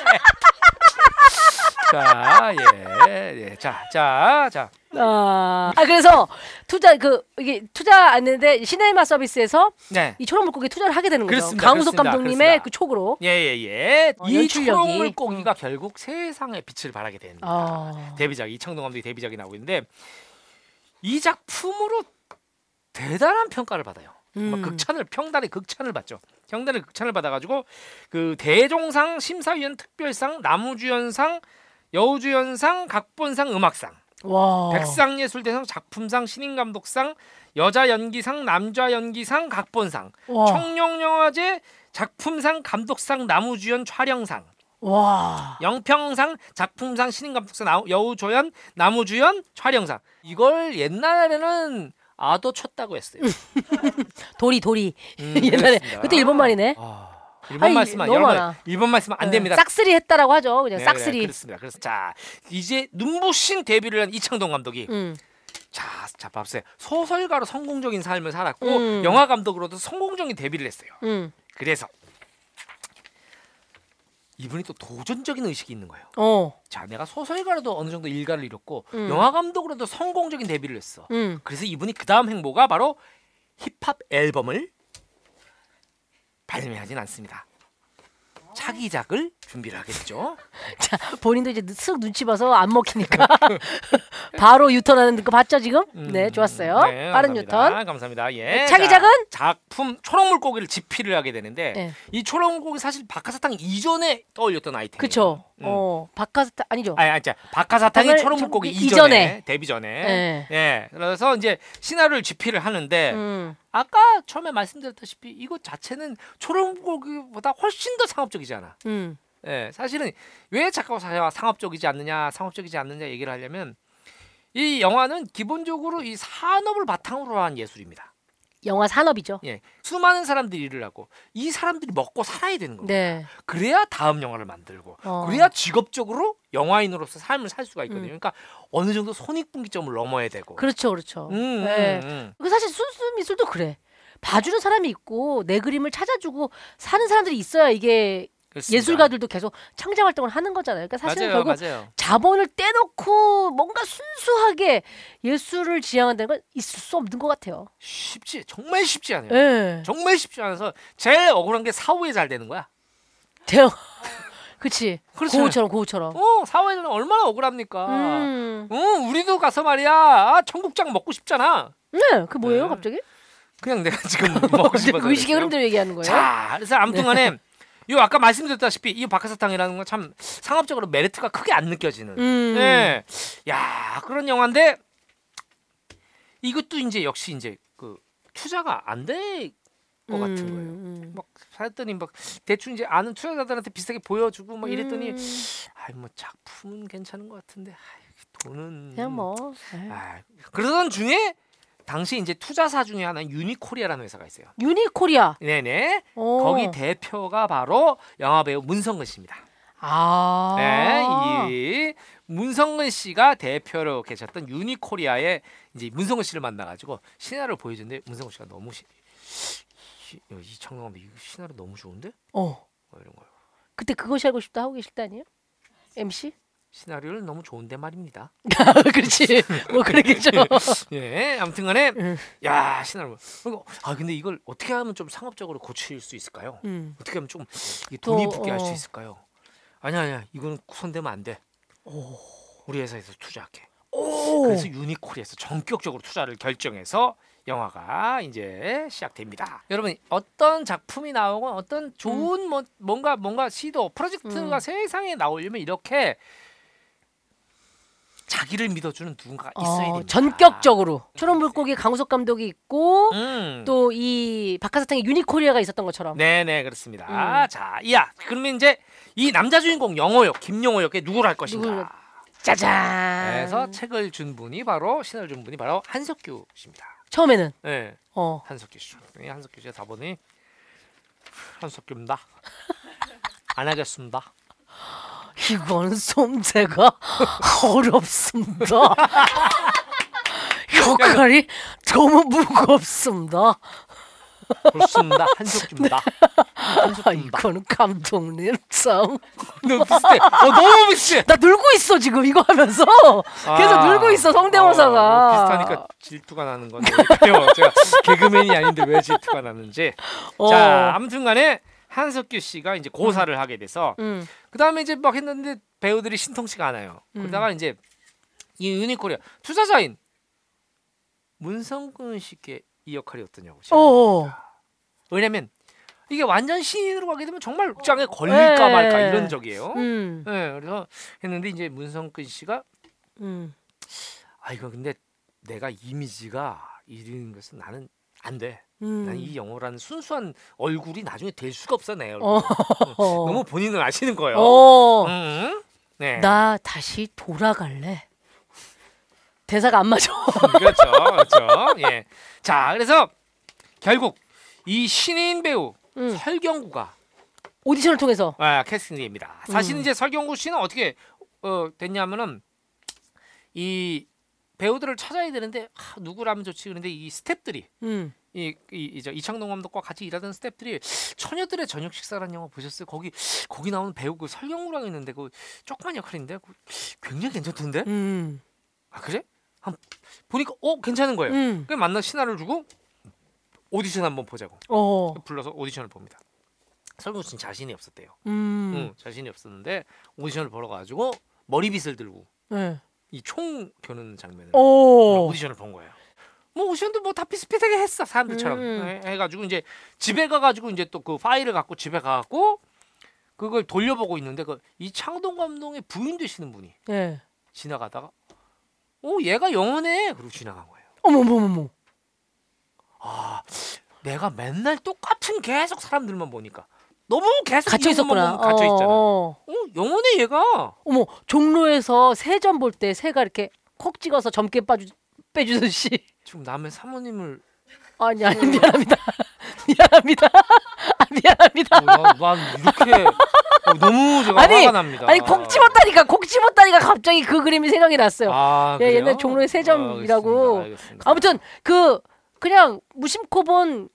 S2: 예, 자예예자자자
S1: 아, 아, 그래서 투자 그 이게 투자 안했는데 시네마 서비스에서
S2: 네.
S1: 이 초록물고기 투자를 하게 되는 거죠.
S2: 그렇습니다,
S1: 강우석
S2: 그렇습니다,
S1: 감독님의
S2: 그렇습니다.
S1: 그 촉으로.
S2: 예예예.
S1: 어,
S2: 이
S1: 연출력이.
S2: 초록물고기가 결국 세상에 빛을 발하게 됩니다.
S1: 아.
S2: 데뷔작 이창동 감독의 데뷔작이 나오고 있는데 이 작품으로 대단한 평가를 받아요. 막
S1: 음.
S2: 극찬을 평단의 극찬을 받죠. 평단의 극찬을 받아가지고 그 대종상 심사위원 특별상 남우주연상 여우주연상 각본상 음악상
S1: 와.
S2: 백상예술대상 작품상 신인감독상 여자 연기상 남자 연기상 각본상
S1: 와.
S2: 청룡영화제 작품상 감독상 남우주연 촬영상
S1: 와.
S2: 영평상 작품상 신인감독상 나- 여우조연 남우주연 촬영상 이걸 옛날에는 아도 쳤다고 했어요.
S1: 음. 도리 도리.
S2: 음,
S1: 옛날에
S2: 그렇습니다.
S1: 그때 일본 말이네.
S2: 아, 일본
S1: 아이,
S2: 말씀은
S1: 너무
S2: 여러분
S1: 많아. 네.
S2: 일본 말씀은 안 됩니다.
S1: 싹쓸이 했다라고 하죠. 그냥
S2: 네,
S1: 싹쓸이.
S2: 네, 그렇습니다. 그래서 자 이제 눈부신 데뷔를 한 이창동 감독이
S1: 음.
S2: 자자 봐보세요 소설가로 성공적인 삶을 살았고
S1: 음.
S2: 영화 감독으로도 성공적인 데뷔를 했어요.
S1: 음.
S2: 그래서 이분이 또 도전적인 의식이 있는 거예요.
S1: 어.
S2: 자 내가 소설가로도 어느 정도 일가를 이뤘고
S1: 음.
S2: 영화 감독으로도 성공적인 데뷔를 했어.
S1: 음.
S2: 그래서 이분이 그 다음 행보가 바로 힙합 앨범을 발매하진 않습니다. 차기작을 준비를 하게 되죠.
S1: 자, 본인도 이제 쓱 눈치 봐서 안 먹히니까 바로 유턴하는 거 봤죠 지금?
S2: 음,
S1: 네, 좋았어요.
S2: 네,
S1: 빠른
S2: 감사합니다.
S1: 유턴.
S2: 감사합니다. 예.
S1: 네, 차기작은?
S2: 자, 작품 초록물고기를 집필을 하게 되는데
S1: 네.
S2: 이 초록물고기 사실 박하사탕 이전에 떠올렸던 아이템.
S1: 그쵸.
S2: 음.
S1: 어, 바카스타 아니죠.
S2: 아니, 아니, 자, 박하사탕이
S1: 박을
S2: 초록물고기
S1: 초록물고기
S2: 이전에,
S1: 이전에.
S2: 데뷔 전에
S1: 네.
S2: 예 그래서 이제 시나리오를 집필을 하는데
S1: 음.
S2: 아까 처음에 말씀드렸다시피 이것 자체는 초록물고기보다 훨씬 더 상업적이잖아.
S1: 음.
S2: 예, 사실은 왜 자꾸 사- 상업적이지 않느냐, 상업적이지 않느냐 얘기를 하려면 이 영화는 기본적으로 이 산업을 바탕으로 한 예술입니다.
S1: 영화 산업이죠.
S2: 예, 수많은 사람들이 일을 하고 이 사람들이 먹고 살아야 되는 겁니다.
S1: 네.
S2: 그래야 다음 영화를 만들고
S1: 어.
S2: 그래야 직업적으로 영화인으로서 삶을 살 수가 있거든요. 그러니까 어느 정도 손익분기점을 넘어야 되고.
S1: 음. 그렇죠. 그렇죠.
S2: 음, 음,
S1: 네.
S2: 음.
S1: 그 사실 순수 미술도 그래. 봐주는 사람이 있고 내 그림을 찾아주고 사는 사람들이 있어야 이게
S2: 그렇습니다.
S1: 예술가들도 계속 창작 활동을 하는 거잖아요. 그러니까 사실은
S2: 맞아요,
S1: 결국
S2: 맞아요.
S1: 자본을 떼놓고 뭔가 순수하게 예술을 지향한다는 건 있을 수 없는 것 같아요.
S2: 쉽지 정말 쉽지 않아요.
S1: 예.
S2: 정말 쉽지 않아서 제일 억울한 게 사후에 잘 되는 거야.
S1: 대형. 그치.
S2: 그렇잖아요.
S1: 고우처럼 고우처럼.
S2: 어 사후에는 얼마나 억울합니까?
S1: 음.
S2: 응, 우리도 가서 말이야. 아, 청국장 먹고 싶잖아.
S1: 네. 그 뭐예요,
S2: 네.
S1: 갑자기?
S2: 그냥 내가 지금 먹고 싶어서.
S1: 그 의식의
S2: 그랬어요.
S1: 흐름대로 얘기하는 거예요? 네.
S2: 자, 그래서 아무튼간에 요 아까 말씀드렸다시피 이 박하사탕이라는 건 참 상업적으로 메리트가 크게 안 느껴지는.
S1: 음.
S2: 예, 야 그런 영화인데 이것도 이제 역시 이제 그 투자가 안 될 것뭐 같은 거예요.
S1: 음.
S2: 막 했더니 막 대충 이제 아는 투자자들한테 비슷하게 보여주고 막 이랬더니
S1: 음.
S2: 아이 뭐 작품은 괜찮은 것 같은데 아이, 돈은
S1: 그냥 뭐. 에이.
S2: 아, 그러던 중에 당시 이제 투자사 중에 하나인 유니코리아라는 회사가 있어요.
S1: 유니코리아.
S2: 네네.
S1: 오.
S2: 거기 대표가 바로 영화배우 문성근 씨입니다.
S1: 아.
S2: 네, 이 문성근 씨가 대표로 계셨던 유니코리아에 이제 문성근 씨를 만나가지고 신화를 보여줬는데 문성근 씨가 너무 시, 시- 야, 이 장난감 이 신화를 너무 좋은데
S1: 어.
S2: 뭐 이런 거요.
S1: 그때 그것이 알고 싶다 하고 계실 때 아니에요?
S2: 네.
S1: MC?
S2: 시나리오를 너무 좋은데 말입니다.
S1: 아, 그렇지. 뭐 그러겠죠.
S2: 예, 아무튼간에
S1: 음.
S2: 야 신나는 거. 아 근데 이걸 어떻게 하면 좀 상업적으로 고칠 수 있을까요?
S1: 음.
S2: 어떻게 하면 좀 이게
S1: 또,
S2: 돈이 붙게 할 수
S1: 어.
S2: 있을까요? 아니야 아니야 이거는 손대면 안 돼. 우리 회사에서 투자할게. 그래서 유니콜에서 전격적으로 투자를 결정해서 영화가 이제 시작됩니다. 여러분 어떤 작품이 나오고 어떤 좋은 뭐, 뭔가 뭔가 시도 프로젝트가
S1: 음.
S2: 세상에 나오려면 이렇게 자기를 믿어주는 누군가가 있어야
S1: 어,
S2: 됩니다.
S1: 전격적으로 초록 물고기 강우석 감독이 있고
S2: 음.
S1: 또 이 박하사탕에 유니코리아가 있었던 것처럼
S2: 네네 그렇습니다. 자, 이야 그러면 이제 이 남자 주인공 영호역 김영호 역에 누구를 할 것인가? 아.
S1: 누구를- 짜잔.
S2: 그래서 책을 준 분이 바로 신을 준 분이 바로 한석규 씨입니다.
S1: 처음에는
S2: 네,
S1: 어
S2: 한석규 씨. 이 한석규 씨의 답변이 한석규입니다. 안 하겠습니다.
S1: 이건 솜재가 어렵습니다. 역할이 너무 무겁습니다.
S2: 그렇습니다. 한석규입니다.
S1: 아,
S2: 음.
S1: 이건 감독님 참.
S2: 너무 비슷해. 어, 너무 비슷해.
S1: 나 늘고 있어 지금 이거 하면서 계속
S2: 아,
S1: 늘고 있어
S2: 어,
S1: 성대모사가.
S2: 비슷하니까 질투가 나는 건데 어떡해요. 제가 개그맨이 아닌데 왜 질투가 나는지.
S1: 어.
S2: 자, 아무튼간에 한석규 씨가 이제 고사를 하게 돼서
S1: 음.
S2: 그 다음에 이제 막 했는데 배우들이 신통치가 않아요.
S1: 음.
S2: 그러다가 이제 이 유니코리아 투자자인 문성근 씨께 이 역할이 어떠냐고. 제가.
S1: 어.
S2: 왜냐면 이게 완전 신인으로 가게 되면 정말 극장에 걸릴까
S1: 예.
S2: 말까 이런 적이에요.
S1: 음.
S2: 예, 그래서 했는데 이제 문성근 씨가
S1: 음.
S2: 아 이거 근데 내가 이미지가 이런 것은 나는 안 돼.
S3: 음.
S2: 난 이 영어라는 순수한 얼굴이 나중에 될 수가 없어 내 얼굴.
S1: 어.
S2: 너무 본인을 아시는 거예요.
S1: 어.
S2: 음. 네.
S1: 나 다시 돌아갈래. 대사가 안 맞아.
S2: 그렇죠, 그렇죠. 예. 자, 그래서 결국 이 신인 배우
S1: 음.
S2: 설경구가
S1: 오디션을 통해서.
S2: 아, 캐스팅됩니다.
S1: 음.
S2: 사실 이제 설경구 씨는 어떻게 어, 됐냐면은 이 배우들을 찾아야 되는데 아, 누구라면 좋지 그런데 이 스탭들이
S1: 음.
S2: 이, 이, 이, 저 이창동 감독과 같이 일하던 스탭들이 처녀들의 저녁 식사라는 영화 보셨어요? 거기 거기 나오는 배우 그 설경구랑 있는데 그 조그만 역할인데 그 굉장히 괜찮던데?
S1: 음.
S2: 아 그래? 한 보니까 어 괜찮은 거예요.
S1: 음.
S2: 그 만나 신화를 주고 오디션 한번 보자고
S1: 어.
S2: 불러서 오디션을 봅니다. 설경 씨는 자신이 없었대요.
S1: 음.
S2: 응, 자신이 없었는데 오디션을 보러 가지고 머리빗을 들고
S1: 네.
S2: 이 총 겨누는 장면을
S1: 어. 오.
S2: 오디션을 본 거예요. 뭐 오디션도 뭐 다 비슷비슷하게 했어 사람들처럼 네,
S1: 음.
S2: 해- 해가지고 이제 집에 가가지고 이제 또 그 파일을 갖고 집에 가갖고 그걸 돌려보고 있는데 그 이창동 감독의 부인 되시는 분이
S1: 예.
S2: 지나가다가 오 얘가 영원해 그러고 지나간 거예요.
S1: 어머머머머.
S2: 아 내가 맨날 똑같은 계속 사람들만 보니까 너무 계속
S1: 갇혀
S2: 이
S1: 있었구나.
S2: 영화만 보면 갇혀 있잖아. 어,
S1: 어.
S2: 영원해 얘가.
S1: 어머, 종로에서 새점 볼 때 새가 이렇게 콕 찍어서 점괘 빠주 빼주듯이.
S2: 지금 남의 사모님을
S1: 아니 아니
S2: 음.
S1: 미안합니다. 미안합니다. 아, 미안합니다.
S2: 어, 나- 난 이렇게 어, 너무 제가
S1: 아니,
S2: 화가 납니다.
S1: 아니 콕 집었다니까 콕 집었다니까 갑자기 그 그림이 생각이 났어요.
S2: 아,
S1: 예,
S2: 그래요?
S1: 옛날 종로의 세점이라고.
S2: 알겠습니다, 알겠습니다.
S1: 아무튼 그 그냥 무심코 본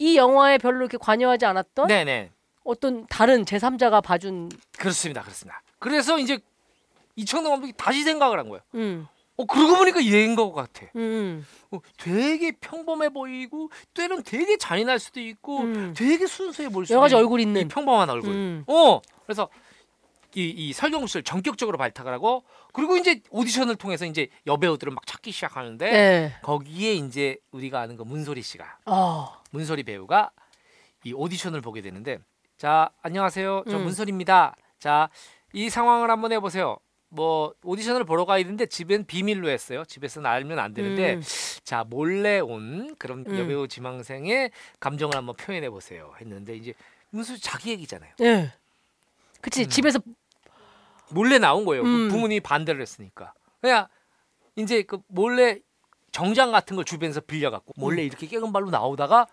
S1: 이 영화에 별로 이렇게 관여하지 않았던
S2: 네네.
S1: 어, 어떤 다른 제3자가 봐준
S2: 그렇습니다. 그렇습니다. 그래서 이제 이청동 감독이 다시 생각을 한 거예요.
S1: 음,
S2: 어 그러고 보니까 얘인 것 같아.
S1: 음,
S2: 어, 되게 평범해 보이고 때론 되게 잔인할 수도 있고
S1: 음.
S2: 되게 순수해 보일 수도
S1: 여러 가지
S2: 있는
S1: 얼굴
S2: 이
S1: 있는
S2: 평범한 얼굴.
S1: 음.
S2: 어 그래서 이, 이 설경수를 전격적으로 발탁을 하고 그리고 이제 오디션을 통해서 이제 여배우들을 막 찾기 시작하는데
S1: 예.
S2: 거기에 이제 우리가 아는 거 문소리 씨가
S1: 어.
S2: 문소리 배우가 이 오디션을 보게 되는데 자 안녕하세요 저
S1: 음.
S2: 문소리입니다 자 이 상황을 한번 해보세요 뭐 오디션을 보러 가야 되는데 집엔 비밀로 했어요 집에서는 알면 안 되는데
S1: 음.
S2: 자 몰래 온 그런
S1: 음.
S2: 여배우 지망생의 감정을 한번 표현해 보세요 했는데 이제 문소리 자기 얘기잖아요
S1: 예. 그치
S2: 음.
S1: 집에서
S2: 몰래 나온 거예요 그
S1: 음.
S2: 부모님이 반대를 했으니까 그냥 이제 그 몰래 정장 같은 걸 주변에서 빌려갖고 몰래
S1: 음.
S2: 이렇게 깨금 발로 나오다가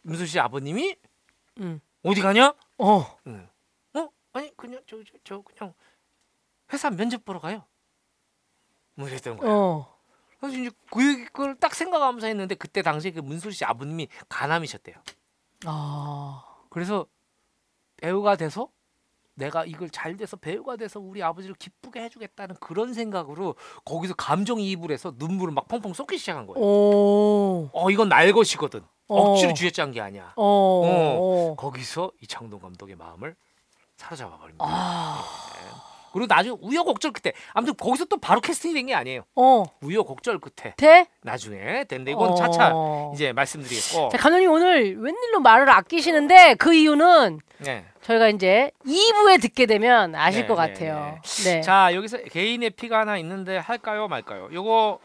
S2: 문소리 씨 아버님이
S1: 음.
S2: 어디 가냐?
S1: 어.
S2: 응. 어? 아니 그냥 저, 저, 저 그냥 회사 면접 보러 가요. 뭐 이랬던 거예요.
S1: 어.
S2: 그래서 이제 그- 그걸 딱 생각하면서 했는데 그때 당시에 그 문소리 씨 아버님이 간암이셨대요.
S1: 아.
S2: 그래서 배우가 돼서 내가 이걸 잘 돼서 배우가 돼서 우리 아버지를 기쁘게 해주겠다는 그런 생각으로 거기서 감정이입을 해서 눈물을 막 펑펑 쏟기 시작한 거예요.
S1: 오.
S2: 어 이건 날 것이거든. 억지로
S1: 어.
S2: 쥐어짠 게 아니야.
S1: 어. 어.
S2: 거기서 이창동 감독의 마음을 사로잡아 버립니다.
S1: 아.
S2: 그리고 나중에 우여곡절 끝에 아무튼 거기서 또 바로 캐스팅이 된 게 아니에요.
S1: 어.
S2: 우여곡절 끝에
S1: 대?
S2: 나중에 됐는데 네, 이건 차차 이제 말씀드리겠고.
S1: 어. 자, 감독님 오늘 웬일로 말을 아끼시는데 그 이유는
S2: 네.
S1: 저희가 이제 2부에 듣게 되면 아실
S2: 네,
S1: 것
S2: 네,
S1: 같아요. 네.
S2: 자 여기서 개인의 피가 하나 있는데 할까요 말까요? 요거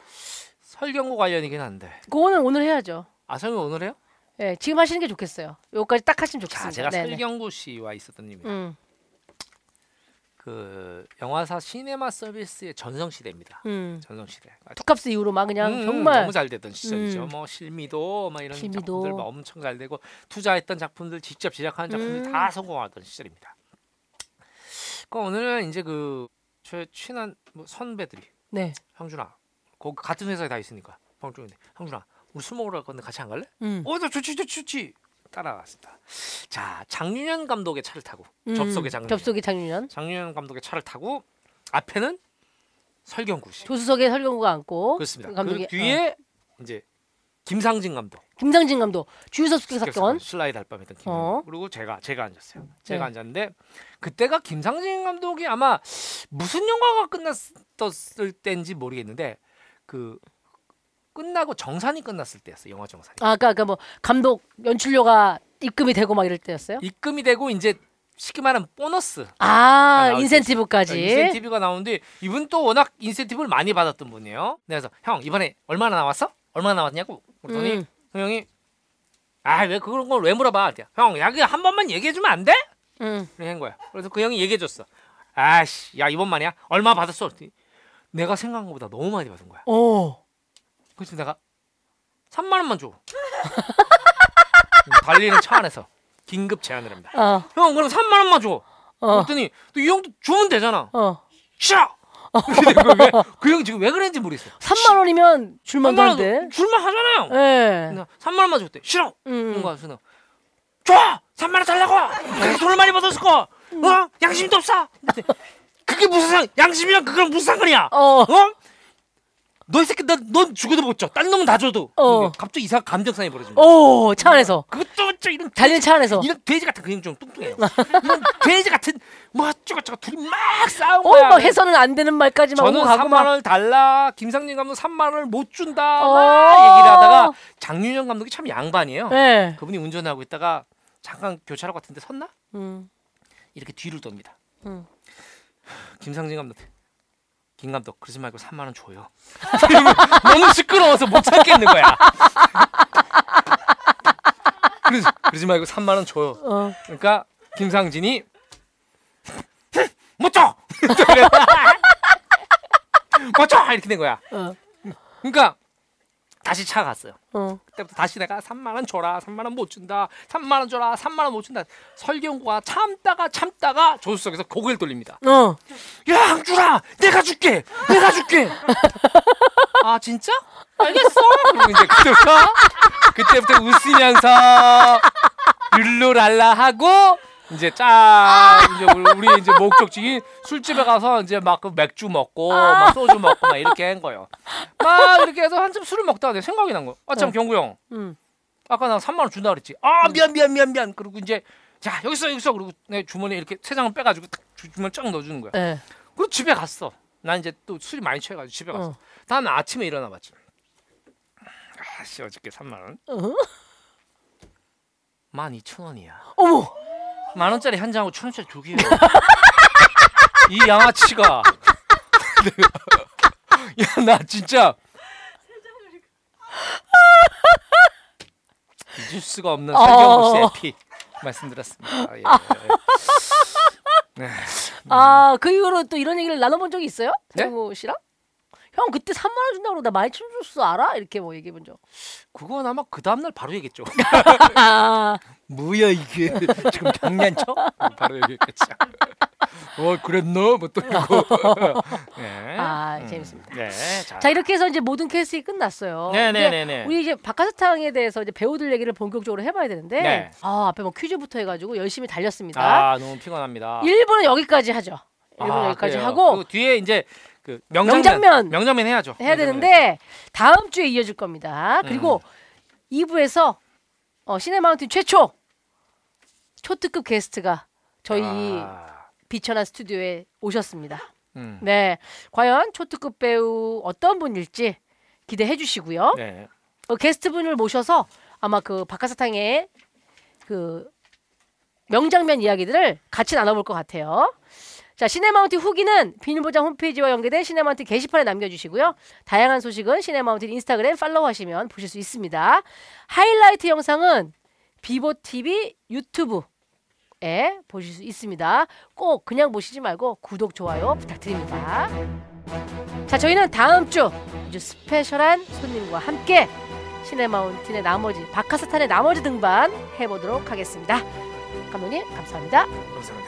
S2: 설경구 관련이긴 한데.
S1: 그거는 오늘 해야죠.
S2: 아 설경 오늘 해요?
S1: 예, 지금 하시는 게 좋겠어요. 요거까지 딱 하시면 좋겠습니다.
S2: 자 제가
S1: 네, 네.
S2: 설경구 씨와 있었던 일입니다.
S1: 음.
S2: 그 영화사 시네마 서비스의 전성 시대입니다.
S1: 음.
S2: 전성 시대. 아,
S1: 두캅스 이후로 막 그냥
S2: 음,
S1: 정말
S2: 너무 잘 되던 시절이죠.
S1: 음.
S2: 뭐 실미도 막 이런
S1: 실미도.
S2: 작품들 막 엄청 잘 되고 투자했던 작품들 직접 제작하는 작품들
S1: 음.
S2: 다 성공하던 시절입니다. 그 오늘은 이제 그저 친한 뭐 선배들이
S1: 네.
S2: 형준아 거기 같은 회사에 다 있으니까 방중인데 형준아 우리 술 먹으러 갈 건데 같이 안 갈래?
S1: 음.
S2: 어, 나 좋지, 좋지, 좋지. 따라갔습니다. 자, 장윤현 감독의 차를 타고
S1: 음.
S2: 접속의 장면.
S1: 접속의 장면.
S2: 장윤현 감독의 차를 타고 앞에는 설경구 씨.
S1: 조수석에 어. 설경구가 앉고
S2: 그렇습니다.
S1: 감독이-
S2: 그 뒤에 이제 김상진 감독.
S1: 김상진 감도 주유소 습격 사건.
S2: 슬라이드 할밤했던 김.
S1: 어.
S2: 어. 그리고 제가 제가 앉았어요. 제가
S1: 네.
S2: 앉았는데 그때가 김상진 감독이 아마 무슨 영화가 끝났었을 때인지 모르겠는데 그 끝나고 정산이 끝났을 때였어요. 영화 정산이.
S1: 아, 아까 아까 뭐 감독 연출료가 입금이 되고 막 이럴 때였어요?
S2: 입금이 되고 이제 쉽게 말하면 보너스
S1: 아,
S2: 나올
S1: 인센티브까지.
S2: 인센티브가 나오는데 이분 또 워낙 인센티브를 많이 받았던 분이에요. 그래서 형 이번에 얼마나 나왔어? 얼마나 나왔냐고 그랬더니
S1: 음.
S2: 형이 아 왜 그런 걸 왜 물어봐? 형 야, 그냥 한 번만 얘기해 주면 안 돼?
S1: 음.
S2: 그래 한 거야. 그래서 그 형이 얘기해 줬어. 아씨, 야 이번만이야. 얼마 받았어? 그랬더니 내가 생각한 것보다 너무 많이 받은 거야.
S1: 오.
S2: 어. 그래서 내가 3만 원만 줘. 달리는 차 안에서 긴급 제안을 합니다.
S1: 어.
S2: 형 그럼 3만 원만 줘.
S1: 어.
S2: 그랬더니 또 이 형도 주면 되잖아.
S1: 어.
S2: 싫어. 이렇게 된 거야. 왜? 그 형이 지금 왜 그랬는지 모르겠어.
S1: 3만 원이면 줄만
S2: 3만
S1: 한
S2: 원 네.
S1: 데
S2: 줄만 하잖아요.
S1: 예.
S2: 근데 3만 원만 줬대. 싫어.
S1: 음.
S2: 뭔가 순호 줘! 3만 원 달라고! 그렇게 돈을 많이 받았을 거!
S1: 음.
S2: 어? 양심도 없어! 근데 그게 무슨 상, 양심이랑 그거랑 무슨 상관이야! 어?
S1: 어.
S2: 너 이 새끼, 너, 넌 죽어도 못 줘. 딴 놈은 다 줘도.
S1: 어.
S2: 갑자기 이상한 감정상이 벌어집니다.
S1: 오, 차 안에서.
S2: 그것도 어쩌 이런
S1: 달리는 차 안에서.
S2: 이런 돼지 같은 근육 좀 뚱뚱해요. 이런 돼지 같은 뭐 어쩌고저쩌고 둘이 막 싸운
S1: 어,
S2: 거야.
S1: 막 해서는 안 되는 뭐 말까지 막
S2: 저는
S1: 오고 가고
S2: 3만
S1: 막.
S2: 원을 달라. 김상진 감독 3만 원을 못 준다. 막
S1: 어.
S2: 얘기를 하다가 장윤영 감독이 참 양반이에요.
S1: 예.
S2: 그분이 운전하고 있다가 잠깐 교차로 같은데 섰나?
S1: 음.
S2: 이렇게 뒤를 돕니다.
S1: 음.
S2: 김상진 감독, 김 감독 그러지 말고 3만 원 줘요. 이러면 너무 시끄러워서 못 참겠는 거야. 그러지, 그러지 말고 3만 원 줘요.
S1: 어.
S2: 그러니까 김상진이 못 줘. 못 줘. 이렇게 된 거야.
S1: 어.
S2: 그러니까 다시 차 갔어요.
S1: 어.
S2: 그때부터 다시 내가 3만 원 줘라 3만 원 못 준다 3만 원 줘라 3만 원 못 준다 설경구가 참다가 참다가 조수석에서 고개를 돌립니다
S1: 어.
S2: 야 항준아 내가 줄게 내가 줄게 아 진짜? 알겠어 그리고 이제 그때부터 그때부터 웃으면서 룰루랄라 하고 이제 짠 이제 우리- 우리 이제 목적지인 술집에 가서 이제 막그 맥주 먹고 막 소주 먹고 막 이렇게 한 거예요. 막 이렇게 해서 한참 술을 먹다가 내 생각이 난 거예요. 아참
S1: 어.
S2: 경구 형
S1: 음.
S2: 아까 나 3만 원 준다 그랬지. 아 미안 미안 미안 미안. 그리고 이제 자 여기 있어 여기 있어. 그리고 내 주머니에 이렇게 세 장을 빼가지고 탁 주- 주머니 쫙 넣어주는 거야.
S1: 예.
S2: 그리고 집에 갔어. 난 이제 또 술이 많이 취해가지고 집에 갔어.
S1: 어.
S2: 다음 날 아침에 일어나봤지. 아씨 어저께 3만 원.
S1: 어?
S2: 12,000원이야.
S1: 어머.
S2: 만 원짜리 한 장하고 천 원짜리 두 개요. 이 양아치가 야 나 진짜 잊을 수가 없는
S1: 어.
S2: 설경구 씨 에피 말씀드렸습니다. 예. 네.
S1: 아, 그 이후로 또 이런 얘기를 나눠본 적이 있어요?
S2: 네?
S1: 세모 씨랑? 형 그때 3만 원 준다고 그러고 나 많이 춤줬어 알아? 이렇게 뭐 얘기해 본 적.
S2: 그건 아마 그 다음날 바로 얘기했죠.
S1: 아,
S2: 뭐야 이게 지금 장난쳐? 바로 얘기했겠죠. 어 그랬나? 뭐또 이거. 네.
S1: 아,
S2: 음.
S1: 재밌습니다.
S2: 네. 자,
S1: 자 이렇게 해서 이제 모든 캐스팅이 끝났어요. 근데
S2: 네네네네.
S1: 우리 이제 바카스탕에 대해서 이제 배우들 얘기를 본격적으로 해봐야 되는데
S2: 네.
S1: 아 앞에 뭐 퀴즈부터 해가지고 열심히 달렸습니다.
S2: 아 너무 피곤합니다.
S1: 일본은 여기까지 하죠. 일본은
S2: 아,
S1: 여기까지
S2: 그래요.
S1: 하고
S2: 그 뒤에 이제 그 명장면
S1: 명장면.
S2: 명장면 해야죠.
S1: 해야
S2: 명장면
S1: 되는데 다음 주에 이어질 겁니다. 그리고 2부에서 어, 시네마운틴 최초 초특급 게스트가 저희
S2: 아,
S1: 비천한 스튜디오에 오셨습니다.
S2: 음.
S1: 네, 과연 초특급 배우 어떤 분일지 기대해 주시고요.
S2: 네.
S1: 어, 게스트분을 모셔서 아마 그 박하사탕의 그 명장면 이야기들을 같이 나눠볼 것 같아요. 자, 시네마운틴 후기는 비닐보장 홈페이지와 연계된 시네마운틴 게시판에 남겨주시고요. 다양한 소식은 시네마운틴 인스타그램 팔로우하시면 보실 수 있습니다. 하이라이트 영상은 비보TV 유튜브에 보실 수 있습니다. 꼭 그냥 보시지 말고 구독, 좋아요 부탁드립니다. 자, 저희는 다음 주 아주 스페셜한 손님과 함께 시네마운틴의 나머지 바카스탄의 나머지 등반 해보도록 하겠습니다. 감독님 감사합니다.
S2: 감사합니다.
S1: 감사합니다.